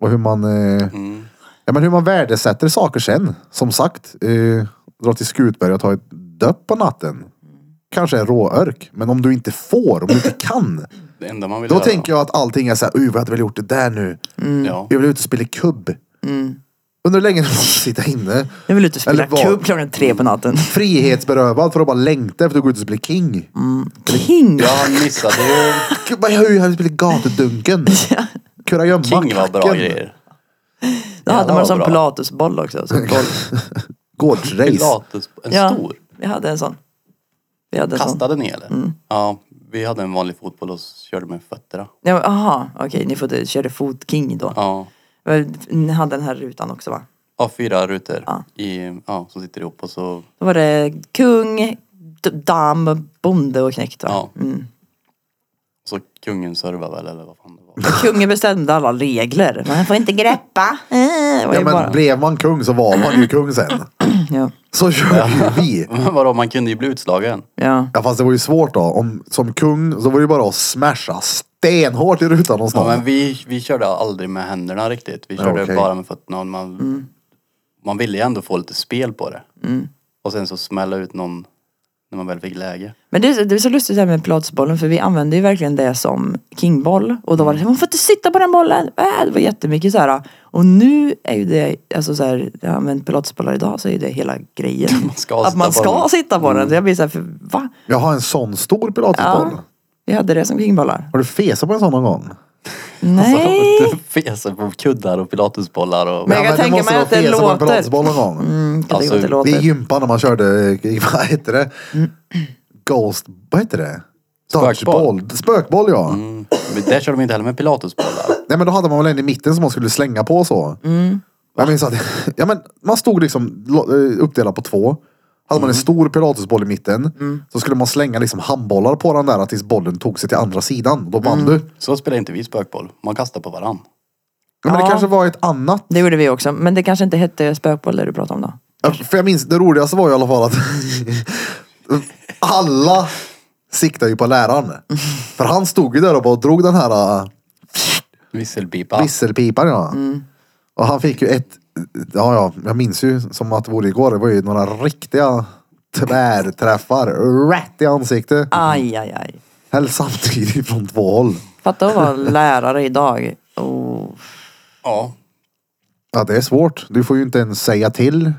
[SPEAKER 1] Och hur man, eh,
[SPEAKER 3] Mm.
[SPEAKER 1] ja, men hur man värdesätter saker sen. Som sagt, eh, dra till Skutberg och ta ett döpp på natten. Kanske en råörk, men om du inte får, om du inte kan.
[SPEAKER 3] Det enda man vill
[SPEAKER 1] Då
[SPEAKER 3] göra.
[SPEAKER 1] tänker jag att allting är såhär, uh vad hade jag väl gjort det där nu?
[SPEAKER 3] Ja.
[SPEAKER 1] Jag vill ut och spela kubb.
[SPEAKER 3] Mm.
[SPEAKER 1] Undrar hur länge man måste sitta inne.
[SPEAKER 2] Jag vill ut och spela
[SPEAKER 1] Eller vad?
[SPEAKER 2] kubb klockan tre på natten.
[SPEAKER 1] Frihetsberövad för att bara längta efter att gå ut och spela king.
[SPEAKER 3] Mm.
[SPEAKER 2] King!
[SPEAKER 3] Ja, han missade ju.
[SPEAKER 1] Gud, vad Jag vill spela gatudunken. Kurragömma.
[SPEAKER 3] King var bra
[SPEAKER 1] kacken,
[SPEAKER 3] grejer.
[SPEAKER 2] Då hade man
[SPEAKER 3] vad
[SPEAKER 2] som
[SPEAKER 3] bra.
[SPEAKER 2] pilatesboll också. Som
[SPEAKER 1] Mm.
[SPEAKER 2] boll.
[SPEAKER 1] Gårdsrace.
[SPEAKER 3] Pilates, en
[SPEAKER 2] Ja. Alltså.
[SPEAKER 3] stor.
[SPEAKER 2] Vi hade en sån. Vi hade en sån.
[SPEAKER 3] Kastade ni eller?
[SPEAKER 2] Mm.
[SPEAKER 3] Ja, vi hade en vanlig fotboll och körde med fötterna.
[SPEAKER 2] Ja, men, Aha, okej, ni får det, körde fotking då.
[SPEAKER 3] Ja.
[SPEAKER 2] Ni hade den här rutan också va?
[SPEAKER 3] Ja, fyra rutor
[SPEAKER 2] Ja.
[SPEAKER 3] I, ja, som sitter ihop och så...
[SPEAKER 2] Då var det kung, d- dam, bonde och knekt va?
[SPEAKER 3] Ja.
[SPEAKER 2] Mm.
[SPEAKER 3] Så kungen servar väl eller vad fan det var.
[SPEAKER 2] Kungen bestämde alla regler. Man får inte greppa. Eh, det var
[SPEAKER 1] Ja,
[SPEAKER 2] ju bara-
[SPEAKER 1] men blev man kung så var man ju kung sen.
[SPEAKER 2] ja.
[SPEAKER 1] Så gör ju vi.
[SPEAKER 3] Men vadå, man kunde ju bli utslagen.
[SPEAKER 2] Ja.
[SPEAKER 1] Ja fast det var ju svårt då. Om, som kung så var det ju bara att smasha stenhårt i rutan hos
[SPEAKER 3] Ja,
[SPEAKER 1] någon.
[SPEAKER 3] men vi, vi körde aldrig med händerna riktigt. Vi körde
[SPEAKER 1] okej.
[SPEAKER 3] bara med fötterna. och Man, man ville ju ändå få lite spel på det. Och sen så smälla ut någon när man väl fick läge.
[SPEAKER 2] Men det, är så- det är så lustigt det här med pilatesbollen för vi använde ju verkligen det som kingboll. Och då var det så här, man får inte sitta på den bollen. Äh, det var jättemycket så här. Och nu är ju det, alltså så här, jag har använt pilatesbollar idag så är ju det hela grejen.
[SPEAKER 3] Man ska
[SPEAKER 2] att
[SPEAKER 3] sitta
[SPEAKER 2] man
[SPEAKER 3] på Mm.
[SPEAKER 2] ska
[SPEAKER 3] den.
[SPEAKER 2] sitta på den. Så jag blir så här, för, va?
[SPEAKER 1] Jag har en sån stor pilatesboll.
[SPEAKER 2] Ja. Vi hade det som kingbollar.
[SPEAKER 1] Har du fesat på en sån någon gång?
[SPEAKER 3] Alltså,
[SPEAKER 2] Nej!
[SPEAKER 3] Så Fesa på kuddar och pilatesbollar och...
[SPEAKER 2] Men jag
[SPEAKER 1] Ja,
[SPEAKER 2] kan tänka
[SPEAKER 1] måste
[SPEAKER 2] mig
[SPEAKER 1] vara
[SPEAKER 2] att det
[SPEAKER 1] fesa på en
[SPEAKER 2] låter.
[SPEAKER 1] pilatesboll någon gång.
[SPEAKER 2] Mm, kan
[SPEAKER 3] Alltså,
[SPEAKER 2] det
[SPEAKER 1] Det är
[SPEAKER 3] det
[SPEAKER 2] låter.
[SPEAKER 1] gympa när man körde, eh, vad heter det?
[SPEAKER 2] Mm.
[SPEAKER 1] Ghost, vad heter det?
[SPEAKER 3] Spökboll.
[SPEAKER 1] Dodgeball. Spökboll ja.
[SPEAKER 3] Mm. Men där körde de inte heller med pilatesbollar.
[SPEAKER 1] Nej men då hade man väl en i mitten som man skulle slänga på så. Jag minns att, ja men man stod liksom lo- eh, uppdelad på två. Hade man en stor pilatesboll i mitten så skulle man slänga liksom handbollar på den där tills bollen tog sig till andra sidan. Då vann du.
[SPEAKER 3] Så spelar inte vi spökboll. Man kastar på varann.
[SPEAKER 1] Ja, men
[SPEAKER 2] Ja.
[SPEAKER 1] det kanske var ett annat.
[SPEAKER 2] Det gjorde vi också. Men det kanske inte hette spökboll det du pratade om då.
[SPEAKER 3] Mm.
[SPEAKER 1] Ja, För jag minns, det roligaste var ju i alla fall att alla siktar ju på läraren. För han stod ju där uppe och drog den här äh,
[SPEAKER 3] Visselpipa.
[SPEAKER 1] visselpipan ja.
[SPEAKER 2] Mm.
[SPEAKER 1] Och han fick ju ett, ja ja, jag minns ju som att det vore igår. Det var ju några riktiga tvärträffar. Rätt i ansikte.
[SPEAKER 2] Aj, aj, aj.
[SPEAKER 1] Helst samtidigt från två håll.
[SPEAKER 2] Fatta att vara lärare idag. Oh.
[SPEAKER 3] Ja.
[SPEAKER 1] Ja det är svårt. Du får ju inte ens säga till.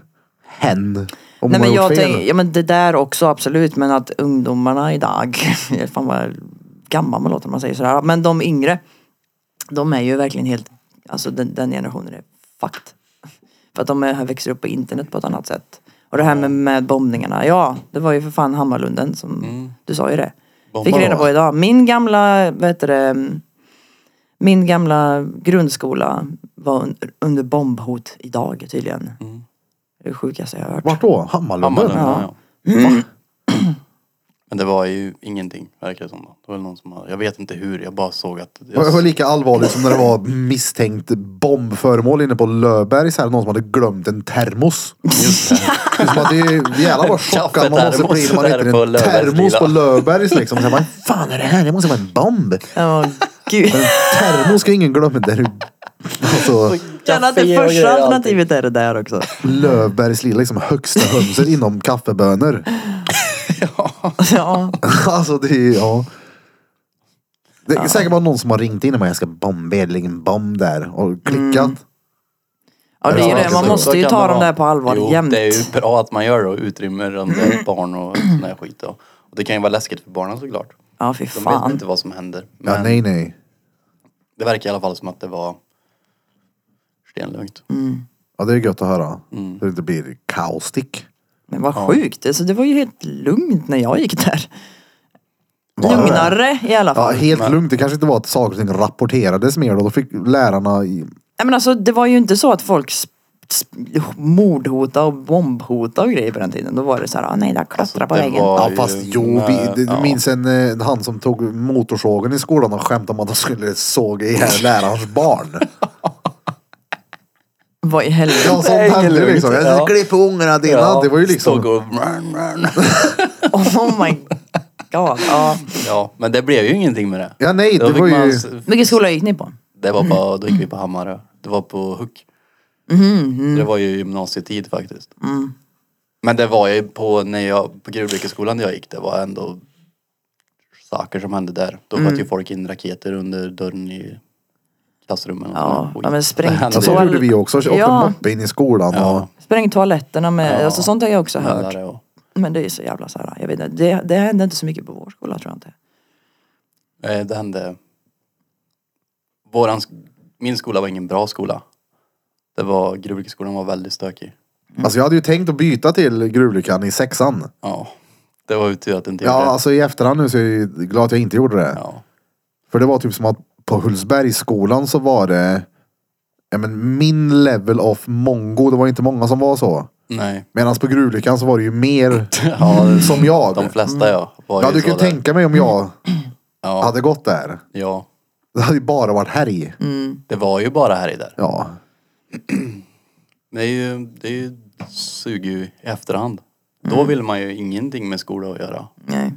[SPEAKER 1] hen. Om hon
[SPEAKER 2] Nej
[SPEAKER 1] har
[SPEAKER 2] men
[SPEAKER 1] gjort
[SPEAKER 2] jag
[SPEAKER 1] fel.
[SPEAKER 2] tänker, ja men det där också absolut men att ungdomarna idag, fan vad gammal man låter när man säger sådär, men de yngre, de är ju verkligen helt, alltså den, den generationen är fucked. För att de är, växer upp på internet på ett annat sätt. Och det här med, med bombningarna, ja det var ju för fan Hammarlunden som,
[SPEAKER 1] Mm.
[SPEAKER 2] du sa ju det.
[SPEAKER 3] Bombar
[SPEAKER 2] Fick reda
[SPEAKER 3] då?
[SPEAKER 2] på idag, min gamla, vad heter det, mm, min gamla grundskola var un, under bombhot idag tydligen.
[SPEAKER 1] Mm.
[SPEAKER 2] Det är det sjukaste jag har hört.
[SPEAKER 1] Vart då? Hammarlund?
[SPEAKER 3] Hammarlund,
[SPEAKER 2] Ja.
[SPEAKER 3] ja. Mm. Men det var ju ingenting, verkar det som. Då. Det var väl någon som hade, jag vet inte hur, jag bara såg att...
[SPEAKER 1] Det var
[SPEAKER 3] Jag,
[SPEAKER 1] var lika allvarligt som när det var
[SPEAKER 3] Mm.
[SPEAKER 1] misstänkt bombföremål inne på Löfbergs här. Någon som hade glömt en termos.
[SPEAKER 3] just det.
[SPEAKER 1] Det är som att det är jävlar vad chockad man måste bli när man hittar
[SPEAKER 3] Kaffetermos
[SPEAKER 1] en
[SPEAKER 3] där på
[SPEAKER 1] termos på
[SPEAKER 3] Löfbergs
[SPEAKER 1] Löfbergs liksom. Så här, vad fan är det här? Det måste vara en bomb.
[SPEAKER 2] Ja, gud.
[SPEAKER 1] Termos ska ingen glömma. Det är ju- alltså,
[SPEAKER 2] Gärna att det
[SPEAKER 3] Kaffe och grejer,
[SPEAKER 2] första
[SPEAKER 3] allting.
[SPEAKER 2] alternativet är det där också.
[SPEAKER 1] Löfbergs lilla liksom, högsta hönset inom kaffebönor.
[SPEAKER 2] Ja,
[SPEAKER 1] Alltså det är ja. Det är säkert bara någon som har ringt in och bara jag ska bomba er, det ligger en bomb där och klickat.
[SPEAKER 3] Mm.
[SPEAKER 2] ja det är ju det. Man
[SPEAKER 1] så-
[SPEAKER 2] måste ju
[SPEAKER 3] kan
[SPEAKER 2] ta
[SPEAKER 3] man
[SPEAKER 2] dem
[SPEAKER 3] ha-
[SPEAKER 2] där på allvar
[SPEAKER 3] jo,
[SPEAKER 2] jämt.
[SPEAKER 3] det är ju bra att man gör det och utrymmer de där barn och sån där skit. Då. Och det kan ju vara läskigt för barnen såklart.
[SPEAKER 2] Ja, fy
[SPEAKER 3] De
[SPEAKER 2] fan.
[SPEAKER 3] vet inte vad som händer. Men
[SPEAKER 1] Ja, nej nej.
[SPEAKER 3] det verkar i alla fall som att det var stenlugnt.
[SPEAKER 2] Mm.
[SPEAKER 1] Ja det är gött att höra.
[SPEAKER 3] Mm.
[SPEAKER 1] Så det inte blir kaostick.
[SPEAKER 2] Men vad sjukt. Alltså, det var ju helt lugnt när jag gick där.
[SPEAKER 1] det det?
[SPEAKER 2] Lugnare i alla
[SPEAKER 1] Ja
[SPEAKER 2] fall.
[SPEAKER 1] helt lugnt. Det kanske inte var att saker och ting rapporterades mer då. Då fick lärarna i...
[SPEAKER 2] Nej, men alltså, det var ju inte så att folk sp- sp- mordhota och bombhota och grejer på den tiden. Då var det så här, ah, nej, där klättrar på
[SPEAKER 3] Alltså, det
[SPEAKER 2] väggen.
[SPEAKER 3] var-
[SPEAKER 1] Ja
[SPEAKER 3] ju-
[SPEAKER 1] fast jo, vi, det,
[SPEAKER 3] Ja.
[SPEAKER 1] du minns en, eh, han som tog motorsågen i skolan och skämtade om att han skulle såga ihjäl lärarens barn.
[SPEAKER 2] Vad i
[SPEAKER 1] Ja
[SPEAKER 2] helvete?
[SPEAKER 1] sånt
[SPEAKER 3] Det är
[SPEAKER 1] hände
[SPEAKER 3] lugnt,
[SPEAKER 1] liksom.
[SPEAKER 3] ja.
[SPEAKER 1] Jag klipp ungarna dina.
[SPEAKER 3] Ja,
[SPEAKER 1] det var ju liksom.
[SPEAKER 3] Stod och... mrn, mrn.
[SPEAKER 2] Oh my god. Ja.
[SPEAKER 3] Ja, men det blev ju ingenting med det.
[SPEAKER 1] Ja, nej,
[SPEAKER 3] Då
[SPEAKER 1] det
[SPEAKER 3] fick
[SPEAKER 1] var
[SPEAKER 3] man
[SPEAKER 1] ju-
[SPEAKER 3] s-
[SPEAKER 2] Vilken skola gick ni på?
[SPEAKER 3] Det var på, då gick vi på
[SPEAKER 2] Mm.
[SPEAKER 3] Hammarö. Det var på Huck.
[SPEAKER 2] Mm-hmm.
[SPEAKER 3] Så Det var ju gymnasietid faktiskt.
[SPEAKER 2] Mm.
[SPEAKER 3] Men det var ju på, när jag, på Gruvbäckeskolan där jag gick, det var ändå saker som hände där. Då
[SPEAKER 2] Mm.
[SPEAKER 3] sköt ju folk in raketer under dörren i klassrummen. och sådär
[SPEAKER 2] Ja,
[SPEAKER 3] skit.
[SPEAKER 2] ja men sprängt
[SPEAKER 3] hände
[SPEAKER 1] Ja, så
[SPEAKER 3] ju.
[SPEAKER 1] gjorde vi också. Åkte
[SPEAKER 2] Ja.
[SPEAKER 1] moppe in i skolan. Och,
[SPEAKER 3] Ja.
[SPEAKER 2] Sprängt toaletterna med,
[SPEAKER 3] Ja.
[SPEAKER 2] alltså sånt har jag också hört.
[SPEAKER 3] Hällare och-
[SPEAKER 2] Men det är så jävla så här, jag vet inte, det, det hände inte så mycket på vår skola tror jag inte.
[SPEAKER 3] eh, Det hände... Våran, sk- min skola var ingen bra skola. Det var, Gruvbäckeskolan var väldigt stökig.
[SPEAKER 1] Alltså jag hade ju tänkt att byta till gruvlyckan i sexan.
[SPEAKER 3] Ja. Det var ju tur att det inte
[SPEAKER 1] Ja,
[SPEAKER 3] gjorde det.
[SPEAKER 1] alltså i efterhand nu så är jag ju glad att jag inte gjorde det.
[SPEAKER 3] Ja.
[SPEAKER 1] För det var typ som att på Hultsbergsskolan så var det ja, men min level of mongo. Det var inte många som var så.
[SPEAKER 3] Nej.
[SPEAKER 1] Medan på gruvlyckan så var det ju mer
[SPEAKER 3] Ja,
[SPEAKER 1] som jag.
[SPEAKER 3] Mm. De flesta ja. Var
[SPEAKER 1] ja,
[SPEAKER 3] ju
[SPEAKER 1] du
[SPEAKER 3] så
[SPEAKER 1] kan
[SPEAKER 3] där.
[SPEAKER 1] tänka mig om jag
[SPEAKER 3] ja,
[SPEAKER 1] hade gått där.
[SPEAKER 3] ja,
[SPEAKER 1] Det hade ju bara varit härj.
[SPEAKER 3] det var ju bara här i där.
[SPEAKER 1] Ja.
[SPEAKER 3] Det är ju, det är ju suger ju i efterhand.
[SPEAKER 1] Mm.
[SPEAKER 3] Då vill man ju ingenting med skola att göra.
[SPEAKER 2] Nej.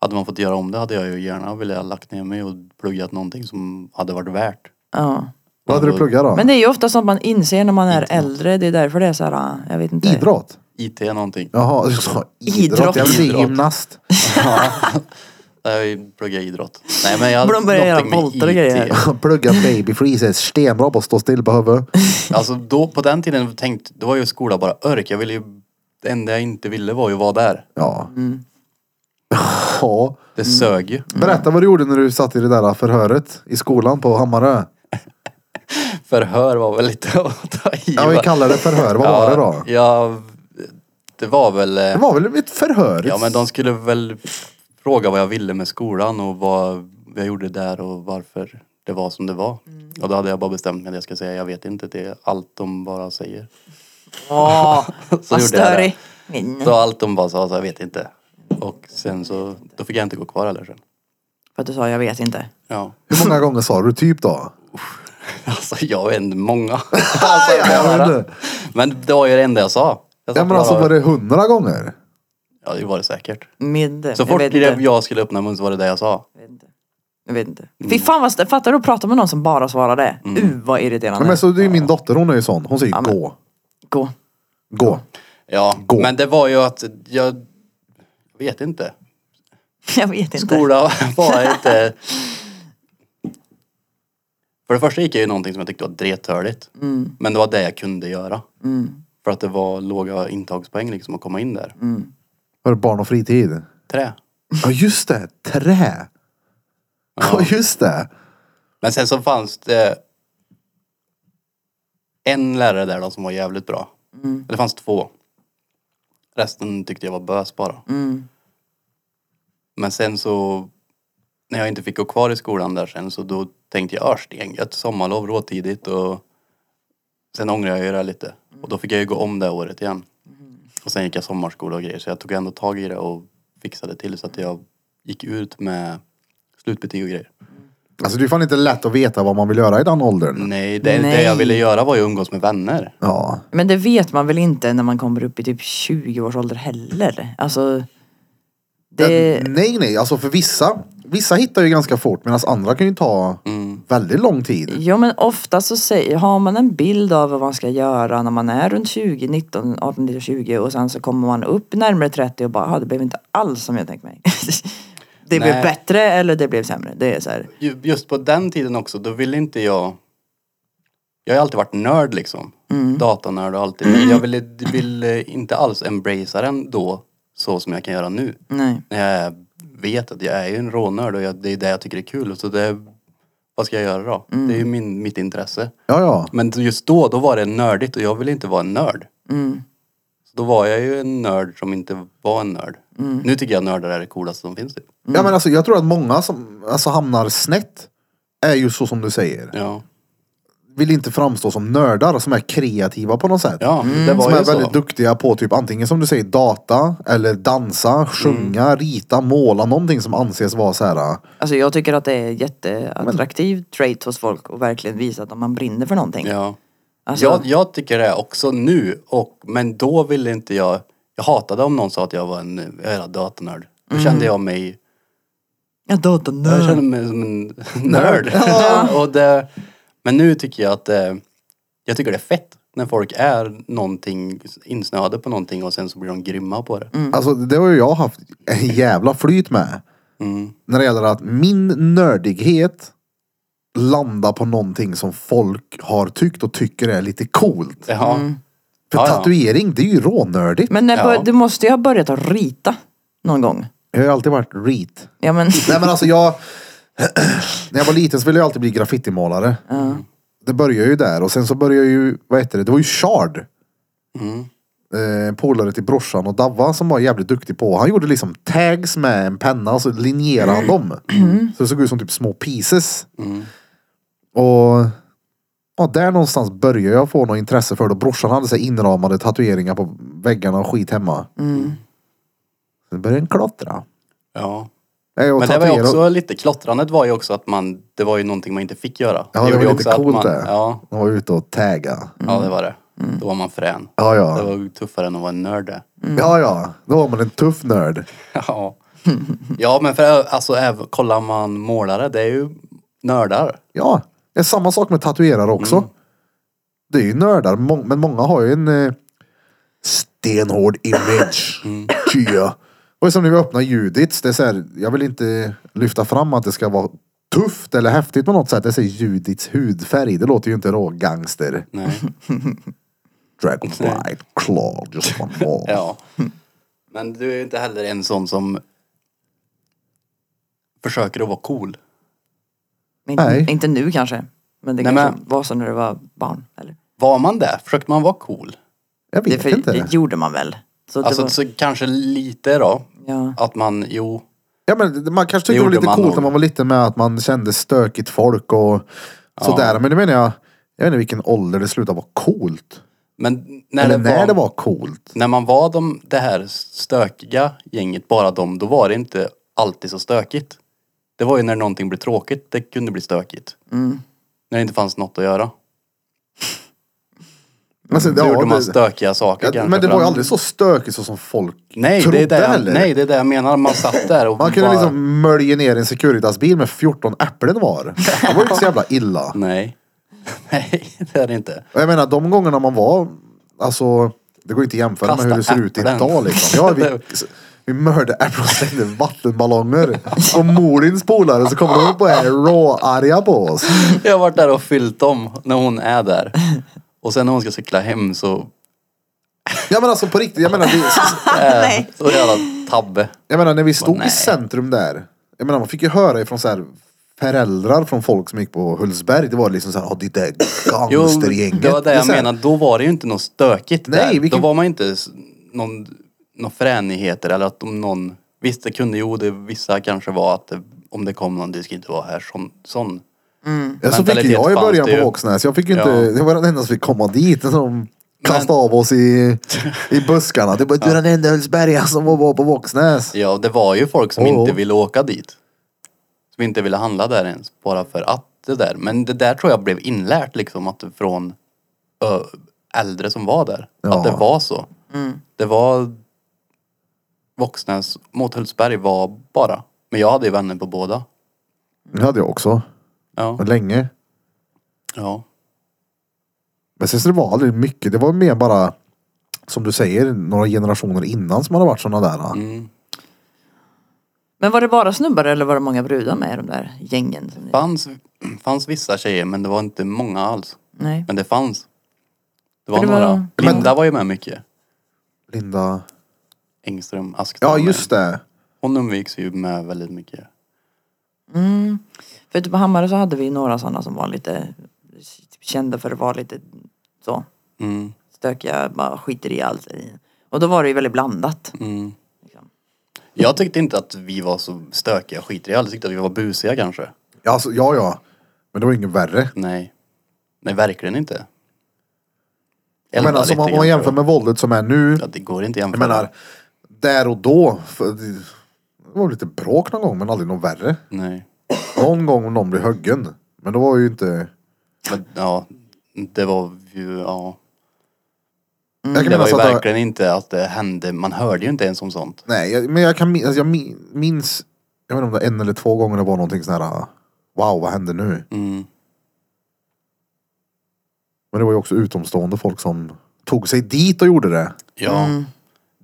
[SPEAKER 3] Hade man fått göra om det hade jag ju gärna velat lagt ner mig och pluggat någonting som hade varit värt.
[SPEAKER 2] Ja.
[SPEAKER 1] Vad hade du pluggat då?
[SPEAKER 2] Men det är ju ofta sånt man inser när man är äldre, det är därför det är så här, ah, jag vet inte.
[SPEAKER 1] Idrott?
[SPEAKER 3] IT någonting.
[SPEAKER 1] Jaha, jag sa
[SPEAKER 2] Idrott.
[SPEAKER 1] idrott. Jag vill bli
[SPEAKER 3] Idrott.
[SPEAKER 1] gymnast.
[SPEAKER 3] Jag pluggade idrott. Nej men jag hade
[SPEAKER 2] Borde de börja göra
[SPEAKER 3] någonting med
[SPEAKER 2] volter och grejer?
[SPEAKER 3] IT.
[SPEAKER 1] Plugga baby freeze. Stenbra på att stå still på huvudet.
[SPEAKER 3] Alltså då på den tiden tänkte, då var ju skola bara örk. Jag ville ju, det enda jag inte ville var ju att vara där.
[SPEAKER 1] Ja. Ja.
[SPEAKER 3] Det sög ju.
[SPEAKER 1] Berätta vad du gjorde när du satt i det där förhöret i skolan på Hammarö.
[SPEAKER 3] Förhör var väl lite att ta i.
[SPEAKER 1] Ja, vi
[SPEAKER 3] va?
[SPEAKER 1] kallar det förhör. Vad var det då?
[SPEAKER 3] Ja, det var väl... eh,
[SPEAKER 1] Det var väl ett förhör?
[SPEAKER 3] Ja men de skulle väl fråga vad jag ville med skolan och vad jag gjorde där och varför det var som det var.
[SPEAKER 2] Mm.
[SPEAKER 3] Och då hade jag bara bestämt mig att jag ska säga jag vet inte. Det är allt de bara säger.
[SPEAKER 2] Åh, vad
[SPEAKER 3] gjorde jag det.
[SPEAKER 2] störig. Men-
[SPEAKER 3] Så allt de bara sa så jag vet inte. Och sen så, då fick jag inte gå kvar heller sen.
[SPEAKER 2] För att du sa, jag vet inte.
[SPEAKER 3] Ja.
[SPEAKER 1] Hur många gånger sa du typ då?
[SPEAKER 3] Alltså jag vet inte, många.
[SPEAKER 1] Ah, ja, jag vet inte.
[SPEAKER 3] Men det var ju det enda jag sa. Jag
[SPEAKER 1] Ja men
[SPEAKER 3] satt bara-
[SPEAKER 1] alltså var det hundra gånger?
[SPEAKER 3] Ja det var det säkert.
[SPEAKER 2] Midde.
[SPEAKER 3] Så fort
[SPEAKER 2] jag vet inte.
[SPEAKER 3] jag, jag skulle öppna mun så var det det jag sa.
[SPEAKER 2] Jag vet inte. Jag vet inte.
[SPEAKER 3] Mm.
[SPEAKER 2] Fy fan vad stö- Fattar du att prata med någon som bara svarar det? Uh vad irriterande.
[SPEAKER 1] Nej, men så det är ju min dotter, hon är ju sån. Hon säger gå.
[SPEAKER 2] Gå.
[SPEAKER 1] Gå.
[SPEAKER 3] Ja,
[SPEAKER 1] Gå.
[SPEAKER 3] men det var ju att jag vet inte.
[SPEAKER 2] Jag vet inte.
[SPEAKER 3] Skola var inte... För det första gick jag ju någonting som jag tyckte var drethörligt. Men det var det jag kunde göra. För att det var låga intagspoäng liksom att komma in där.
[SPEAKER 1] Var det barn och fritid?
[SPEAKER 3] Trä.
[SPEAKER 1] Ja just det, trä. Ja just det.
[SPEAKER 3] Men sen så fanns det en lärare där då som var jävligt bra. Det fanns två. Resten tyckte jag var bös bara. Men sen så, när jag inte fick gå kvar i skolan där sen så då tänkte jag "Örs, det är gött sommarlov råtidigt och sen ångrade jag ju det lite. Och då fick jag ju gå om det året igen. Och sen gick jag sommarskola och grejer så jag tog ändå tag i det och fixade till så att jag gick ut med slutbetyg och grejer.
[SPEAKER 1] Alltså det är fan inte lätt att veta vad man vill göra i den åldern.
[SPEAKER 3] Nej, det, det
[SPEAKER 2] Nej.
[SPEAKER 3] jag ville göra var ju att umgås med vänner.
[SPEAKER 1] Ja.
[SPEAKER 2] Men det vet man väl inte när man kommer upp i typ 20 års ålder heller. Alltså, det...
[SPEAKER 1] Men Nej nej, alltså för vissa, vissa hittar ju ganska fort medan andra kan ju ta väldigt lång tid.
[SPEAKER 2] Jo men ofta så säger, har man en bild av vad man ska göra när man är runt 20, 19, 18, 19, 20 och sen så kommer man upp närmare 30 och bara, "Ah, det blev inte alls som jag tänkt mig. det
[SPEAKER 3] Nej.
[SPEAKER 2] blev bättre eller det blev sämre. Det är så här.
[SPEAKER 3] Ju- Just på den tiden också, då ville inte jag... Jag har alltid varit nörd liksom. Datanörd och alltid. Men jag ville, ville inte alls embracea den då så som jag kan göra nu.
[SPEAKER 2] Nej.
[SPEAKER 3] När jag vet att jag är ju en rånörd och jag, det är det jag tycker är kul. Så det, vad ska jag göra då? Det är ju min, mitt intresse.
[SPEAKER 1] Ja ja.
[SPEAKER 3] Men just då, då var det nördigt och jag ville inte vara en nörd. Så då var jag ju en nörd som inte var en nörd. Nu tycker jag nördar är det coolaste som finns typ.
[SPEAKER 1] Ja men alltså jag tror att många som alltså, hamnar snett är ju så som du säger.
[SPEAKER 3] Ja,
[SPEAKER 1] Vill inte framstå som nördar som är kreativa på något sätt. Mm.
[SPEAKER 3] ja det var
[SPEAKER 1] Som
[SPEAKER 3] ju
[SPEAKER 1] är
[SPEAKER 3] så.
[SPEAKER 1] väldigt duktiga på typ antingen som du säger data eller
[SPEAKER 3] Mm.
[SPEAKER 1] dansa, sjunga, rita, måla. Någonting som anses vara så här.
[SPEAKER 2] Alltså jag tycker att det är jätteattraktiv trait hos folk och verkligen visa att man brinner för någonting.
[SPEAKER 3] Ja.
[SPEAKER 2] Alltså,
[SPEAKER 3] Jag, jag tycker det också nu, och, men då ville inte jag... Jag hatade om någon sa att jag var en eh, jävla datanörd. Då
[SPEAKER 1] Mm.
[SPEAKER 3] kände jag mig...
[SPEAKER 2] jag
[SPEAKER 3] Jag
[SPEAKER 2] datanörd.
[SPEAKER 3] kände mig som en nörd. och det, men nu tycker jag att... eh, Jag tycker det är fett när folk är någonting, insnöade på någonting och sen så blir de grymma på det.
[SPEAKER 1] Alltså det har ju jag haft en jävla flyt med.
[SPEAKER 3] Mm.
[SPEAKER 1] När det gäller att min nördighet landar på någonting som folk har tyckt och tycker är lite coolt.
[SPEAKER 3] Ja.
[SPEAKER 1] För
[SPEAKER 3] Ja, ja.
[SPEAKER 1] tatuering, det är ju rånördigt.
[SPEAKER 2] Men när
[SPEAKER 3] Ja.
[SPEAKER 2] bör, du måste ju ha börjat att rita någon gång.
[SPEAKER 1] Jag har ju alltid varit reet.
[SPEAKER 2] Ja men,
[SPEAKER 1] Nej men alltså jag... när jag var liten så ville jag alltid bli graffitimålare. Det började ju där och sen så började jag ju, vad heter det, det var ju Shard.
[SPEAKER 3] Mm.
[SPEAKER 1] Eh, polare till brorsan och Davva som var jävligt duktig på. Han gjorde liksom tags med en penna och så linjerade han dem.
[SPEAKER 3] Mm.
[SPEAKER 1] Så det såg ut som typ små pieces. Och ja, där någonstans började jag få något intresse för det. Brorsan hade så här inramade tatueringar på väggarna och skit hemma.
[SPEAKER 3] Mm.
[SPEAKER 1] Sen började jag klottra.
[SPEAKER 3] ja.
[SPEAKER 1] Nej, och
[SPEAKER 3] Men det var ju
[SPEAKER 1] tatuera-
[SPEAKER 3] också lite, klottrandet var ju också att man, det var ju någonting man inte fick göra.
[SPEAKER 1] Ja, det
[SPEAKER 3] gjorde
[SPEAKER 1] var
[SPEAKER 3] ju
[SPEAKER 1] lite
[SPEAKER 3] också att
[SPEAKER 1] coolt
[SPEAKER 3] man-
[SPEAKER 1] det.
[SPEAKER 3] Ja,
[SPEAKER 1] De var ute och tagga.
[SPEAKER 3] ja, det var det. Då var man frän.
[SPEAKER 1] Mm. Ja, ja.
[SPEAKER 3] Det var ju tuffare än att vara en nörd det.
[SPEAKER 1] Ja, ja. Då var man en tuff nörd.
[SPEAKER 3] Ja. ja men för alltså även, kollar man målare, det är ju nördar.
[SPEAKER 1] Ja, det är samma sak med tatuerare också.
[SPEAKER 3] Mm.
[SPEAKER 1] Det är ju nördar, må- men många har ju en eh, stenhård image.
[SPEAKER 3] Mm.
[SPEAKER 1] Tja. Och som när vi öppnar Judits, det är så här, jag vill inte lyfta fram att det ska vara tufft eller häftigt på något sätt. Det säger Judits hudfärg, det låter ju inte rågangster.
[SPEAKER 3] Nej.
[SPEAKER 1] Dragonfly, claw, just one more.
[SPEAKER 3] Ja. Men du är ju inte heller en sån som försöker att vara cool.
[SPEAKER 1] Nej.
[SPEAKER 2] inte, inte nu kanske. Men det
[SPEAKER 3] Nej,
[SPEAKER 2] kanske
[SPEAKER 3] men-
[SPEAKER 2] var så när du var barn. Eller?
[SPEAKER 3] Var man det? Försökte man vara cool?
[SPEAKER 1] Jag
[SPEAKER 2] Det,
[SPEAKER 1] vet
[SPEAKER 2] för,
[SPEAKER 1] inte.
[SPEAKER 2] det gjorde man väl? Så det
[SPEAKER 3] Alltså
[SPEAKER 2] var,
[SPEAKER 3] så kanske lite då.
[SPEAKER 2] ja.
[SPEAKER 3] Att man, jo.
[SPEAKER 1] Ja men man kanske tyckte
[SPEAKER 3] Det
[SPEAKER 1] det, var
[SPEAKER 3] gjorde
[SPEAKER 1] lite
[SPEAKER 3] man
[SPEAKER 1] coolt
[SPEAKER 3] nog.
[SPEAKER 1] när man var liten med att man kände stökigt folk och sådär. Men det menar jag, jag vet inte vilken ålder det slutade vara coolt.
[SPEAKER 3] Men när,
[SPEAKER 1] Eller
[SPEAKER 3] det,
[SPEAKER 1] när
[SPEAKER 3] var,
[SPEAKER 1] det var coolt.
[SPEAKER 3] när man var de, det här stökiga gänget, bara de, då var det inte alltid så stökigt. Det var ju när någonting blev tråkigt, det kunde bli stökigt.
[SPEAKER 1] Mm.
[SPEAKER 3] När det inte fanns något att göra.
[SPEAKER 1] Men, sen,
[SPEAKER 3] Mm, Då
[SPEAKER 1] ja,
[SPEAKER 3] gjorde man
[SPEAKER 1] det-
[SPEAKER 3] stökiga saker
[SPEAKER 1] ja,
[SPEAKER 3] kanske
[SPEAKER 1] men det
[SPEAKER 3] för
[SPEAKER 1] var ju
[SPEAKER 3] att-
[SPEAKER 1] aldrig så stökigt så som folk
[SPEAKER 3] nej,
[SPEAKER 1] trodde
[SPEAKER 3] det är det jag,
[SPEAKER 1] heller.
[SPEAKER 3] nej, det är det jag menar. Man satt där och
[SPEAKER 1] man kunde
[SPEAKER 3] bara...
[SPEAKER 1] liksom mölja ner en Securitas-bil med 14 äpplen var. Det var ju inte så jävla illa.
[SPEAKER 3] Nej. Nej, det är det inte.
[SPEAKER 1] Och jag menar de gångerna man var, alltså det går inte att jämföra
[SPEAKER 3] Kasta
[SPEAKER 1] med hur det ser ut
[SPEAKER 3] äpplen.
[SPEAKER 1] idag liksom. Ja, vi, vi mördade äpplen och slängde vattenballonger. Och Molins polare så kommer de upp och är råarga på oss.
[SPEAKER 3] Jag har varit där och fyllt dem när hon är där. Och sen när hon ska cykla hem så
[SPEAKER 1] Ja men alltså på riktigt, jag menar, vi,
[SPEAKER 2] Nej.
[SPEAKER 3] Äh, Så jävla tabbe.
[SPEAKER 1] jag menar när vi stod
[SPEAKER 3] Åh, nej.
[SPEAKER 1] i centrum där. Jag menar man fick ju höra ifrån så här föräldrar från folk som gick på Hultsberg. Det var liksom såhär, oh, det där
[SPEAKER 3] Jo,
[SPEAKER 1] gangstergänget.
[SPEAKER 3] det var det
[SPEAKER 1] är
[SPEAKER 3] jag
[SPEAKER 1] så här,
[SPEAKER 3] menade. Då var det ju inte något stökigt
[SPEAKER 1] Liksom. Nej,
[SPEAKER 3] där.
[SPEAKER 1] vilken-
[SPEAKER 3] Då var man ju inte s- någon, någon fränigheter eller att om någon... Visst, det kunde jo, det vissa kanske var att det, om det kom någon, det ska inte vara här som sån.
[SPEAKER 1] Ja, så fick ju jag i
[SPEAKER 3] Mentalitet fanns
[SPEAKER 1] början
[SPEAKER 3] det
[SPEAKER 1] på
[SPEAKER 3] ju.
[SPEAKER 1] Håksnäs. Jag fick ju inte,
[SPEAKER 3] typ. Ja.
[SPEAKER 1] det var den enda som fick komma dit. De kastade av oss i, i buskarna. Det var du är den enda Hultsbergaren som var på Håksnäs.
[SPEAKER 3] Ja, det var ju folk som
[SPEAKER 1] Oh.
[SPEAKER 3] inte ville åka dit. Som inte ville handla där ens, bara för att det där. Men det där tror jag blev inlärt liksom att från ö, äldre som var där.
[SPEAKER 1] Ja.
[SPEAKER 3] Att det var så.
[SPEAKER 2] Mm.
[SPEAKER 3] Det var Våxnäs mot Hultsberg var bara. Men jag hade ju vänner på båda.
[SPEAKER 1] Det hade jag också.
[SPEAKER 3] Ja.
[SPEAKER 1] Och länge.
[SPEAKER 3] ja.
[SPEAKER 1] Men sen så det var aldrig mycket. Det var mer bara, som du säger, några generationer innan som hade varit sådana där.
[SPEAKER 3] Mm.
[SPEAKER 2] Men var det bara snubbar eller var det många brudar med i de där gängen? Som ni...
[SPEAKER 3] Fanns, fanns vissa tjejer men det var inte många alls.
[SPEAKER 2] Nej.
[SPEAKER 3] Men det fanns. Det var
[SPEAKER 2] För det var-
[SPEAKER 3] några. Linda var ju med mycket.
[SPEAKER 1] Linda.
[SPEAKER 3] Engström, Askdamm.
[SPEAKER 1] Ja just det.
[SPEAKER 3] Hon umgicks ju med väldigt mycket.
[SPEAKER 2] För ute på Hammarö så hade vi några sådana som var lite kända för att vara lite så
[SPEAKER 3] Mm,
[SPEAKER 2] stökiga, bara skiter i allt. Och då var det ju väldigt blandat.
[SPEAKER 3] mm.
[SPEAKER 2] Liksom.
[SPEAKER 3] Jag tyckte inte att vi var så stökiga och skitriga. Jag tyckte att vi var busiga kanske.
[SPEAKER 1] Ja, alltså, ja ja. Men det var inget värre.
[SPEAKER 3] Nej. Nej, verkligen inte.
[SPEAKER 1] Jag
[SPEAKER 3] Elda
[SPEAKER 1] menar som
[SPEAKER 3] lite
[SPEAKER 1] om
[SPEAKER 3] grann,
[SPEAKER 1] man jämför
[SPEAKER 3] tror
[SPEAKER 1] med våldet som är nu.
[SPEAKER 3] jag. Ja, det går inte att
[SPEAKER 1] Jag
[SPEAKER 3] jämföra.
[SPEAKER 1] menar, där och då. för Det det var lite bråk någon gång men aldrig något värre.
[SPEAKER 3] Nej.
[SPEAKER 1] Någon gång om någon blev huggen. Men det var ju inte...
[SPEAKER 3] Mm, Men, ja, det var ju, ja.
[SPEAKER 1] jag
[SPEAKER 3] Det var
[SPEAKER 1] minnas
[SPEAKER 3] ju
[SPEAKER 1] att det-
[SPEAKER 3] verkligen inte att det hände. Man hörde ju inte ens om sånt.
[SPEAKER 1] Nej, jag, men jag kan min- alltså, jag min- minns... Jag vet inte om det var en eller två gånger det var någonting sån här... ah, Wow, vad hände nu?
[SPEAKER 3] Mm.
[SPEAKER 1] Men det var ju också utomstående folk som tog sig dit och gjorde det.
[SPEAKER 3] Ja.
[SPEAKER 1] Mm.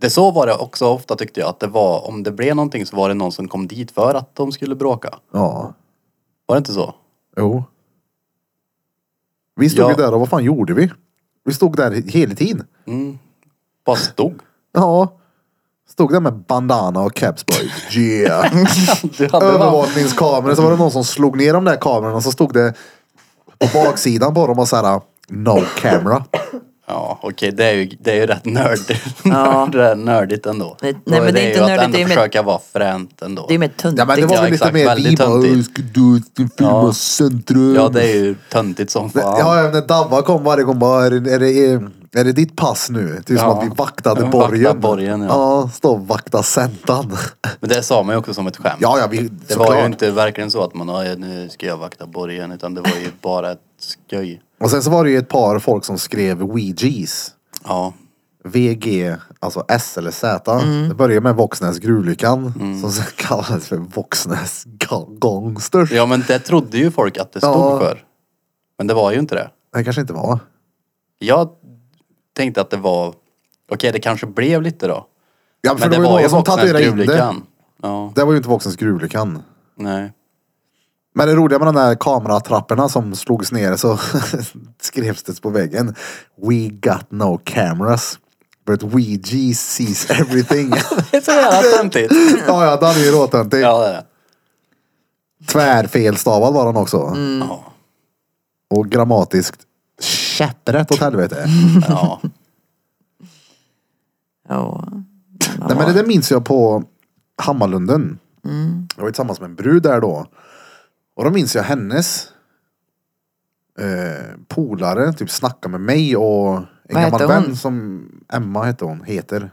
[SPEAKER 3] Det så var det också ofta tyckte jag. Att det var, om det blev någonting så var det någon som kom dit för att de skulle bråka.
[SPEAKER 1] Ja,
[SPEAKER 3] Var det inte så?
[SPEAKER 1] jo. Vi stod
[SPEAKER 3] Ja.
[SPEAKER 1] ju där och vad fan gjorde vi? Vi stod där hela tiden.
[SPEAKER 3] Mm. Bara stod.
[SPEAKER 1] Ja. Stod där med bandana och caps på. Yeah.
[SPEAKER 3] Du hade
[SPEAKER 1] övervakningskameror så var det någon som slog ner de där kamerorna så stod det på baksidan på dem och så här no camera.
[SPEAKER 3] Ja, okej, det, är ju, det är ju rätt nörd.
[SPEAKER 2] Ja.
[SPEAKER 3] det är nördigt ändå.
[SPEAKER 2] Nej, nej,
[SPEAKER 3] Och
[SPEAKER 2] men det är
[SPEAKER 3] ju
[SPEAKER 2] inte
[SPEAKER 3] att
[SPEAKER 2] nördigt,
[SPEAKER 3] ändå
[SPEAKER 2] det är med-
[SPEAKER 3] försöka vara fränt ändå.
[SPEAKER 2] Det är mer tuntigt.
[SPEAKER 1] Ja men det var
[SPEAKER 3] Ja,
[SPEAKER 1] väl lite
[SPEAKER 3] exakt.
[SPEAKER 1] mer vi
[SPEAKER 3] Väldigt
[SPEAKER 1] bara
[SPEAKER 3] töntigt.
[SPEAKER 1] "Älskar du ska filma
[SPEAKER 3] Ja.
[SPEAKER 1] centrum.
[SPEAKER 3] Ja, det är ju töntigt som fan.
[SPEAKER 1] Ja, ja, när Dabba kom varje gång bara, är det, är det, är det ditt pass nu? Typ som
[SPEAKER 3] Ja.
[SPEAKER 1] att vi vaktade
[SPEAKER 3] Ja,
[SPEAKER 1] borgen.
[SPEAKER 3] vakta borgen, ja.
[SPEAKER 1] ja, stå och vakta centan.
[SPEAKER 3] Men det sa man ju också som ett skämt.
[SPEAKER 1] Ja, ja, vi,
[SPEAKER 3] det var
[SPEAKER 1] såklart.
[SPEAKER 3] ju inte verkligen så att man, "Ja, nu ska jag vakta borgen, utan det var ju bara ett skoj.
[SPEAKER 1] Och sen så var det ju ett par folk som skrev Ouija's.
[SPEAKER 3] Ja,
[SPEAKER 1] VG, alltså S eller Z.
[SPEAKER 3] Mm.
[SPEAKER 1] Det börjar med Våxnäs gruvlyckan som sen kallades för Våxnäs ga- gangsters.
[SPEAKER 3] ja men det trodde ju folk att det stod
[SPEAKER 1] Ja.
[SPEAKER 3] för. Men det var ju inte det.
[SPEAKER 1] Det kanske inte var.
[SPEAKER 3] Jag tänkte att det var, okej det kanske blev lite då.
[SPEAKER 1] Ja, för
[SPEAKER 3] Men det, var
[SPEAKER 1] någon
[SPEAKER 3] ju
[SPEAKER 1] som tatuerade in det.
[SPEAKER 3] gruvlyckan. Ja,
[SPEAKER 1] Det var ju inte Våxnäs gruvlyckan.
[SPEAKER 3] nej.
[SPEAKER 1] Men det roliga med de där kameratrapporna som slogs ner så skrevs det på väggen. We got no cameras. But VG sees everything.
[SPEAKER 3] Det är så jävla töntigt.
[SPEAKER 1] ja, ja, den är ju råtöntig.
[SPEAKER 3] Ja, det är det.
[SPEAKER 1] Tvärfelstavad var den också.
[SPEAKER 2] Mm.
[SPEAKER 3] Ja.
[SPEAKER 1] Och grammatiskt käpprätt åt helvete.
[SPEAKER 3] Ja.
[SPEAKER 2] Ja. Mm.
[SPEAKER 1] Nej men det där minns jag på Hammarlunden. Jag var ju tillsammans med en brud där då. Och då minns jag hennes eh, polare typ snacka med mig och en
[SPEAKER 2] Vad hette
[SPEAKER 1] gammal
[SPEAKER 2] hon?
[SPEAKER 1] vän som Emma hette hon, heter.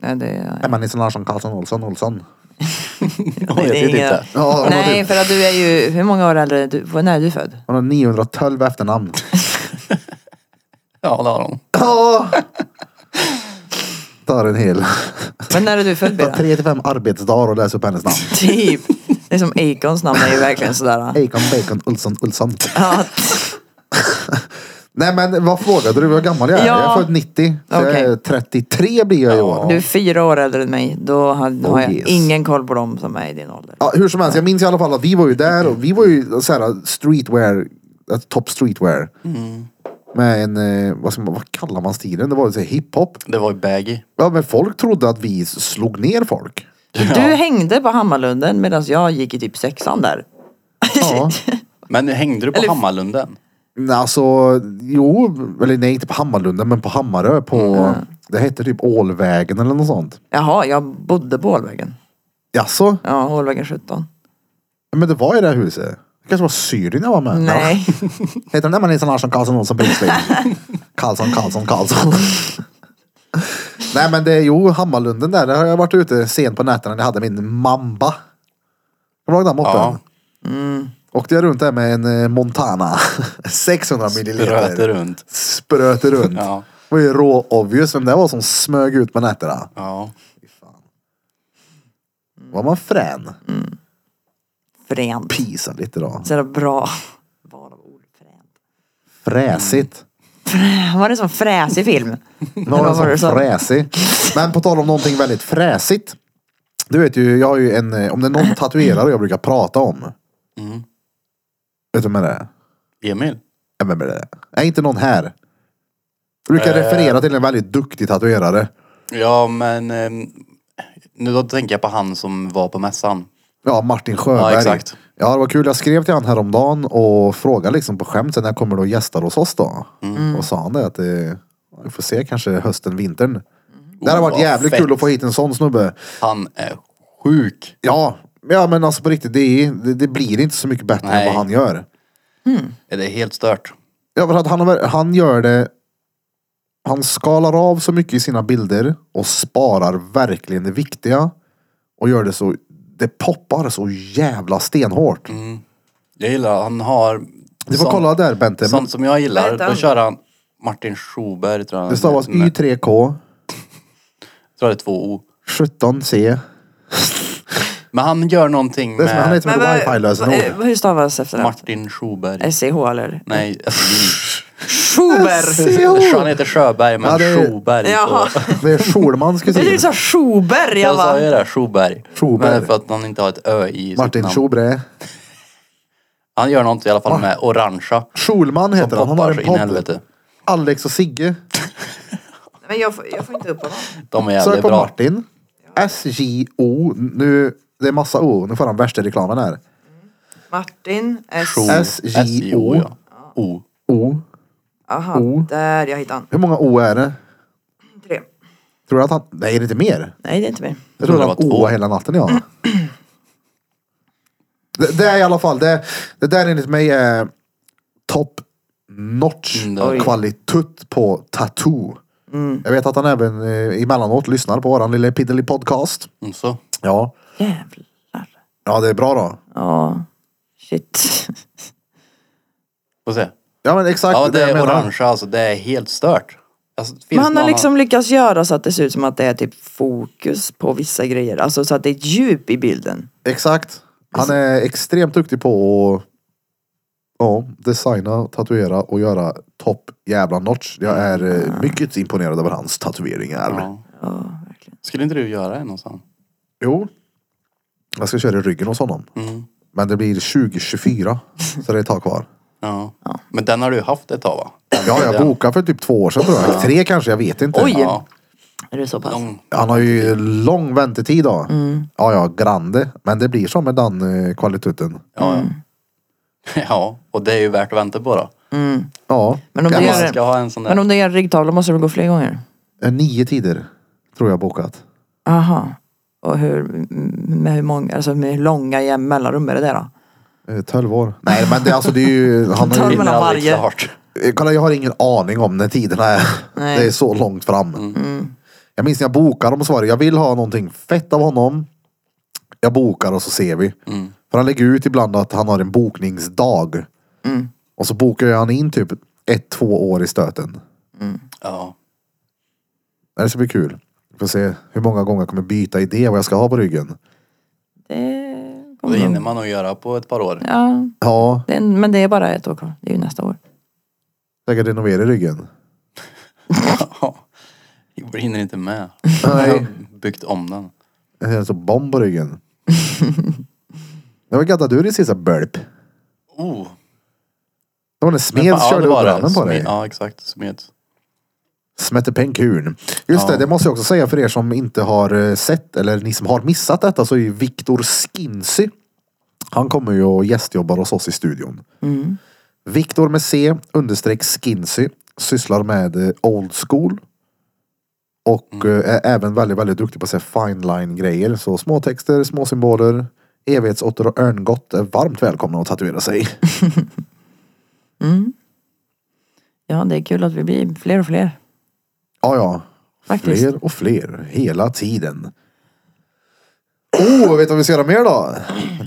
[SPEAKER 2] Nej, det,
[SPEAKER 1] Emma Nilsson Larsson Karlsson Olsson Olsson.
[SPEAKER 3] Oj, jag vet
[SPEAKER 2] inga-
[SPEAKER 3] inte.
[SPEAKER 1] Ja, hon,
[SPEAKER 2] Nej,
[SPEAKER 1] Nej.
[SPEAKER 2] för att du är ju, hur många år äldre, är du, när är du född?
[SPEAKER 1] hon har 912 efternamn.
[SPEAKER 3] Ja, det har de.
[SPEAKER 1] Ja! Tar en hel
[SPEAKER 2] Men när är du född Bira?
[SPEAKER 1] 3 till 5 arbetsdagar och läser upp hennes namn.
[SPEAKER 2] Typ. Det är som Acons namn är ju verkligen sådär.
[SPEAKER 1] Eikon Bacon Olsson Olsson.
[SPEAKER 2] Ja,
[SPEAKER 1] Nej men vad frågade du? Hur gammal jag är?
[SPEAKER 2] Ja.
[SPEAKER 1] Jag är född 90. Så jag är
[SPEAKER 2] Okej.
[SPEAKER 1] 33 blir jag i år.
[SPEAKER 2] du är fyra år äldre än mig. Då har, har jag
[SPEAKER 1] yes.
[SPEAKER 2] ingen koll på dem som är i din ålder.
[SPEAKER 1] Ja, hur som helst, jag minns i alla fall att uh,
[SPEAKER 2] Mm.
[SPEAKER 1] vi var ju där och vi var ju så här streetwear, eh, top streetwear. uh, Med en, eh, vad, ska man, vad kallar man stilen? Det var ju så här hiphop.
[SPEAKER 3] Det var ju baggy.
[SPEAKER 1] Ja men folk trodde att vi slog ner folk.
[SPEAKER 2] Du hängde på Hammarlunden medan jag gick i typ sexan där.
[SPEAKER 1] Ja.
[SPEAKER 3] Men hängde du på
[SPEAKER 2] Eller-
[SPEAKER 3] Hammarlunden?
[SPEAKER 1] Nej, Alltså, jo, eller nej inte på Hammarlunden men på Hammarö på,
[SPEAKER 2] Mm.
[SPEAKER 1] det hette typ Ålvägen eller något sånt.
[SPEAKER 2] Jaha, jag bodde på Hålvägen.
[SPEAKER 1] Jaså?
[SPEAKER 2] Ja, Hålvägen 17.
[SPEAKER 1] Men det var i det här huset. Det kanske var Syrien jag var med.
[SPEAKER 2] Nej.
[SPEAKER 1] Heter den där man Nilsson Larsson Karlsson Olsson Prinsling? Karlsson, Karlsson, Karlsson. Nej men det är jo Hammarlunden där. Där har jag varit ute sent på nätterna när jag hade min mamba. Kommer du ihåg den moppen?
[SPEAKER 3] Ja.
[SPEAKER 1] Åkte jag runt där med en eh, Montana. 600 milliliter.
[SPEAKER 3] Röte runt.
[SPEAKER 1] Spröter runt.
[SPEAKER 3] Ja.
[SPEAKER 1] Det var ju rå obvious vem det var som smög ut på nätterna.
[SPEAKER 3] Ja.
[SPEAKER 1] Fy fan. Var man frän?
[SPEAKER 3] Mm.
[SPEAKER 2] Fränt.
[SPEAKER 1] Pisa lite då.
[SPEAKER 2] Så jävla bra val av ord. Fränt.
[SPEAKER 1] Fräsigt.
[SPEAKER 2] Var det som fräsig film?
[SPEAKER 1] Någon
[SPEAKER 2] Eller vad var
[SPEAKER 1] var
[SPEAKER 2] det
[SPEAKER 1] så
[SPEAKER 2] som-
[SPEAKER 1] fräsig. Men på tal om någonting väldigt fräsigt. Du vet ju, jag har ju en, eh, om det är någon tatuerare jag brukar prata om.
[SPEAKER 3] Mm.
[SPEAKER 1] Vet du vem det är?
[SPEAKER 3] Emil?
[SPEAKER 1] Ja, Vem är det? Nej, inte någon här. Jag brukar referera till en väldigt duktig tatuerare.
[SPEAKER 3] Ja, men eh, nu då tänker jag på han som var på mässan.
[SPEAKER 1] Ja, Martin Sjöberg.
[SPEAKER 3] Ja, exakt.
[SPEAKER 1] Ja, det var kul. Jag skrev till han häromdagen och frågade liksom på skämt sen när jag kommer då gästar hos oss då. Och sa han det att det, vi får se kanske hösten, vintern. Det hade
[SPEAKER 3] Oh,
[SPEAKER 1] varit
[SPEAKER 3] vad
[SPEAKER 1] jävligt
[SPEAKER 3] fett.
[SPEAKER 1] kul att få hit en sån snubbe.
[SPEAKER 3] Han är sjuk.
[SPEAKER 1] Ja, ja men alltså på riktigt, det, är, det, det blir inte så mycket bättre än
[SPEAKER 3] Nej.
[SPEAKER 1] vad han gör.
[SPEAKER 3] Det är helt stört.
[SPEAKER 1] Ja, för att han, har ver- han gör det, han skalar av så mycket i sina bilder och sparar verkligen det viktiga. Och gör det så, det poppar så jävla stenhårt.
[SPEAKER 3] Mm, Jag gillar, han har...
[SPEAKER 1] Du får
[SPEAKER 3] sånt-
[SPEAKER 1] kolla där Bente, men
[SPEAKER 3] Sånt som jag
[SPEAKER 2] Vad
[SPEAKER 3] gillar,
[SPEAKER 2] heter
[SPEAKER 3] då
[SPEAKER 2] han?
[SPEAKER 3] kör han Martin Schuberg tror jag.
[SPEAKER 1] det stavas
[SPEAKER 3] Nej,
[SPEAKER 1] Y3K
[SPEAKER 3] Jag tror det är två O.
[SPEAKER 1] 17C.
[SPEAKER 3] Men han gör någonting
[SPEAKER 1] Det är som, han är
[SPEAKER 3] med
[SPEAKER 1] som ett wifi-lösenord.
[SPEAKER 2] eh, hur stavas efternamnet?
[SPEAKER 3] Martin Schuberg.
[SPEAKER 2] SCH E eller?
[SPEAKER 3] Nej, alltså,
[SPEAKER 2] Schuber!
[SPEAKER 1] SCH.
[SPEAKER 3] han heter Sjöberg men
[SPEAKER 1] Ja, det är-
[SPEAKER 3] Schuberg.
[SPEAKER 2] Jaha.
[SPEAKER 3] Så.
[SPEAKER 1] Det är Schulman skulle
[SPEAKER 2] Jag tyckte du
[SPEAKER 1] säga.
[SPEAKER 2] sa Schuber. Jag
[SPEAKER 3] Jag sa ju
[SPEAKER 2] bara,
[SPEAKER 3] det, Schuberg.
[SPEAKER 1] Schuberg.
[SPEAKER 3] Men det är för att han inte har ett ö i sitt
[SPEAKER 1] Martin Ah.
[SPEAKER 3] namn.
[SPEAKER 1] Schobre.
[SPEAKER 3] Han gör något i alla fall med orangea.
[SPEAKER 1] Schulman heter han, han har
[SPEAKER 3] Poppar
[SPEAKER 1] en
[SPEAKER 3] så in i
[SPEAKER 1] podd.
[SPEAKER 3] helvete.
[SPEAKER 1] Alex och Sigge.
[SPEAKER 2] men jag får, jag får inte upp honom.
[SPEAKER 3] De är
[SPEAKER 1] Sök
[SPEAKER 3] jävligt
[SPEAKER 1] på
[SPEAKER 3] bra.
[SPEAKER 1] Martin. S-J-O. Nu, det är massa O. Nu får han värsta reklamen här.
[SPEAKER 2] Martin S. E
[SPEAKER 3] Sjo-
[SPEAKER 1] S-J-O.
[SPEAKER 3] S-J-O, ja. O.
[SPEAKER 1] O.
[SPEAKER 2] Aha,
[SPEAKER 1] O.
[SPEAKER 2] där jag hittade han.
[SPEAKER 1] Hur många O är det?
[SPEAKER 2] Tre.
[SPEAKER 1] Tror du att han... Nej, det är inte mer.
[SPEAKER 2] Nej, det är inte mer.
[SPEAKER 1] Jag tror
[SPEAKER 3] Det
[SPEAKER 1] att
[SPEAKER 3] var
[SPEAKER 1] han
[SPEAKER 3] två.
[SPEAKER 1] O hela natten, ja. Det, det är i alla fall... Det, det där enligt mig är top notch
[SPEAKER 3] Mm, det är det. Mm.
[SPEAKER 1] kvalitet på tattoo. Jag vet att han även eh, emellanåt lyssnar på våran lilla piddly podcast.
[SPEAKER 3] Mm, Så.
[SPEAKER 1] Ja.
[SPEAKER 2] Jävlar.
[SPEAKER 1] Ja, det är bra då.
[SPEAKER 2] Ja, shit.
[SPEAKER 3] Får se.
[SPEAKER 1] Ja, men exakt
[SPEAKER 3] Ja, det
[SPEAKER 1] jag
[SPEAKER 3] är
[SPEAKER 1] menar.
[SPEAKER 3] orangea alltså. Det är helt stört. Alltså, finns
[SPEAKER 2] Men han
[SPEAKER 3] någon
[SPEAKER 2] har
[SPEAKER 3] annan-
[SPEAKER 2] liksom lyckats göra så att det ser ut som att det är typ fokus på vissa grejer. Alltså så att det är ett djup i bilden.
[SPEAKER 1] Exakt. Han är extremt duktig på att ja, designa, tatuera och göra topp jävla notch. Jag är eh, mycket imponerad över hans tatueringar.
[SPEAKER 3] Ja.
[SPEAKER 2] Ja, verkligen.
[SPEAKER 3] Skulle inte du göra en och sån?
[SPEAKER 1] Jo. Jag ska köra i ryggen hos honom.
[SPEAKER 3] Mm.
[SPEAKER 1] Men det blir 2024. Så det är ett tag kvar.
[SPEAKER 3] Ja. Men den har du haft ett tag va?
[SPEAKER 1] Ja, jag bokade för typ två år sedan tror jag. Tre kanske, jag vet inte.
[SPEAKER 2] Oj.
[SPEAKER 3] Ja.
[SPEAKER 2] Är det så pass?
[SPEAKER 3] Lång.
[SPEAKER 1] Han har ju lång väntetid då. Ja, ja, grande. Men det blir så med den eh, kvaliteten.
[SPEAKER 3] Ja,
[SPEAKER 2] Mm.
[SPEAKER 3] ja. ja, och det är ju värt att vänta på då.
[SPEAKER 1] Ja,
[SPEAKER 2] Men om
[SPEAKER 1] kan
[SPEAKER 2] du
[SPEAKER 1] man-
[SPEAKER 2] gör
[SPEAKER 3] Man ska ha en sån där.
[SPEAKER 2] Men om det är en riggtavla måste det gå fler gånger?
[SPEAKER 1] eh, nio tider tror jag bokat.
[SPEAKER 2] Aha. Och hur, m- med hur många, alltså med hur långa jäm- mellanrum är det där då?
[SPEAKER 1] Eh, 12 år. Nej men det, alltså, det är ju... Han har ju
[SPEAKER 2] Tolv- mellan
[SPEAKER 3] Hinner aldrig
[SPEAKER 2] varje.
[SPEAKER 3] klart.
[SPEAKER 1] Eh, kolla, jag har ingen aning om när tiderna är.
[SPEAKER 2] Nej.
[SPEAKER 1] Det är så långt fram. Jag minns när jag bokade dem och så var det, jag vill ha någonting fett av honom. Jag bokar och så ser vi. För han lägger ut ibland att han har en bokningsdag. Och så bokar jag han in typ ett, två år i stöten.
[SPEAKER 3] Ja.
[SPEAKER 1] Det ska bli kul. Vi får se hur många gånger jag kommer byta idé vad jag ska ha på ryggen.
[SPEAKER 2] Det
[SPEAKER 3] Och det
[SPEAKER 2] kommer nog-
[SPEAKER 3] hinner man nog göra på ett par år.
[SPEAKER 2] Ja,
[SPEAKER 1] Ja,
[SPEAKER 2] det är, en- men det är bara ett år kvar. Det är ju nästa år.
[SPEAKER 1] säkert renovera ryggen.
[SPEAKER 3] Ja. Jag hinner inte med.
[SPEAKER 1] Nej.
[SPEAKER 3] Jag har byggt om den.
[SPEAKER 1] Jag ser en sån bomb på ryggen. Det var gött att du är din sista burp.
[SPEAKER 3] Oh.
[SPEAKER 1] Det var när Smed
[SPEAKER 3] fan,
[SPEAKER 1] körde
[SPEAKER 3] det
[SPEAKER 1] upp
[SPEAKER 3] var det.
[SPEAKER 1] röven på
[SPEAKER 3] Smed-
[SPEAKER 1] dig.
[SPEAKER 3] Ja, exakt. Smet.
[SPEAKER 1] Smette Penkun. Just
[SPEAKER 3] Ja.
[SPEAKER 1] det, det måste jag också säga för er som inte har eh, sett eller ni som har missat detta så är ju Viktor Skinsy. Han kommer ju och gästjobbar hos oss i studion.
[SPEAKER 2] Mm.
[SPEAKER 1] Viktor med C understreck Skinsy sysslar med eh, old school. Och
[SPEAKER 3] Mm.
[SPEAKER 1] eh, är även väldigt, väldigt duktig på att säga fine line grejer. Så små texter, små symboler. Evighetsotter och örngott är varmt välkomna att tatuera sig.
[SPEAKER 2] Ja, det är kul att vi blir fler och fler.
[SPEAKER 1] Ja, ja.
[SPEAKER 2] Faktiskt.
[SPEAKER 1] Fler och fler hela tiden. Oh, vet du vad vi ska göra mer då?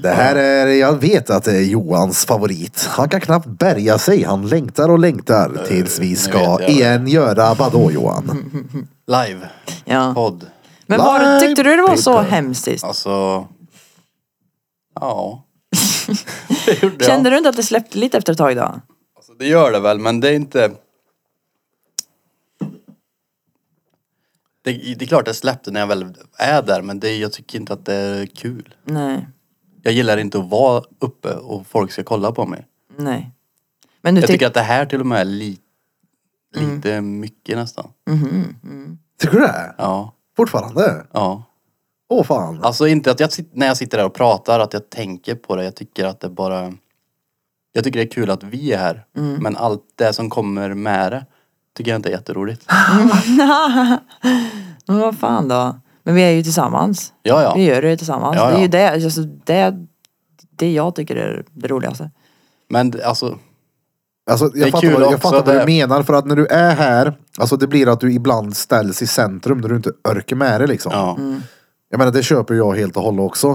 [SPEAKER 1] Det här är, jag vet att det är Johans favorit. Han kan knappt bärga sig. Han längtar och längtar tills vi ska
[SPEAKER 3] Eh, vet jag.
[SPEAKER 1] igen göra vadå Johan?
[SPEAKER 3] Live.
[SPEAKER 2] Ja.
[SPEAKER 3] Podd.
[SPEAKER 2] Men var,
[SPEAKER 1] Live
[SPEAKER 2] tyckte du det var så
[SPEAKER 1] paper.
[SPEAKER 2] hemskt sist?
[SPEAKER 3] Alltså... Ja. det gjorde jag.
[SPEAKER 2] Kände du inte att det släppte lite efter ett tag då?
[SPEAKER 3] Alltså, det gör det väl, men det är inte... Det, det är klart det släppte när jag väl är där, men det, jag tycker inte att det är kul.
[SPEAKER 2] Nej.
[SPEAKER 3] Jag gillar inte att vara uppe och folk ska kolla på mig.
[SPEAKER 2] Nej. Men du
[SPEAKER 3] Jag tycker
[SPEAKER 2] tycker...
[SPEAKER 3] att det här till och med är li, lite mycket nästan.
[SPEAKER 1] Tycker du det?
[SPEAKER 3] Ja,
[SPEAKER 1] Fortfarande?
[SPEAKER 3] ja.
[SPEAKER 1] Åh fan.
[SPEAKER 3] Alltså inte att jag sit- när jag sitter där och pratar att jag tänker på det. Jag tycker att det bara... Jag tycker det är kul att vi är här. Men allt det som kommer med det tycker jag inte är jätteroligt.
[SPEAKER 2] Men vad fan då? Men vi är ju tillsammans.
[SPEAKER 3] Ja, ja.
[SPEAKER 2] Vi gör det ju tillsammans.
[SPEAKER 3] Ja, ja.
[SPEAKER 2] Det är ju det, alltså, det, det jag tycker är det roligaste.
[SPEAKER 3] Men d- alltså,
[SPEAKER 1] Alltså,
[SPEAKER 3] Det är
[SPEAKER 1] jag fattar,
[SPEAKER 3] kul
[SPEAKER 1] vad, jag
[SPEAKER 3] också
[SPEAKER 1] fattar vad
[SPEAKER 3] det-
[SPEAKER 1] du menar för att när du är här, alltså det blir att du ibland ställs i centrum när du inte örker med det liksom.
[SPEAKER 3] ja.
[SPEAKER 1] Jag menar det köper jag helt och hållet också.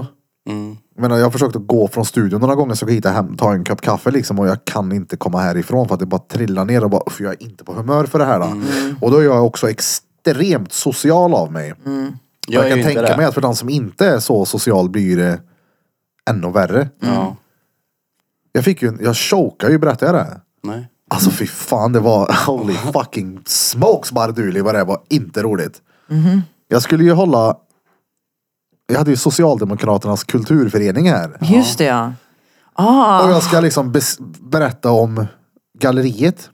[SPEAKER 3] Mm.
[SPEAKER 1] Jag menar, jag har försökt att gå från studion några gånger så jag hit och hem, ta en kopp kaffe liksom och jag kan inte komma härifrån för att det bara trillar ner och bara för jag är inte på humör för det här då.
[SPEAKER 3] Mm.
[SPEAKER 1] Och då är jag också extremt social av mig.
[SPEAKER 3] Mm. Jag
[SPEAKER 1] jag
[SPEAKER 3] är
[SPEAKER 1] kan
[SPEAKER 3] ju inte
[SPEAKER 1] tänka
[SPEAKER 3] det.
[SPEAKER 1] mig att för den som inte är så social blir det ännu värre.
[SPEAKER 3] Ja.
[SPEAKER 1] Jag fick ju, en- jag chokade ju berättade jag det?
[SPEAKER 3] Nej.
[SPEAKER 1] Alltså fy fan det var holy fucking smokes barduli vad det var inte roligt.
[SPEAKER 3] Mm-hmm.
[SPEAKER 1] Jag skulle ju hålla jag hade ju Socialdemokraternas kulturförening här.
[SPEAKER 2] Just det ja. Ah,
[SPEAKER 1] Och jag ska liksom bes- berätta om galleriet.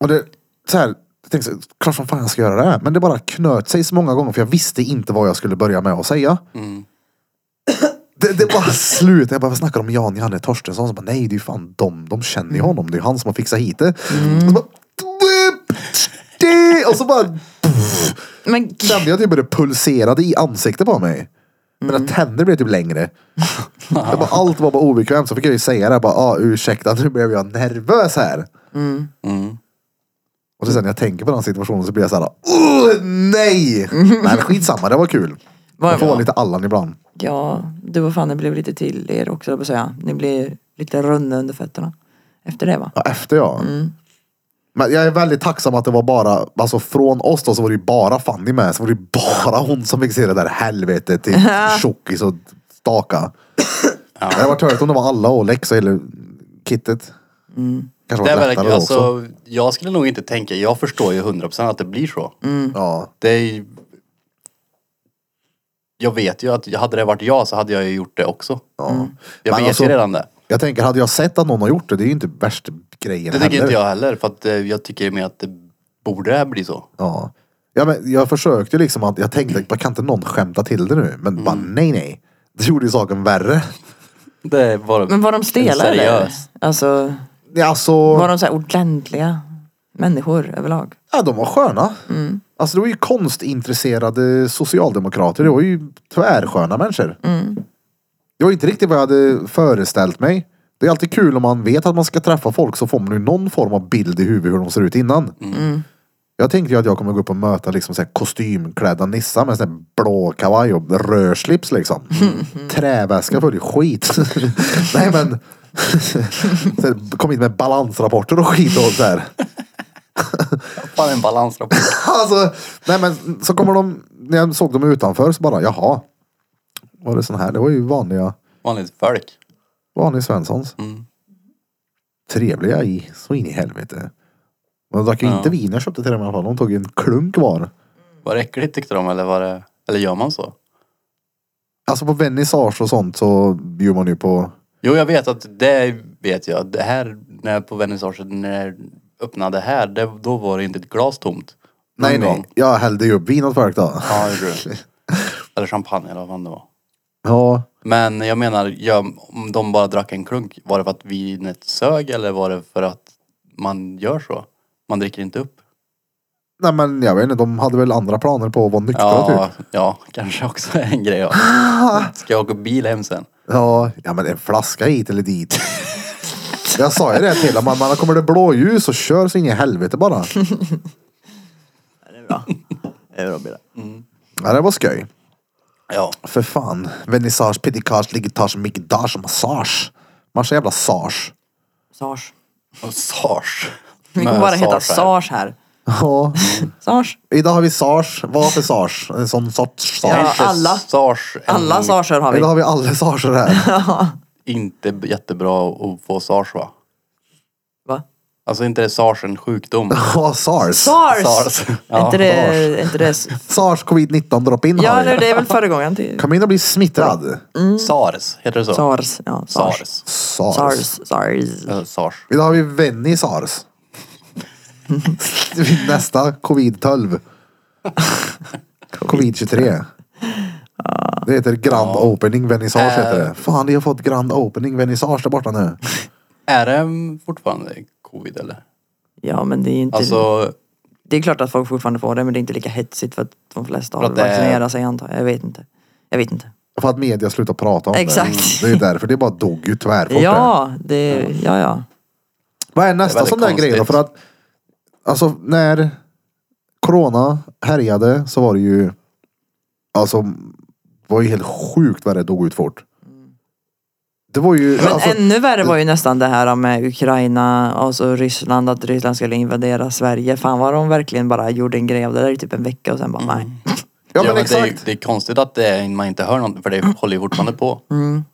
[SPEAKER 1] Och det, så här, jag tänkte så här, klart som fan jag ska göra det här. Men det bara knöt sig så många gånger för jag visste inte vad jag skulle börja med att säga. Det, det bara slut. Jag bara, vad snackar de om Jan Janne Torstensson? Så bara, nej, det är ju fan de, de känner ju honom. Det är ju han som har fixat hit det. Och, så bara, det, och så bara
[SPEAKER 2] men
[SPEAKER 1] kände jag typ hur det pulserade i ansiktet på mig. Mina tänder blev typ längre. Jag bara, allt var bara obekvämt. Så fick jag ju säga det. Jag bara, ah, ursäkta, nu blev jag nervös här.
[SPEAKER 3] Mm.
[SPEAKER 1] Och så sen när jag tänker på den situationen så blir jag så här, oh, nej! Nej, men skitsamma, det var kul.
[SPEAKER 2] Var-
[SPEAKER 1] Man får vara lite Allan ibland.
[SPEAKER 2] ja, du och Fanny blev lite till er också jag vill säga. Ni blev lite runda under fötterna. Efter det va?
[SPEAKER 1] Ja, efter ja. Men jag är väldigt tacksam att det var bara, alltså från oss då så var det ju bara Fanny med. Så var det ju bara hon som fick se det där helvetet till tjockis och staka.
[SPEAKER 3] Ja.
[SPEAKER 1] Det var törligt om det var alla och Lex och hela kittet. Kanske
[SPEAKER 3] Det
[SPEAKER 1] var
[SPEAKER 3] är
[SPEAKER 1] det
[SPEAKER 3] verkligen,
[SPEAKER 1] lättare då också.
[SPEAKER 3] alltså, jag skulle nog inte tänka, jag förstår ju 100% att det blir så.
[SPEAKER 1] Ja.
[SPEAKER 3] Det är ju... Jag vet ju att hade det varit jag så hade jag ju gjort det också. Jag
[SPEAKER 1] Men
[SPEAKER 3] vet
[SPEAKER 1] alltså-
[SPEAKER 3] ju redan det.
[SPEAKER 1] Jag tänker, hade jag sett att någon har gjort det, det är ju inte värsta grejen
[SPEAKER 3] Det tycker
[SPEAKER 1] heller.
[SPEAKER 3] inte jag heller för att eh, jag tycker mer att det borde bli så.
[SPEAKER 1] Ja. Ja, men jag försökte liksom att jag tänkte, bara, kan inte någon skämta till det nu? Men bara nej nej. Det gjorde ju saken värre.
[SPEAKER 3] Det var
[SPEAKER 2] Men var de stela eller?
[SPEAKER 3] Seriös.
[SPEAKER 2] Alltså,
[SPEAKER 1] Ja, Alltså,
[SPEAKER 2] var de så här ordentliga människor överlag?
[SPEAKER 1] ja, de var sköna. Alltså det var ju konstintresserade socialdemokrater. Det var ju tvärsköna människor. Det var ju inte riktigt vad jag hade föreställt mig. Det är alltid kul om man vet att man ska träffa folk så får man ju någon form av bild i huvudet hur de ser ut innan. Jag tänkte ju att jag kommer gå upp och möta liksom så här kostymklädda nissar med sån här blå kavaj och rörslips liksom. Träväska full i skit. Nej men. så här, kom hit med balansrapporter och skit och så här.
[SPEAKER 3] Fan en balansrapport.
[SPEAKER 1] Alltså, nej men så kommer de, när jag såg dem utanför så bara jaha. Var det sån här? Det var ju vanliga,
[SPEAKER 3] Vanligt folk.
[SPEAKER 1] vanliga Svenssons.
[SPEAKER 3] Mm.
[SPEAKER 1] Trevliga i, så in i helvete. Men de drack ju inte vin jag köpte till dem i alla fall. De tog ju en klunk var.
[SPEAKER 3] Var det äckligt tyckte de eller var det... Eller gör man så?
[SPEAKER 1] Alltså på vernissage och sånt så bjuder man ju på
[SPEAKER 3] Jo jag vet att det vet jag. Det här när på vernissagen när jag öppnade här, det, då var det inte ett glas tomt. Någon
[SPEAKER 1] Nej, nej.
[SPEAKER 3] gång.
[SPEAKER 1] Jag hällde ju upp vin åt folk då.
[SPEAKER 3] Ja, det gjorde du. Eller champagne eller vad fan det var.
[SPEAKER 1] Ja.
[SPEAKER 3] Men jag menar, ja, om de bara drack en klunk, var det för att vinet sög eller var det för att man gör så? Man dricker inte upp.
[SPEAKER 1] Nej men jag vet inte, de hade väl andra planer på att vara nyktra
[SPEAKER 3] Ja,
[SPEAKER 1] typ.
[SPEAKER 3] ja, kanske också en grej. Ja. Ska jag åka bil hem sen?
[SPEAKER 1] Ja, ja men en flaska hit eller dit. jag sa ju det till dem, man, man kommer det blåljus och kör så in i helvete bara.
[SPEAKER 2] Det är bra. Det är bra Birra.
[SPEAKER 1] Ja, det var skoj.
[SPEAKER 3] Ja,
[SPEAKER 1] För fan. Vernissage, pedikage, ligitage, migdage, massage. Massa jävla sage.
[SPEAKER 2] Sars.
[SPEAKER 3] och sars.
[SPEAKER 2] Det kommer bara heta
[SPEAKER 3] Sars här.
[SPEAKER 2] Sars här.
[SPEAKER 1] Ja.
[SPEAKER 2] Sars.
[SPEAKER 1] Idag har vi sage. Vad för sage? En sån sorts
[SPEAKER 3] Det är
[SPEAKER 1] sage.
[SPEAKER 2] Ja.
[SPEAKER 3] inte
[SPEAKER 2] alla.
[SPEAKER 3] Sars en-
[SPEAKER 2] Alla sarser har vi.
[SPEAKER 1] Idag har vi alla sager här.
[SPEAKER 3] Inte jättebra att få sars va?
[SPEAKER 2] Va?
[SPEAKER 3] Alltså inte är sars en sjukdom.
[SPEAKER 1] Ja, sars.
[SPEAKER 2] Sars!
[SPEAKER 3] Sars.
[SPEAKER 2] Är
[SPEAKER 3] Ja,
[SPEAKER 2] inte det... Är inte det
[SPEAKER 1] Sars covid-19 drop-in
[SPEAKER 2] ja,
[SPEAKER 1] har vi.
[SPEAKER 2] eller det Mm. är väl föregångaren till...
[SPEAKER 1] Kom in och bli smittrad.
[SPEAKER 3] Sars, heter det så?
[SPEAKER 2] Sars. Ja, Sars. Sars.
[SPEAKER 3] Sars.
[SPEAKER 1] Sars.
[SPEAKER 2] Sars.
[SPEAKER 3] Eller sars.
[SPEAKER 1] Idag har vi Venny sars. Nästa covid-12. Covid-23. Det heter Grand Opening Vernissage heter
[SPEAKER 2] Eh.
[SPEAKER 1] det. Fan, de har fått Grand Opening Vernissage där borta nu.
[SPEAKER 3] Är det fortfarande covid eller?
[SPEAKER 2] Ja, men det är inte...
[SPEAKER 3] Alltså,
[SPEAKER 2] Det är klart att folk fortfarande får det, men det är inte lika hetsigt för att de flesta har
[SPEAKER 3] För att det är-
[SPEAKER 2] vaccinerat sig antar jag. Jag vet inte. Jag vet inte.
[SPEAKER 1] För att media slutar prata om
[SPEAKER 2] Exakt.
[SPEAKER 1] det. Det är därför det bara dog ju tvärfort. där.
[SPEAKER 2] Ja, det... Ja, ja.
[SPEAKER 1] Vad är
[SPEAKER 3] Det är
[SPEAKER 1] nästa
[SPEAKER 3] väldigt
[SPEAKER 1] sån där grej då?
[SPEAKER 3] konstigt.
[SPEAKER 1] För att alltså när corona härjade så var det ju alltså det var ju helt sjukt vad det dog ut fort. Det var ju
[SPEAKER 2] Men
[SPEAKER 1] alltså,
[SPEAKER 2] ännu värre var ju nästan det här med Ukraina, alltså Ryssland, att Ryssland skulle invadera Sverige. Fan vad de verkligen bara gjorde en grej av det där i typ en vecka och sen bara nej.
[SPEAKER 1] ja, men
[SPEAKER 3] det, är,
[SPEAKER 1] exakt.
[SPEAKER 3] det är konstigt att det är, man inte hör någonting för det håller ju fortfarande på.
[SPEAKER 2] Mm.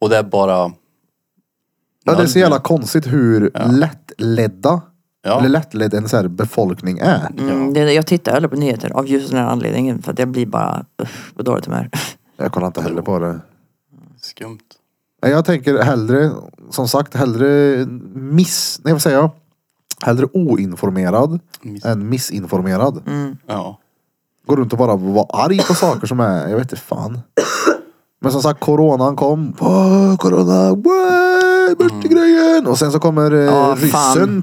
[SPEAKER 3] Och det är bara...
[SPEAKER 1] ja, det är så jävla konstigt hur lättledda
[SPEAKER 3] Ja.
[SPEAKER 1] eller lättledd en så här befolkning är.
[SPEAKER 2] Mm, det, jag tittar aldrig på nyheter av just den här anledningen för att jag blir bara uff, på dåligt humör.
[SPEAKER 1] Jag kollar inte heller på det.
[SPEAKER 3] Skumt.
[SPEAKER 1] Nej, Jag tänker hellre, som sagt, hellre miss... Nej, vad säger jag? Hellre oinformerad
[SPEAKER 3] Miss-
[SPEAKER 1] än missinformerad.
[SPEAKER 3] Ja.
[SPEAKER 1] Går runt och bara vara arg på saker som är, jag vet inte fan. Men som sagt, coronan kom. Åh, corona, wow, bort till grejen. Och sen så kommer eh,
[SPEAKER 2] Mm. Ja,
[SPEAKER 1] ryssen,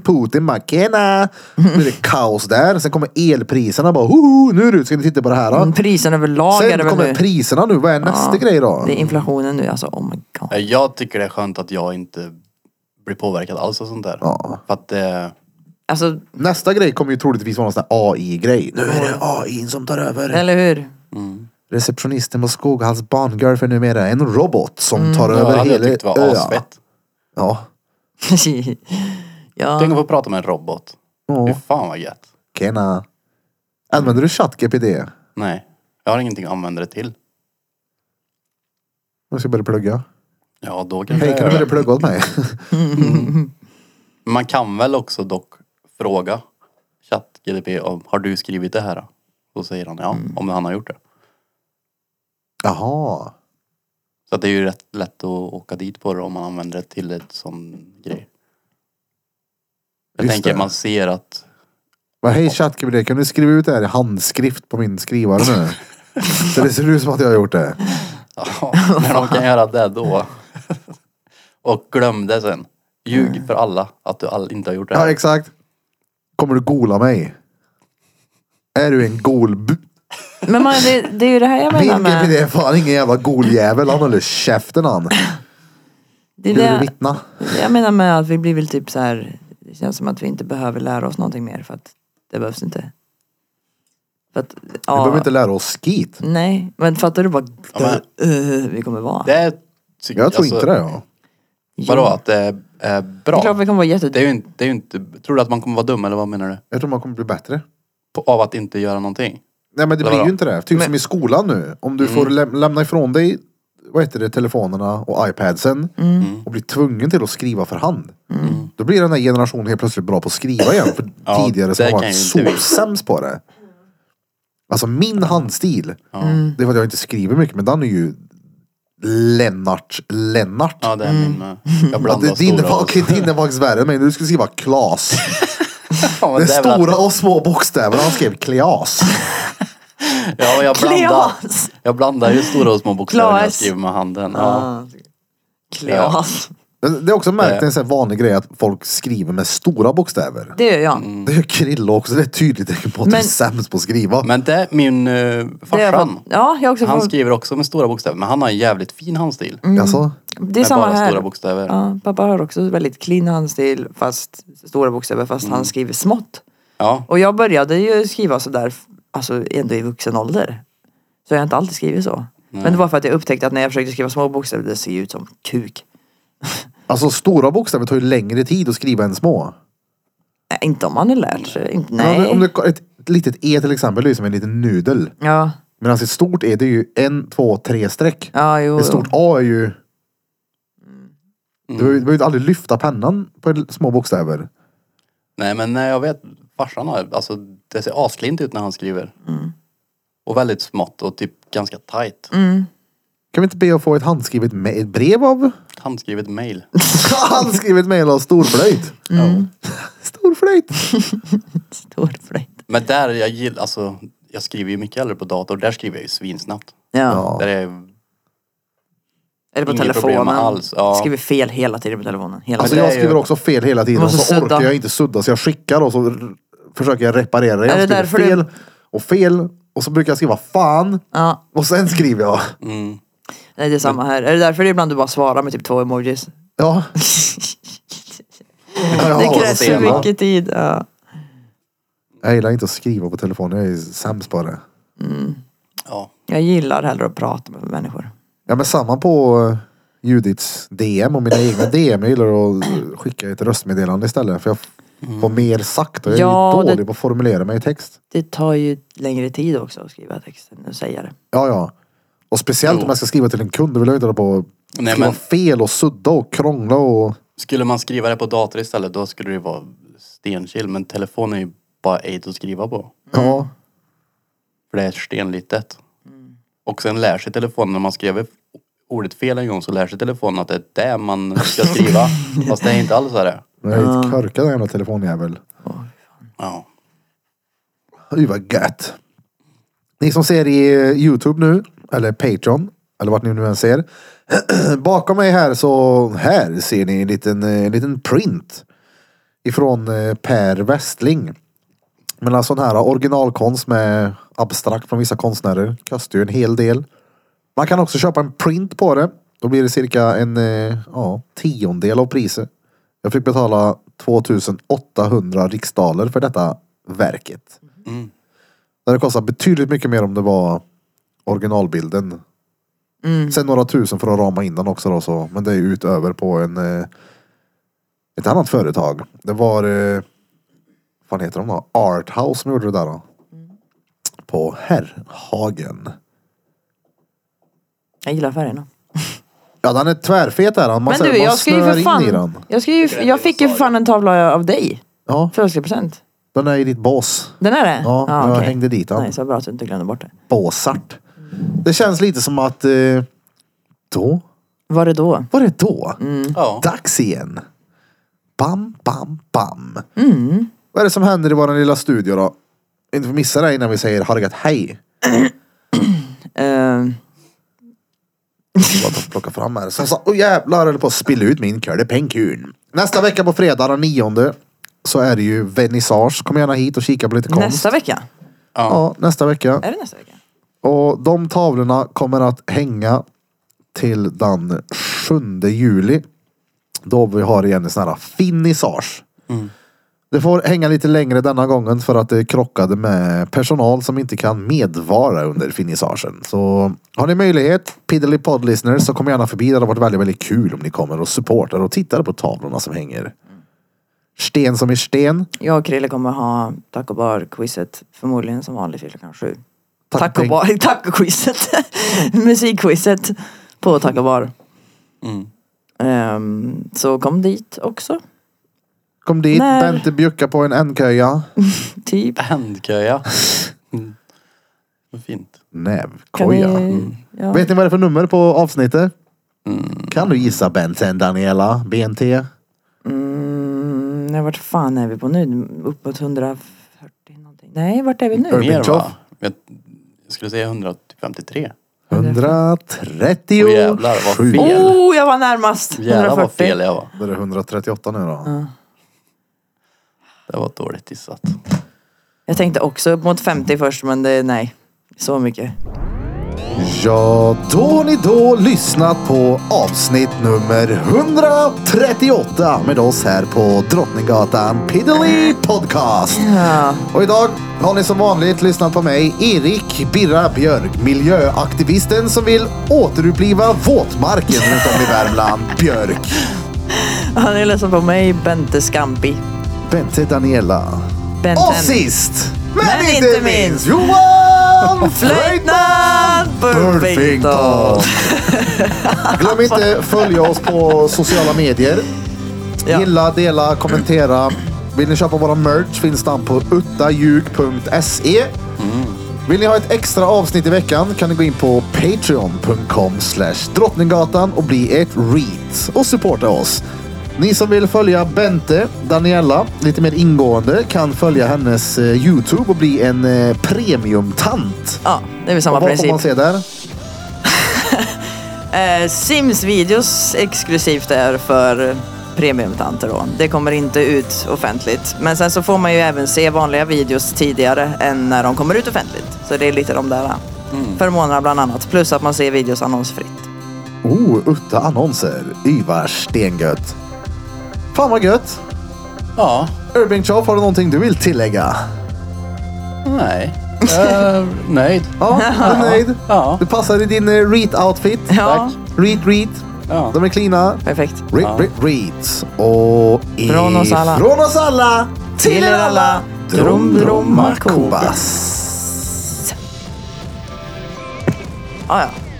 [SPEAKER 2] fan.
[SPEAKER 1] Putin, Makena. Blir det kaos där. Sen kommer elpriserna bara, hoho, nu är det ut, ska ni titta på det här. Då?
[SPEAKER 2] Mm, Prisen överlag är
[SPEAKER 1] Sen
[SPEAKER 2] det väl
[SPEAKER 1] kommer
[SPEAKER 2] nu.
[SPEAKER 1] priserna nu, vad är nästa
[SPEAKER 2] Ja,
[SPEAKER 1] grej då?
[SPEAKER 2] Det är inflationen nu alltså, oh my god.
[SPEAKER 3] Nej, Jag tycker det är skönt att jag inte blir påverkad alls av sånt där.
[SPEAKER 1] Ja.
[SPEAKER 3] För att eh, det...
[SPEAKER 2] Alltså,
[SPEAKER 1] Nästa grej kommer ju troligtvis vara någon sån här AI-grej. Nu är det AI som tar över.
[SPEAKER 2] eller hur?
[SPEAKER 3] mm.
[SPEAKER 1] Receptionisten på Skoghalls barngirlfriend numera är en robot som
[SPEAKER 2] Mm.
[SPEAKER 1] tar
[SPEAKER 3] Jag
[SPEAKER 1] över
[SPEAKER 3] hade jag
[SPEAKER 1] hela
[SPEAKER 3] tyckt det var asfett.
[SPEAKER 1] Ja.
[SPEAKER 2] ja.
[SPEAKER 3] Tänk att få prata med en robot. Fy
[SPEAKER 1] Ja.
[SPEAKER 3] fan vad gött.
[SPEAKER 1] Kena. Använder du ChatGPT?
[SPEAKER 3] Nej. Jag har ingenting att använda det till.
[SPEAKER 1] Jag ska börja plugga.
[SPEAKER 3] Ja, då kanske
[SPEAKER 1] Hej,
[SPEAKER 3] jag
[SPEAKER 1] kan du
[SPEAKER 3] gör
[SPEAKER 1] börja
[SPEAKER 3] det.
[SPEAKER 1] plugga åt mig?
[SPEAKER 3] Man kan väl också dock fråga ChatGDP om har du skrivit det här? då?" Då säger han ja,
[SPEAKER 1] Mm.
[SPEAKER 3] om han har gjort det.
[SPEAKER 1] Jaha.
[SPEAKER 3] Så att det är ju rätt lätt att åka dit på det om man använder det till ett sån grej. Jag
[SPEAKER 1] Just
[SPEAKER 3] tänker
[SPEAKER 1] det.
[SPEAKER 3] man ser att
[SPEAKER 1] Vad hej ChatGPT, kan du skriva ut det här i handskrift på min skrivare nu? Så det ser ut som att jag har gjort det.
[SPEAKER 3] Ja, när de kan göra det då. Och glöm det sen. Ljug för alla att du all, inte har gjort det
[SPEAKER 1] Ja,
[SPEAKER 3] här.
[SPEAKER 1] exakt. Kommer du gola mig? Är du en gol...
[SPEAKER 2] Men man, det, det är ju det här jag menar
[SPEAKER 1] Min
[SPEAKER 2] med...
[SPEAKER 1] GPD är fan ingen jävla goljävel. Han håller käften han.
[SPEAKER 2] Det är
[SPEAKER 1] Vill du
[SPEAKER 2] det,
[SPEAKER 1] vittna?
[SPEAKER 2] jag menar med att vi blir väl typ så här. Det känns som att vi inte behöver lära oss någonting mer för att det behövs inte. För att,
[SPEAKER 1] Vi behöver
[SPEAKER 2] ja,
[SPEAKER 1] inte lära oss skit.
[SPEAKER 2] Nej, men fattar du vad
[SPEAKER 3] Ja,
[SPEAKER 2] eh, vi kommer vara?
[SPEAKER 3] Det är, ty-
[SPEAKER 1] Jag tror
[SPEAKER 3] alltså,
[SPEAKER 1] inte det. Ja.
[SPEAKER 3] Vadå att det är, är
[SPEAKER 2] Det
[SPEAKER 3] bra?
[SPEAKER 2] är klart vi kommer vara
[SPEAKER 3] Det
[SPEAKER 2] jätte...
[SPEAKER 3] är ju inte, det är ju inte, tror du att man kommer vara dum eller vad menar du?
[SPEAKER 1] Jag tror man kommer bli bättre.
[SPEAKER 3] På, av att inte göra någonting?
[SPEAKER 1] Nej men det
[SPEAKER 3] Eller
[SPEAKER 1] blir ju
[SPEAKER 3] vadå?
[SPEAKER 1] inte det. Typ som i skolan nu. Om du får läm- lämna ifrån dig vad heter det, telefonerna och iPadsen
[SPEAKER 3] Mm.
[SPEAKER 1] och blir tvungen till att skriva för hand. Då blir den här generationen helt plötsligt bra på att skriva igen. För
[SPEAKER 3] Ja,
[SPEAKER 1] tidigare så
[SPEAKER 3] det
[SPEAKER 1] har
[SPEAKER 3] kan
[SPEAKER 1] varit
[SPEAKER 3] ju inte vi.
[SPEAKER 1] så sämst på det. Alltså min handstil. Det är för att jag inte skriver mycket men den är ju Lennart Lennart.
[SPEAKER 3] Ja, det är min
[SPEAKER 2] Mm.
[SPEAKER 3] med. Jag
[SPEAKER 1] Ja,
[SPEAKER 3] blandar
[SPEAKER 1] det, din,
[SPEAKER 3] stora
[SPEAKER 1] var,
[SPEAKER 3] och
[SPEAKER 1] okej, din är faktiskt värre än mig. Du skulle skriva Klas.
[SPEAKER 3] Ja,
[SPEAKER 1] Det
[SPEAKER 3] det är väl att-
[SPEAKER 1] stora och små bokstäver. Han skrev Kleas.
[SPEAKER 3] Ja, och jag blandar,
[SPEAKER 2] Kleas!
[SPEAKER 3] jag blandar ju stora och små bokstäver när jag
[SPEAKER 2] Klas.
[SPEAKER 3] skriver med handen. Ja.
[SPEAKER 2] Ah. Klas.
[SPEAKER 1] Men Det är också märkt en sån här vanlig grej att folk skriver med stora bokstäver.
[SPEAKER 2] Det gör jag.
[SPEAKER 3] Mm.
[SPEAKER 1] Det gör Krille också. Det är ett tydligt tecken på att du är
[SPEAKER 2] Men-
[SPEAKER 1] sämst på att skriva.
[SPEAKER 3] Men det, min uh,
[SPEAKER 2] Det är
[SPEAKER 3] farsan,
[SPEAKER 2] ja, jag har också
[SPEAKER 3] han
[SPEAKER 2] fått-
[SPEAKER 3] skriver också med stora bokstäver. Men han har en jävligt fin handstil.
[SPEAKER 1] Alltså,
[SPEAKER 2] Mm, Det är
[SPEAKER 3] med
[SPEAKER 2] samma
[SPEAKER 3] bara
[SPEAKER 2] här.
[SPEAKER 3] stora bokstäver. Ja.
[SPEAKER 2] Ja, pappa har också väldigt clean handstil fast stora bokstäver fast
[SPEAKER 1] Mm.
[SPEAKER 2] han skriver smått. Och jag började ju skriva sådär, alltså ändå i vuxen ålder. Så jag har inte alltid skrivit så. Men det var för att jag upptäckte att när jag försökte skriva små bokstäver, det ser ju ut som kuk.
[SPEAKER 1] alltså stora bokstäver tar ju längre tid att skriva än små.
[SPEAKER 2] Nej, inte om man har lärt sig. Inte,
[SPEAKER 1] Men
[SPEAKER 2] nej.
[SPEAKER 1] Om du, om du, ett, ett litet E till exempel, det är ju som en liten nudel.
[SPEAKER 2] Ja,
[SPEAKER 1] Medan ett stort E det är ju en, två, tre streck.
[SPEAKER 2] ja jo.
[SPEAKER 1] Ett stort
[SPEAKER 2] jo.
[SPEAKER 1] A är ju... Du behöver- du behöver ju aldrig lyfta pennan på små bokstäver.
[SPEAKER 3] Nej men nej, jag vet, farsan har, alltså det ser asklint ut när han skriver. Och väldigt smått och typ ganska tight.
[SPEAKER 1] Kan vi inte be att få ett handskrivet me- ett brev av?
[SPEAKER 3] Handskrivet mail.
[SPEAKER 1] handskrivet mejl av storflöjt.
[SPEAKER 2] Mm.
[SPEAKER 1] storflöjt.
[SPEAKER 2] Stor flöjt.
[SPEAKER 3] Men där, jag gillar, alltså jag skriver ju mycket hellre på dator. Där skriver jag ju svinsnabbt.
[SPEAKER 2] Ja.
[SPEAKER 1] Ja.
[SPEAKER 3] Där är,
[SPEAKER 2] Eller på
[SPEAKER 3] Inget
[SPEAKER 2] telefonen.
[SPEAKER 3] problem alls, ja.
[SPEAKER 2] Skriver fel hela tiden på telefonen. Hela
[SPEAKER 1] Alltså
[SPEAKER 2] tiden.
[SPEAKER 3] det
[SPEAKER 1] jag
[SPEAKER 3] är ju-
[SPEAKER 1] skriver också fel hela tiden.
[SPEAKER 2] Måste
[SPEAKER 1] Och så
[SPEAKER 2] sudda.
[SPEAKER 1] orkar jag inte sudda så jag skickar och så r- försöker jag reparera det.
[SPEAKER 2] Är
[SPEAKER 1] Jag
[SPEAKER 2] det
[SPEAKER 1] skriver
[SPEAKER 2] därför
[SPEAKER 1] fel
[SPEAKER 2] du-
[SPEAKER 1] och fel. Och så brukar jag skriva fan.
[SPEAKER 2] Ja,
[SPEAKER 1] Och sen skriver jag.
[SPEAKER 3] mm,
[SPEAKER 2] nej det är samma här. Är det därför det ibland du bara svarar med typ två emojis?
[SPEAKER 1] Ja. Ja, jag har
[SPEAKER 2] det krävs
[SPEAKER 1] sena.
[SPEAKER 2] så mycket tid. Ja.
[SPEAKER 1] Jag gillar inte att skriva på telefonen. Jag är sämst på det.
[SPEAKER 3] ja.
[SPEAKER 2] Jag gillar hellre att prata med människor.
[SPEAKER 1] Ja men samma på eh, Judiths DM och mina egna DM. Jag gillar att eh, skicka ett röstmeddelande istället. För jag f- får mer sagt och jag
[SPEAKER 2] Mm. Ja,
[SPEAKER 1] är ju
[SPEAKER 2] det-
[SPEAKER 1] dålig på att formulera mig i text.
[SPEAKER 2] Det tar ju längre tid också att skriva texten och säga det.
[SPEAKER 1] Ja ja. Och speciellt
[SPEAKER 3] Jo.
[SPEAKER 1] om jag ska skriva till en kund. Då vill jag inte hålla på och
[SPEAKER 3] Nej,
[SPEAKER 1] skriva
[SPEAKER 3] men-
[SPEAKER 1] fel och sudda och krångla och...
[SPEAKER 3] Skulle man skriva det på dator istället då skulle det vara stenchill. Men telefon är ju bara aid att skriva på.
[SPEAKER 1] Ja.
[SPEAKER 3] För det är stenlitet. Och sen lär sig telefonen, när man skriver ordet fel en gång så lär sig telefonen att det är det man ska skriva. Fast det är inte alls det.
[SPEAKER 1] Jag är helt korkad den jävla telefonjävel.
[SPEAKER 3] Ja.
[SPEAKER 1] Uy vad gött. Ni som ser i eh, Youtube nu, eller Patreon, eller vart ni nu än ser. Bakom mig här så, här ser ni en liten, eh, en liten print. Ifrån eh, Per Westling. Men alltså den här originalkonst med abstrakt från vissa konstnärer kostar ju en hel del. Man kan också köpa en print på det. Då blir det cirka en eh, ja, tiondel av priset. Jag fick betala 2800 riksdaler för detta verket. Där det kostar betydligt mycket mer om det var originalbilden.
[SPEAKER 2] Mm.
[SPEAKER 1] Sen några tusen för att rama in den också då, så. Men det är ju utöver på en eh, ett annat företag. Det var eh, vad fan heter de då? Arthouse som gjorde det där då.
[SPEAKER 2] Mm.
[SPEAKER 1] På Herrhagen.
[SPEAKER 2] Jag gillar färgerna.
[SPEAKER 1] Ja den är tvärfet där. Man,
[SPEAKER 2] Men
[SPEAKER 1] ser-
[SPEAKER 2] du,
[SPEAKER 1] man
[SPEAKER 2] jag ska ju
[SPEAKER 1] snör
[SPEAKER 2] för
[SPEAKER 1] in i den.
[SPEAKER 2] fan... Jag, ska ju, jag fick ju för fan en tavla av dig.
[SPEAKER 1] Ja,
[SPEAKER 2] Födelsedagspresent.
[SPEAKER 1] den är i ditt bås.
[SPEAKER 2] Den är det?
[SPEAKER 1] Ja, jag
[SPEAKER 2] Ah, okej.
[SPEAKER 1] hängde dit den.
[SPEAKER 2] Nej, så bra att du inte glömde bort det.
[SPEAKER 1] Båsart.
[SPEAKER 2] Mm.
[SPEAKER 1] Det känns lite som att eh, då
[SPEAKER 2] Var det då?
[SPEAKER 1] var det då.
[SPEAKER 2] Mm.
[SPEAKER 3] ja.
[SPEAKER 1] Dags igen. Bam, bam, bam.
[SPEAKER 2] Mm.
[SPEAKER 1] Vad är det som händer i vår lilla studio då? Inte få missa det innan vi säger har det gött hej.
[SPEAKER 2] Eh,
[SPEAKER 1] Jag bara plocka fram här. Som sa, åh jävlar, höll på att spilla ut min curlypenkun. Nästa vecka på fredag den nionde så är det ju vernissage. Kom gärna hit och kika på lite konst.
[SPEAKER 2] nästa vecka?
[SPEAKER 1] Ja, nästa vecka.
[SPEAKER 2] Är det nästa vecka?
[SPEAKER 1] Och de tavlorna kommer att hänga till den 7 juli. Då vi har igen en sån här finissage. Det får hänga lite längre denna gången för att det krockade med personal som inte kan medvara under finissagen. Så har ni möjlighet, piddly pod listeners så kom gärna förbi. Det hade varit väldigt, väldigt kul om ni kommer och supportar och tittar på tavlorna som hänger. Sten som i sten.
[SPEAKER 2] Jag och Krille kommer ha taco bar-quizet förmodligen som vanligt till klockan sju.
[SPEAKER 1] Tack,
[SPEAKER 2] Taco
[SPEAKER 1] Bengt.
[SPEAKER 2] bar, taco-quizet. Musikquizet på taco bar.
[SPEAKER 3] Mm.
[SPEAKER 2] Ehm, så kom dit också.
[SPEAKER 1] Kom dit,
[SPEAKER 2] När-
[SPEAKER 1] Bente bjucka på en ändköja.
[SPEAKER 2] Typ.
[SPEAKER 3] Handköja. Mm. Vad Fint.
[SPEAKER 1] Nävkoja.
[SPEAKER 2] Kan ni- ja.
[SPEAKER 1] Vet ni vad det är för nummer på avsnittet?
[SPEAKER 3] Mm.
[SPEAKER 1] Kan du gissa Bensen Daniela? BNT?
[SPEAKER 2] Mm, nej, vart fan är vi på nu? Uppåt 140 någonting. Nej, vart är vi nu?
[SPEAKER 1] Ur-
[SPEAKER 3] Mer
[SPEAKER 1] Gorbatjov.
[SPEAKER 3] va? Jag jag skulle säga 153.
[SPEAKER 1] 130.
[SPEAKER 3] Åh, jävlar, vad
[SPEAKER 1] Sju.
[SPEAKER 3] fel.
[SPEAKER 2] Oh, jag var närmast!
[SPEAKER 3] Jävlar vad
[SPEAKER 2] 140.
[SPEAKER 3] fel jag var.
[SPEAKER 1] Då är det 138 nu då.
[SPEAKER 3] Det var dåligt gissat.
[SPEAKER 2] Jag tänkte också upp mot 50 först, men det, nej. Så mycket.
[SPEAKER 1] Ja, då har ni då lyssnat på avsnitt nummer 138 med oss här på Drottninggatan Piddly Podcast.
[SPEAKER 2] Ja.
[SPEAKER 1] Och idag har ni som vanligt lyssnat på mig, Erik Birra Björk, miljöaktivisten som vill återuppliva våtmarken runt om i Värmland, Björk.
[SPEAKER 2] Han är ledsen på mig, Bente Skampi.
[SPEAKER 1] Bente Daniela.
[SPEAKER 2] Benten.
[SPEAKER 1] Och sist, men,
[SPEAKER 2] Men
[SPEAKER 1] inte,
[SPEAKER 2] inte
[SPEAKER 1] minst,
[SPEAKER 2] minst,
[SPEAKER 1] Johan
[SPEAKER 2] Flöjtnant Burfington!
[SPEAKER 1] Burfington. Glöm inte följa oss på sociala medier.
[SPEAKER 2] Ja.
[SPEAKER 1] Gilla, dela, kommentera. Vill ni köpa våra merch finns den på uttajug.se.
[SPEAKER 2] Mm.
[SPEAKER 1] Vill ni ha ett extra avsnitt i veckan kan ni gå in på patreon.com slash drottninggatan och bli ett reat och supporta oss. Ni som vill följa Bente, Daniela, lite mer ingående kan följa hennes eh, Youtube och bli en eh, premiumtant.
[SPEAKER 2] Ja, det är väl samma
[SPEAKER 1] Och vad får
[SPEAKER 2] princip.
[SPEAKER 1] man se där?
[SPEAKER 2] Eh, Sims-videos exklusivt är för premiumtanter då. Det kommer inte ut offentligt. Men sen så får man ju även se vanliga videos tidigare än när de kommer ut offentligt. Så det är lite de där mm. förmånerna bland annat. Plus att man ser videos annonsfritt.
[SPEAKER 1] Oh, utta annonser. Yvars stengött. Fan vad gött.
[SPEAKER 3] Ja,
[SPEAKER 1] Irving Chow, har du någonting du vill tillägga?
[SPEAKER 3] nej. Eh, nöjd.
[SPEAKER 1] Ja, du är nöjd?
[SPEAKER 3] Ja.
[SPEAKER 1] Du passar i din eh, reet-outfit.
[SPEAKER 2] Ja.
[SPEAKER 1] Reet, reet.
[SPEAKER 3] Ja.
[SPEAKER 1] De är cleana.
[SPEAKER 2] Perfekt.
[SPEAKER 1] Reet,
[SPEAKER 3] Ja.
[SPEAKER 1] reet, reet. Och
[SPEAKER 2] Från oss alla.
[SPEAKER 1] Från oss alla.
[SPEAKER 2] Till er alla.
[SPEAKER 1] Drom, dromma,
[SPEAKER 2] Kobas.
[SPEAKER 1] kobas.
[SPEAKER 2] Ah, ja.